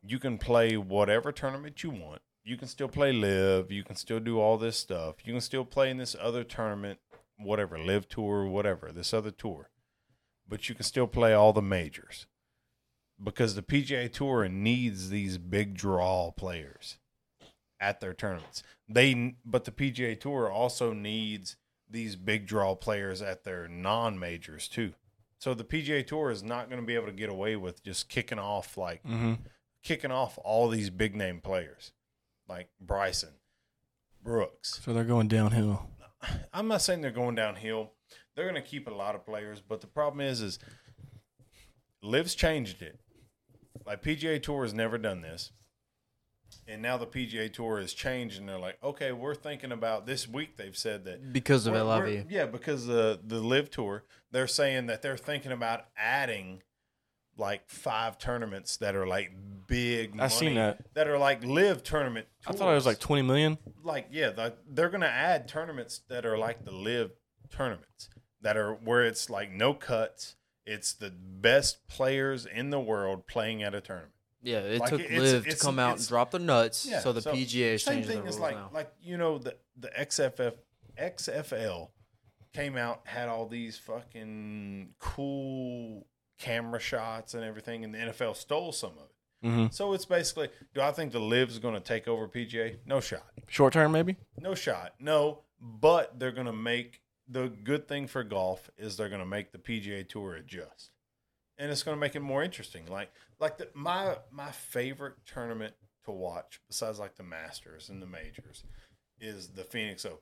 you can play whatever tournament you want. You can still play live. You can still do all this stuff. You can still play in this other tournament, whatever, live tour, whatever, this other tour. But you can still play all the majors because the PGA Tour needs these big draw players at their tournaments. They but the PGA Tour also needs these big draw players at their non-majors too. So the PGA Tour is not going to be able to get away with just kicking off like Mhm. kicking off all these big name players like Bryson, Brooks. So they're going downhill. I'm not saying they're going downhill. They're going to keep a lot of players, but the problem is, is Liv's changed it. Like PGA Tour has never done this, and now the PGA Tour has changed, and they're like, okay, we're thinking about this week. They've said that Because of we're- we're- LIV. yeah, because the the Live Tour, they're saying that they're thinking about adding like five tournaments that are like big. I seen money- that. that are like Live tournament. I thought it was tours like 20 million. like yeah, the, they're gonna add tournaments that are like the live tournaments that are where it's like no cuts. It's the best players in the world playing at a tournament. Yeah, it Like, took it's- Live to it's- come out and it's- drop the nuts. Yeah, so the PGA has same changed the thing rules is like now. like you know the the XFF XFL came out had all these fucking cool camera shots and everything, and the NFL stole some of it. Mhm. So it's basically, do I think the Live's going to take over PGA? No shot. Short term, maybe? No shot. No, but they're going to make the good thing for golf is they're going to make the PGA Tour adjust. And it's going to make it more interesting. Like like the, my my favorite tournament to watch besides like the Masters and the Majors is the Phoenix Open.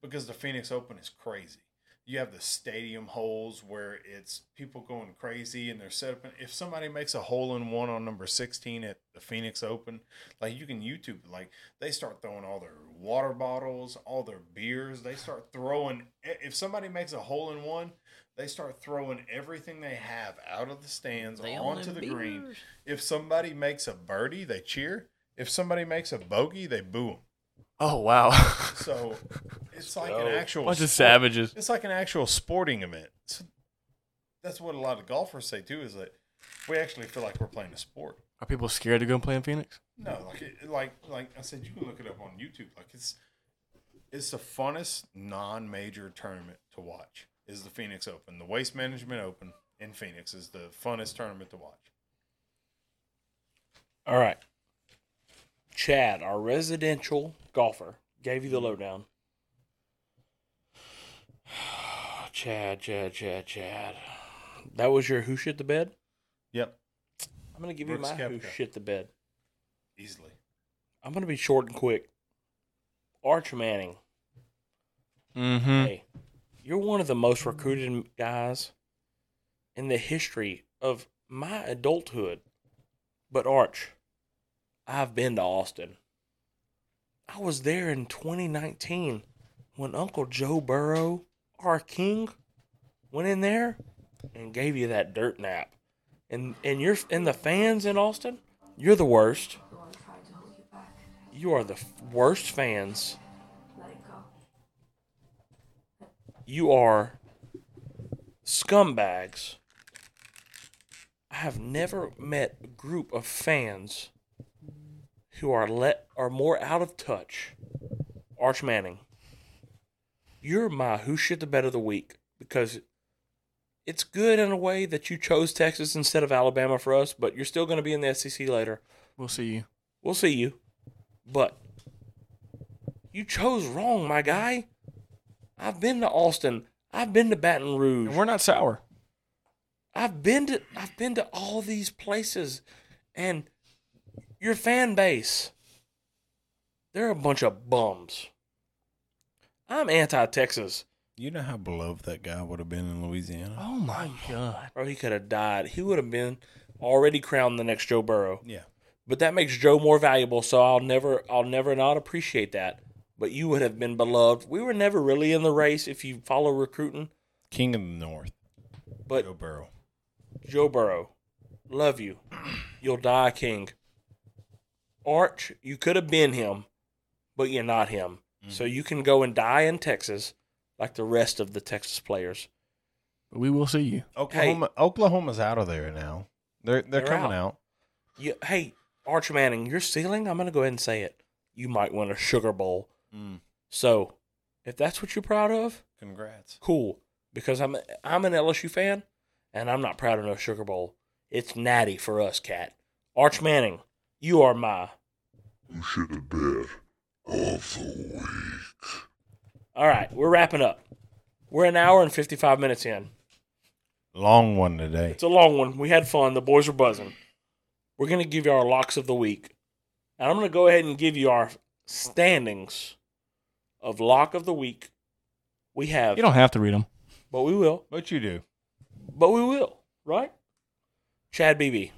Because the Phoenix Open is crazy. You have the stadium holes where it's people going crazy and they're set up. If somebody makes a hole in one on number 16 at the Phoenix Open, like you can YouTube, it. like they start throwing all their water bottles, all their beers. They start throwing, e, if somebody makes a hole in one, they start throwing everything they have out of the stands They all onto in the green. beers. If somebody makes a birdie, they cheer. If somebody makes a bogey, they boo them. Oh, wow. (laughs) So it's like an Yo. actual Bunch of savages. It's like an actual sporting event. So that's what a lot of golfers say too. Is that we actually feel like we're playing a sport. Are people scared to go and play in Phoenix? No, like it, like like I said, you can look it up on YouTube. Like it's it's the funnest non-major tournament to watch. Is the Phoenix Open, the Waste Management Open in Phoenix is the funnest tournament to watch. All right. Chad, our residential golfer, gave Mm-hmm. you the lowdown. Chad, Chad, Chad, Chad. That was your who shit the bed? Yep. I'm going to give Brooks you my who Koepka. shit the bed. Easily. I'm going to be short and quick. Arch Manning. Mm Hey, you're one of the most recruited guys in the history of my adulthood. But Arch, I've been to Austin. I was there in 2019 when Uncle Joe Burrow, our king, went in there and gave you that dirt nap. And and you're and the fans in Austin, you're the worst. You are the f- worst fans you are scumbags. I have never met a group of fans who are let are more out of touch. Arch Manning, you're my who shit the bed of the week because it's good in a way that you chose Texas instead of Alabama for us, but you're still going to be in the SEC later. We'll see you. We'll see you. But you chose wrong, my guy. I've been to Austin. I've been to Baton Rouge. And we're not sour. I've been to I've been to all these places and your fan base. They're a bunch of bums. I'm anti Texas. You know how beloved that guy would have been in Louisiana. Oh, my God. Or he could have died. He would have been already crowned the next Joe Burrow. Yeah. But that makes Joe more valuable, so I'll never I'll never not appreciate that. but you would have been beloved. We were never really in the race if you follow recruiting. King of the North. But Joe Burrow. Joe Burrow, love you. (clears throat) You'll die king. Arch, you could have been him, but you're not him. Mm-hmm. So you can go and die in Texas like the rest of the Texas players. But we will see you. Oklahoma. Oklahoma's out of there now. They're they're, They're coming out. out. You, hey, Arch Manning, your ceiling, I'm going to go ahead and say it. You might win a Sugar Bowl. Mm. So if that's what you're proud of, Congrats. cool. Because I'm I'm an LSU fan, and I'm not proud of no Sugar Bowl. It's natty for us, cat. Arch Manning, you are my. You should have been of the week. All right, we're wrapping up. We're an hour and 55 minutes in. Long one today. It's a long one. We had fun. The boys were buzzing. We're going to give you our locks of the week. And I'm going to go ahead and give you our standings of lock of the week. We have. You don't have to read them. But we will. But you do. But we will, right? Chad BB,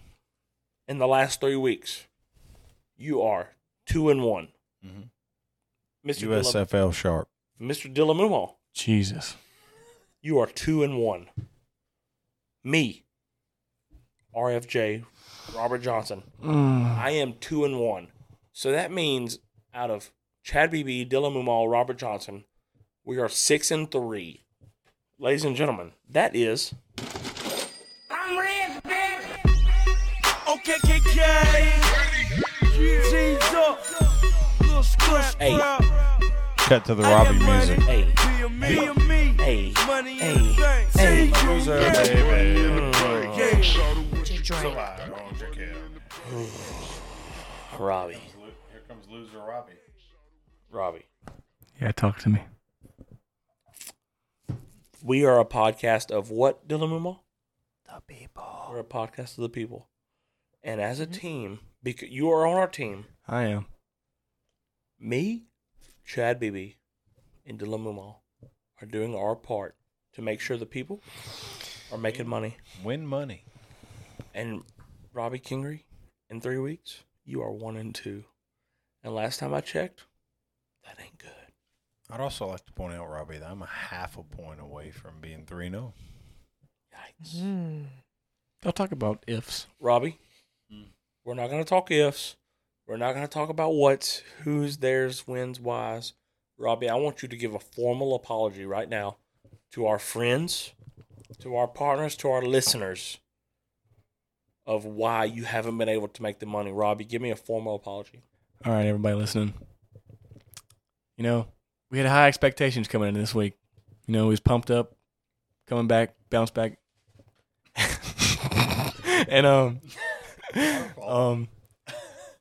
in the last three weeks, you are two and one. Mm-hmm. Mhm. Mr. Dilla- USFL sharp. Mr. Dillamumo, Jesus. you are two and one. Me, RFJ, Robert Johnson, Mm. I am two and one. So that means out of Chad BB, Dylan Mumal, Robert Johnson, we are six and three. Ladies and gentlemen, that is I'm red, baby. Okay, KK. G's up. Little squish, Hey. bro. Cut to the Robbie music. Hey, Me and me. hey, Money hey, in the bank. hey. See you. Loser, yeah. baby. (sighs) Robbie. Here comes loser Robbie. Robbie. Yeah, talk to me. We are a podcast of what, Dylan Mumal? The people. Mm-hmm. We're a podcast of the people. And as a team, because you are on our team, I am. me, Chad BB, and Dylan Mumal are doing our part to make sure the people are making money. Win money. And Robbie Kingery, in three weeks, you are one and two. And last time I checked, that ain't good. I'd also like to point out, Robbie, that I'm a half a point away from being 3 0. Yikes. Mm. They'll talk about ifs. Robbie, we're not going to talk ifs. We're not going to talk about what's, who's, theirs, when's, why's. Robbie, I want you to give a formal apology right now to our friends, to our partners, to our listeners of why you haven't been able to make the money. Robbie, give me a formal apology. All right, everybody listening. You know, we had high expectations coming into this week. You know, we was pumped up, coming back, bounce back. (laughs) and (laughs) um um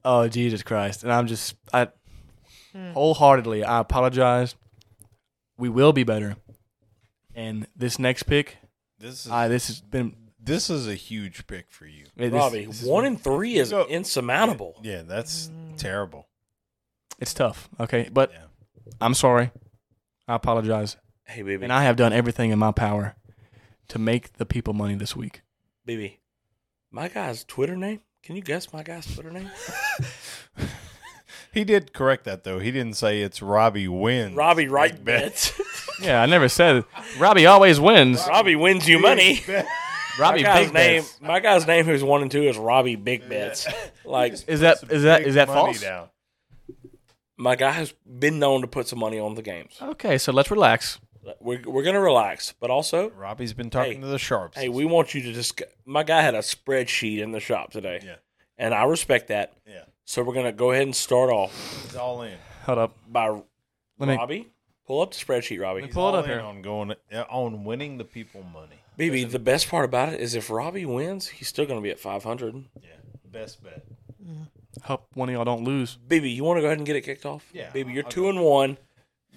oh Jesus Christ. And I'm just I wholeheartedly I apologize. We will be better. And this next pick, This is I this has been this is a huge pick for you. it is- Robbie, one in three is So- insurmountable. Yeah, that's terrible. it's tough. Okay. But Yeah. I'm sorry. I apologize. Hey, baby. And I have done everything in my power to make the people money this week. baby, my guy's Twitter name? Can you guess my guy's Twitter name? He did correct that though. He didn't say it's Robbie wins. Robbie Wright Big bets. Yeah, I never said Robbie always wins. Robbie wins you money. (laughs) Robbie my guy's Big name, Bets. my guy's name, who's one and two, is Robbie Big (laughs) Bets. Like Is that is that is that Money false? down. my guy has been known to put some money on the games. Okay, so let's relax. We're we're gonna relax, but also, Robbie's been talking Hey. to the sharps. hey, we want you to just. My guy had a spreadsheet in the shop today, Yeah. and I respect that. Yeah. So we're gonna go ahead and start off He's all in. Hold up. by Let me Robbie. Pull up the spreadsheet, Robbie. He's pull it all up in here. on going uh, on winning the people money. BB, the best part about it is if Robbie wins, he's still gonna be at five hundred. Yeah. Best bet. hope one of y'all don't lose. BB, you want to go ahead and get it kicked off? Yeah, BB, you're I'll two go. and one.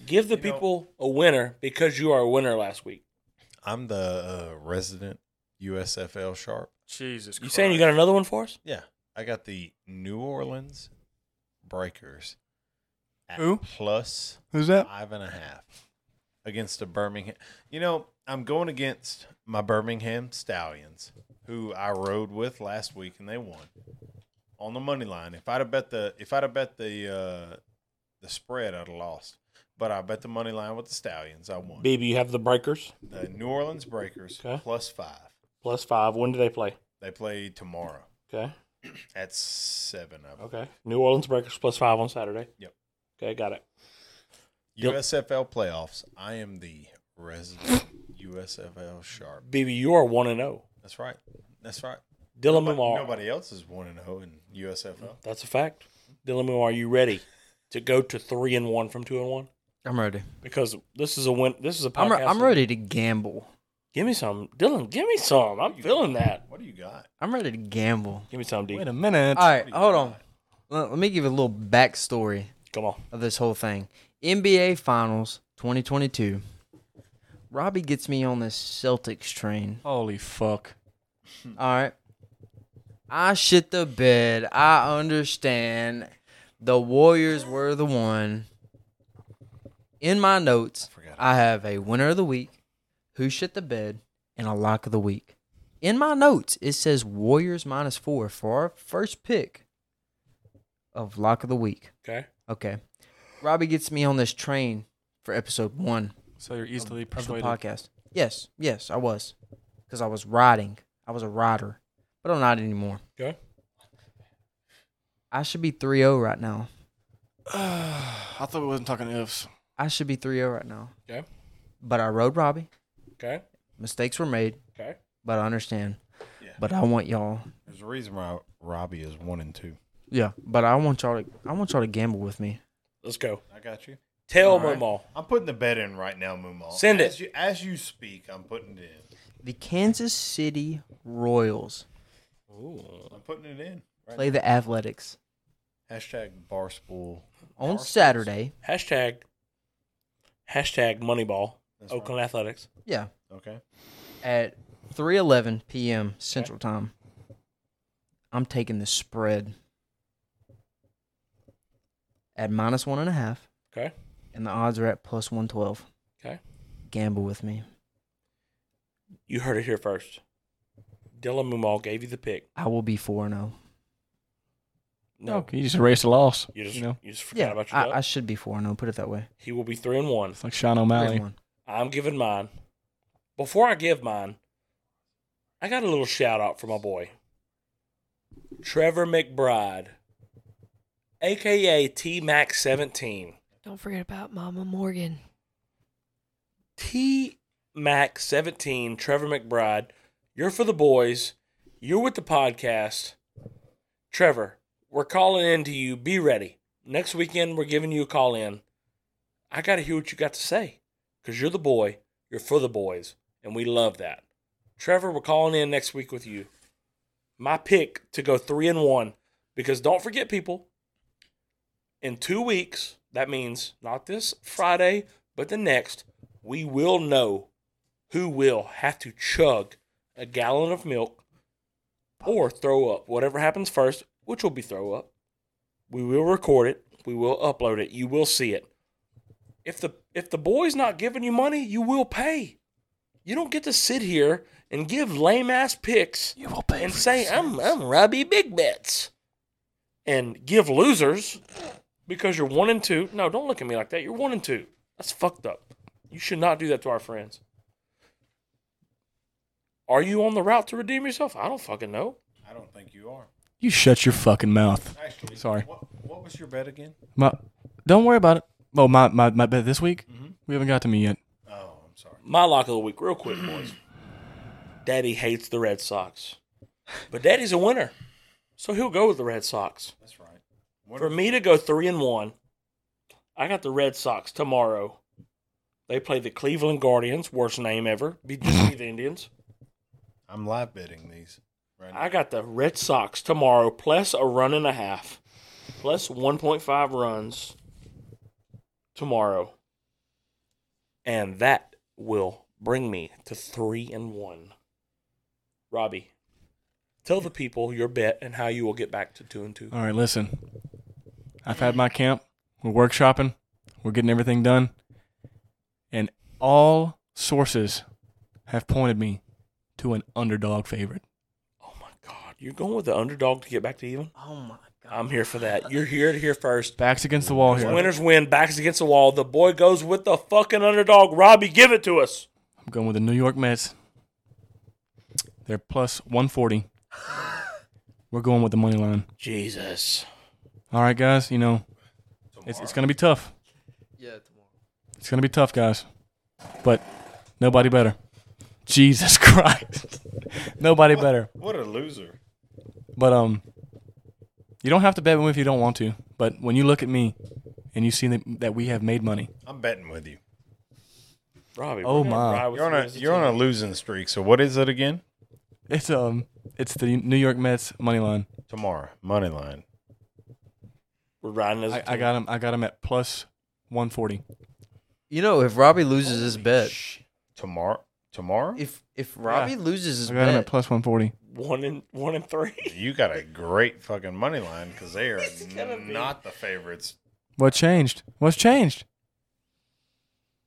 Give the You know- people a winner because you are a winner last week. I'm the uh, resident USFL sharp. Jesus You saying you got another one for us? Yeah. I got the New Orleans Breakers at Who? plus Who's that? five and a half against the Birmingham. You know, I'm going against my Birmingham Stallions, who I rode with last week, and they won on the money line. If I'd have bet the if I'd have bet the uh, the spread, I'd have lost. But I bet the money line with the Stallions, I won. BB, you have the Breakers The New Orleans Breakers plus five. plus five. When do they play? They play tomorrow (clears throat) Okay. at seven. I believe. Okay. New Orleans Breakers plus five on Saturday. Yep. Okay, got it. USFL playoffs. I am the resident USFL sharp. BB, you are one and oh. zero. That's right. That's right. Dylan nobody, Memar. Nobody else is one and zero in USFL. That's a fact. Dylan Moore, are you ready to go to three and one from two and one? I'm ready. Because this is a win. This is a I'm, podcast. re- I'm ready to gamble. Give me some, Dylan. Give me some. I'm feeling that. What do you got? I'm ready to gamble. Give me some, D. Wait a minute. All right, hold on. Let, let me give you a little backstory. Come on. Of this whole thing, NBA Finals 2022. Robbie gets me on this Celtics train. Holy fuck! All right. I shit the bed. I understand. The Warriors were the one. In my notes, I have a winner of the week, who shit the bed, and a lock of the week. In my notes, it says Warriors minus four for our first pick of lock of the week. Okay. Okay. Robbie gets me on this train for episode one So you're easily of the persuaded. podcast. Yes, yes, I was, because I was riding. I was a rider, but I'm not anymore. Okay. I should be 3-0 right now. (sighs) I thought we wasn't talking ifs. I should be 3-0 right now. Okay. But I rode Robbie. Okay. Mistakes were made. Okay. But I understand. But I want y'all. There's a reason why Robbie is one and two. Yeah. But I want y'all to. I want y'all to gamble with me. Let's go. I got you. Tell All Moonball. right. I'm putting the bet in right now, Moomaw. Send it. As you, as you speak, I'm putting it in. The Kansas City Royals I'm putting it in. Right play now. the Athletics Hashtag Barstool. on Saturday. Hashtag. Hashtag Moneyball. Oakland Athletics. Yeah. Okay. At 3:11 p.m. Central Time. I'm taking the spread at minus one and a half, Okay. and the odds are at plus 112. Okay. Gamble with me. You heard it here first. Dylan Mumal gave you the pick. I will be oh. 4 0. No. Oh, Okay, you just erased the loss. You just, you you know, just forgot Yeah, about your I, I duck. should be 4 0, put it that way. He will be three and one. it's like Sean O'Malley. Everyone. I'm giving mine. Before I give mine, I got a little shout out for my boy, Trevor McBride, aka T Mac 17. Don't forget about Mama Morgan. T Mac 17, Trevor McBride, you're for the boys. You're with the podcast. Trevor, we're calling in to you. Be ready. Next weekend, we're giving you a call in. I got to hear what you got to say because you're the boy. You're for the boys. And we love that. Trevor, we're calling in next week with you. My pick to go three and one because don't forget, people, in two weeks, that means not this Friday, but the next, we will know who will have to chug a gallon of milk or throw up. Whatever happens first, which will be throw up. We will record it. We will upload it. You will see it. If the if the boy's not giving you money, you will pay. You don't get to sit here and give lame ass picks You will pay and for say I'm I'm Robbie Big Bets and give losers because you're one and two. No, don't look at me like that. You're one and two. That's fucked up. You should not do that to our friends. Are you on the route to redeem yourself? I don't fucking know. I don't think you are. You shut your fucking mouth. Actually, Sorry. What, what was your bet again? My, don't worry about it. Well, my my, my bet this week we haven't got to me yet. Oh, I'm sorry. My lock of the week, real quick, (clears throat) boys. Daddy hates the Red Sox, but Daddy's a winner, so he'll go with the Red Sox. That's right. What For is- me to go three and one, I got the Red Sox tomorrow. They play the Cleveland Guardians, worst name ever. Be just be the Indians. I'm live betting these. Right now. I got the Red Sox tomorrow, plus a run and a half, plus 1.5 runs tomorrow. And that will bring me to three and one. Robbie, tell the people your bet and how you will get back to two and two. All right, listen. I've had my camp. We're workshopping. We're getting everything done. And all sources have pointed me to an underdog favorite. God, you're going with the underdog to get back to even? Oh my I'm here for that. You're here to hear first. Backs against the wall here. Winners win. Backs against the wall. The boy goes with the fucking underdog. Robbie, give it to us. I'm going with the New York Mets. They're plus 140. We're going with the money line. Jesus. All right, guys. You know, it's, it's going to be tough. Yeah, tomorrow. It's going to be tough, guys. But nobody better. Jesus (laughs) Christ. nobody better. What a loser. But um, you don't have to bet with me if you don't want to. But when you look at me and you see that, that we have made money, I'm betting with you. Robbie. Oh, we're gonna my. ride with You're on you a as a you're on a losing streak. So what is it again? it's um, it's the New York Mets money line. Tomorrow, money line. We're riding as I, I got him. I got him at plus one forty. You know, if Robbie loses his bet, tomorrow, tomorrow, if if Robbie loses his I got him bet, at plus one forty. One and one and three. (laughs) You got a great fucking money line because they are not the favorites. What changed? What's changed?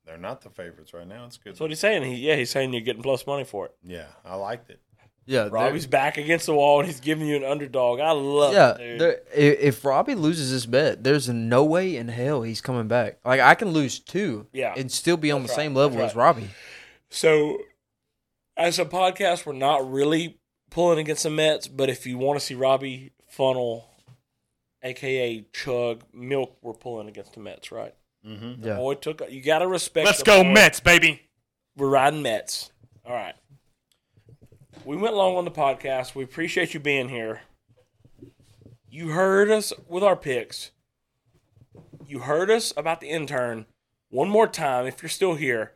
They're not the favorites right now. It's good. That's what he's saying. He, yeah, he's saying you're getting plus money for it. Yeah, I liked it. yeah, Robbie's back against the wall and he's giving you an underdog. I love yeah. it, dude. there- i- if Robbie loses his bet, there's no way in hell he's coming back. Like I can lose two, Yeah, and still be on the that's right, same level that's as Robbie. So, as a podcast, we're not really pulling against the Mets, but if you want to see Robbie funnel, aka Chug Milk, we're pulling against the Mets, right? Mm-hmm. Yeah. Boy, took you got to respect. Let's the go boy. Mets, baby. We're riding Mets. All right. We went long on the podcast. We appreciate you being here. You heard us with our picks. You heard us about the intern. One more time, if you're still here,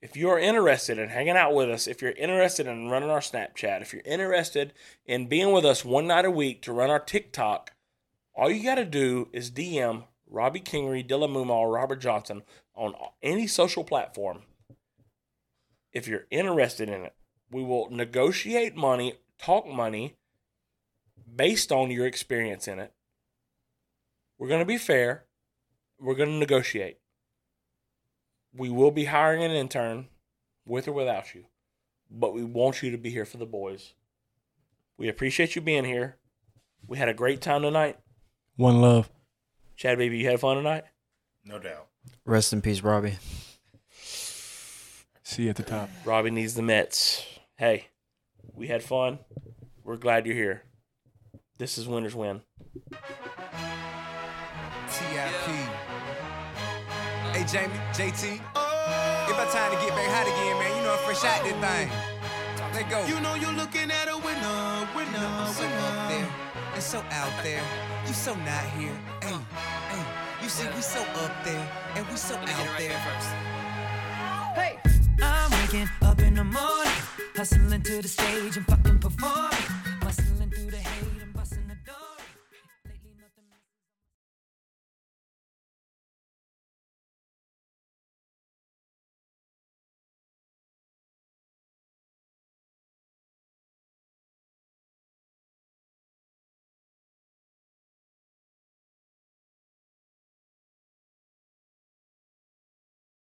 if you are interested in hanging out with us, if you're interested in running our Snapchat, if you're interested in being with us one night a week to run our TikTok, all you got to do is DM Robbie Kingery, Dylan Mumal, Robert Johnson on any social platform if you're interested in it. We will negotiate money, talk money based on your experience in it. We're going to be fair. We're going to negotiate. We will be hiring an intern with or without you, but we want you to be here for the boys. We appreciate you being here. We had a great time tonight. One love. Chad, baby, you had fun tonight? No doubt. Rest in peace, Robbie. See you at the top. Robbie needs the Mets. Hey, we had fun. We're glad you're here. This is Winners Win. TIP. Hey, Jamie, JT. It's about time to get back hot again, man. You know, I fresh out this thing. Let go. You know you're looking at a winner, winner, I'm so up there and so out there. You so not here. Hey, hey. You see, we so up there and we so out there. I'm waking up in the morning, hustling to the stage and fucking performing.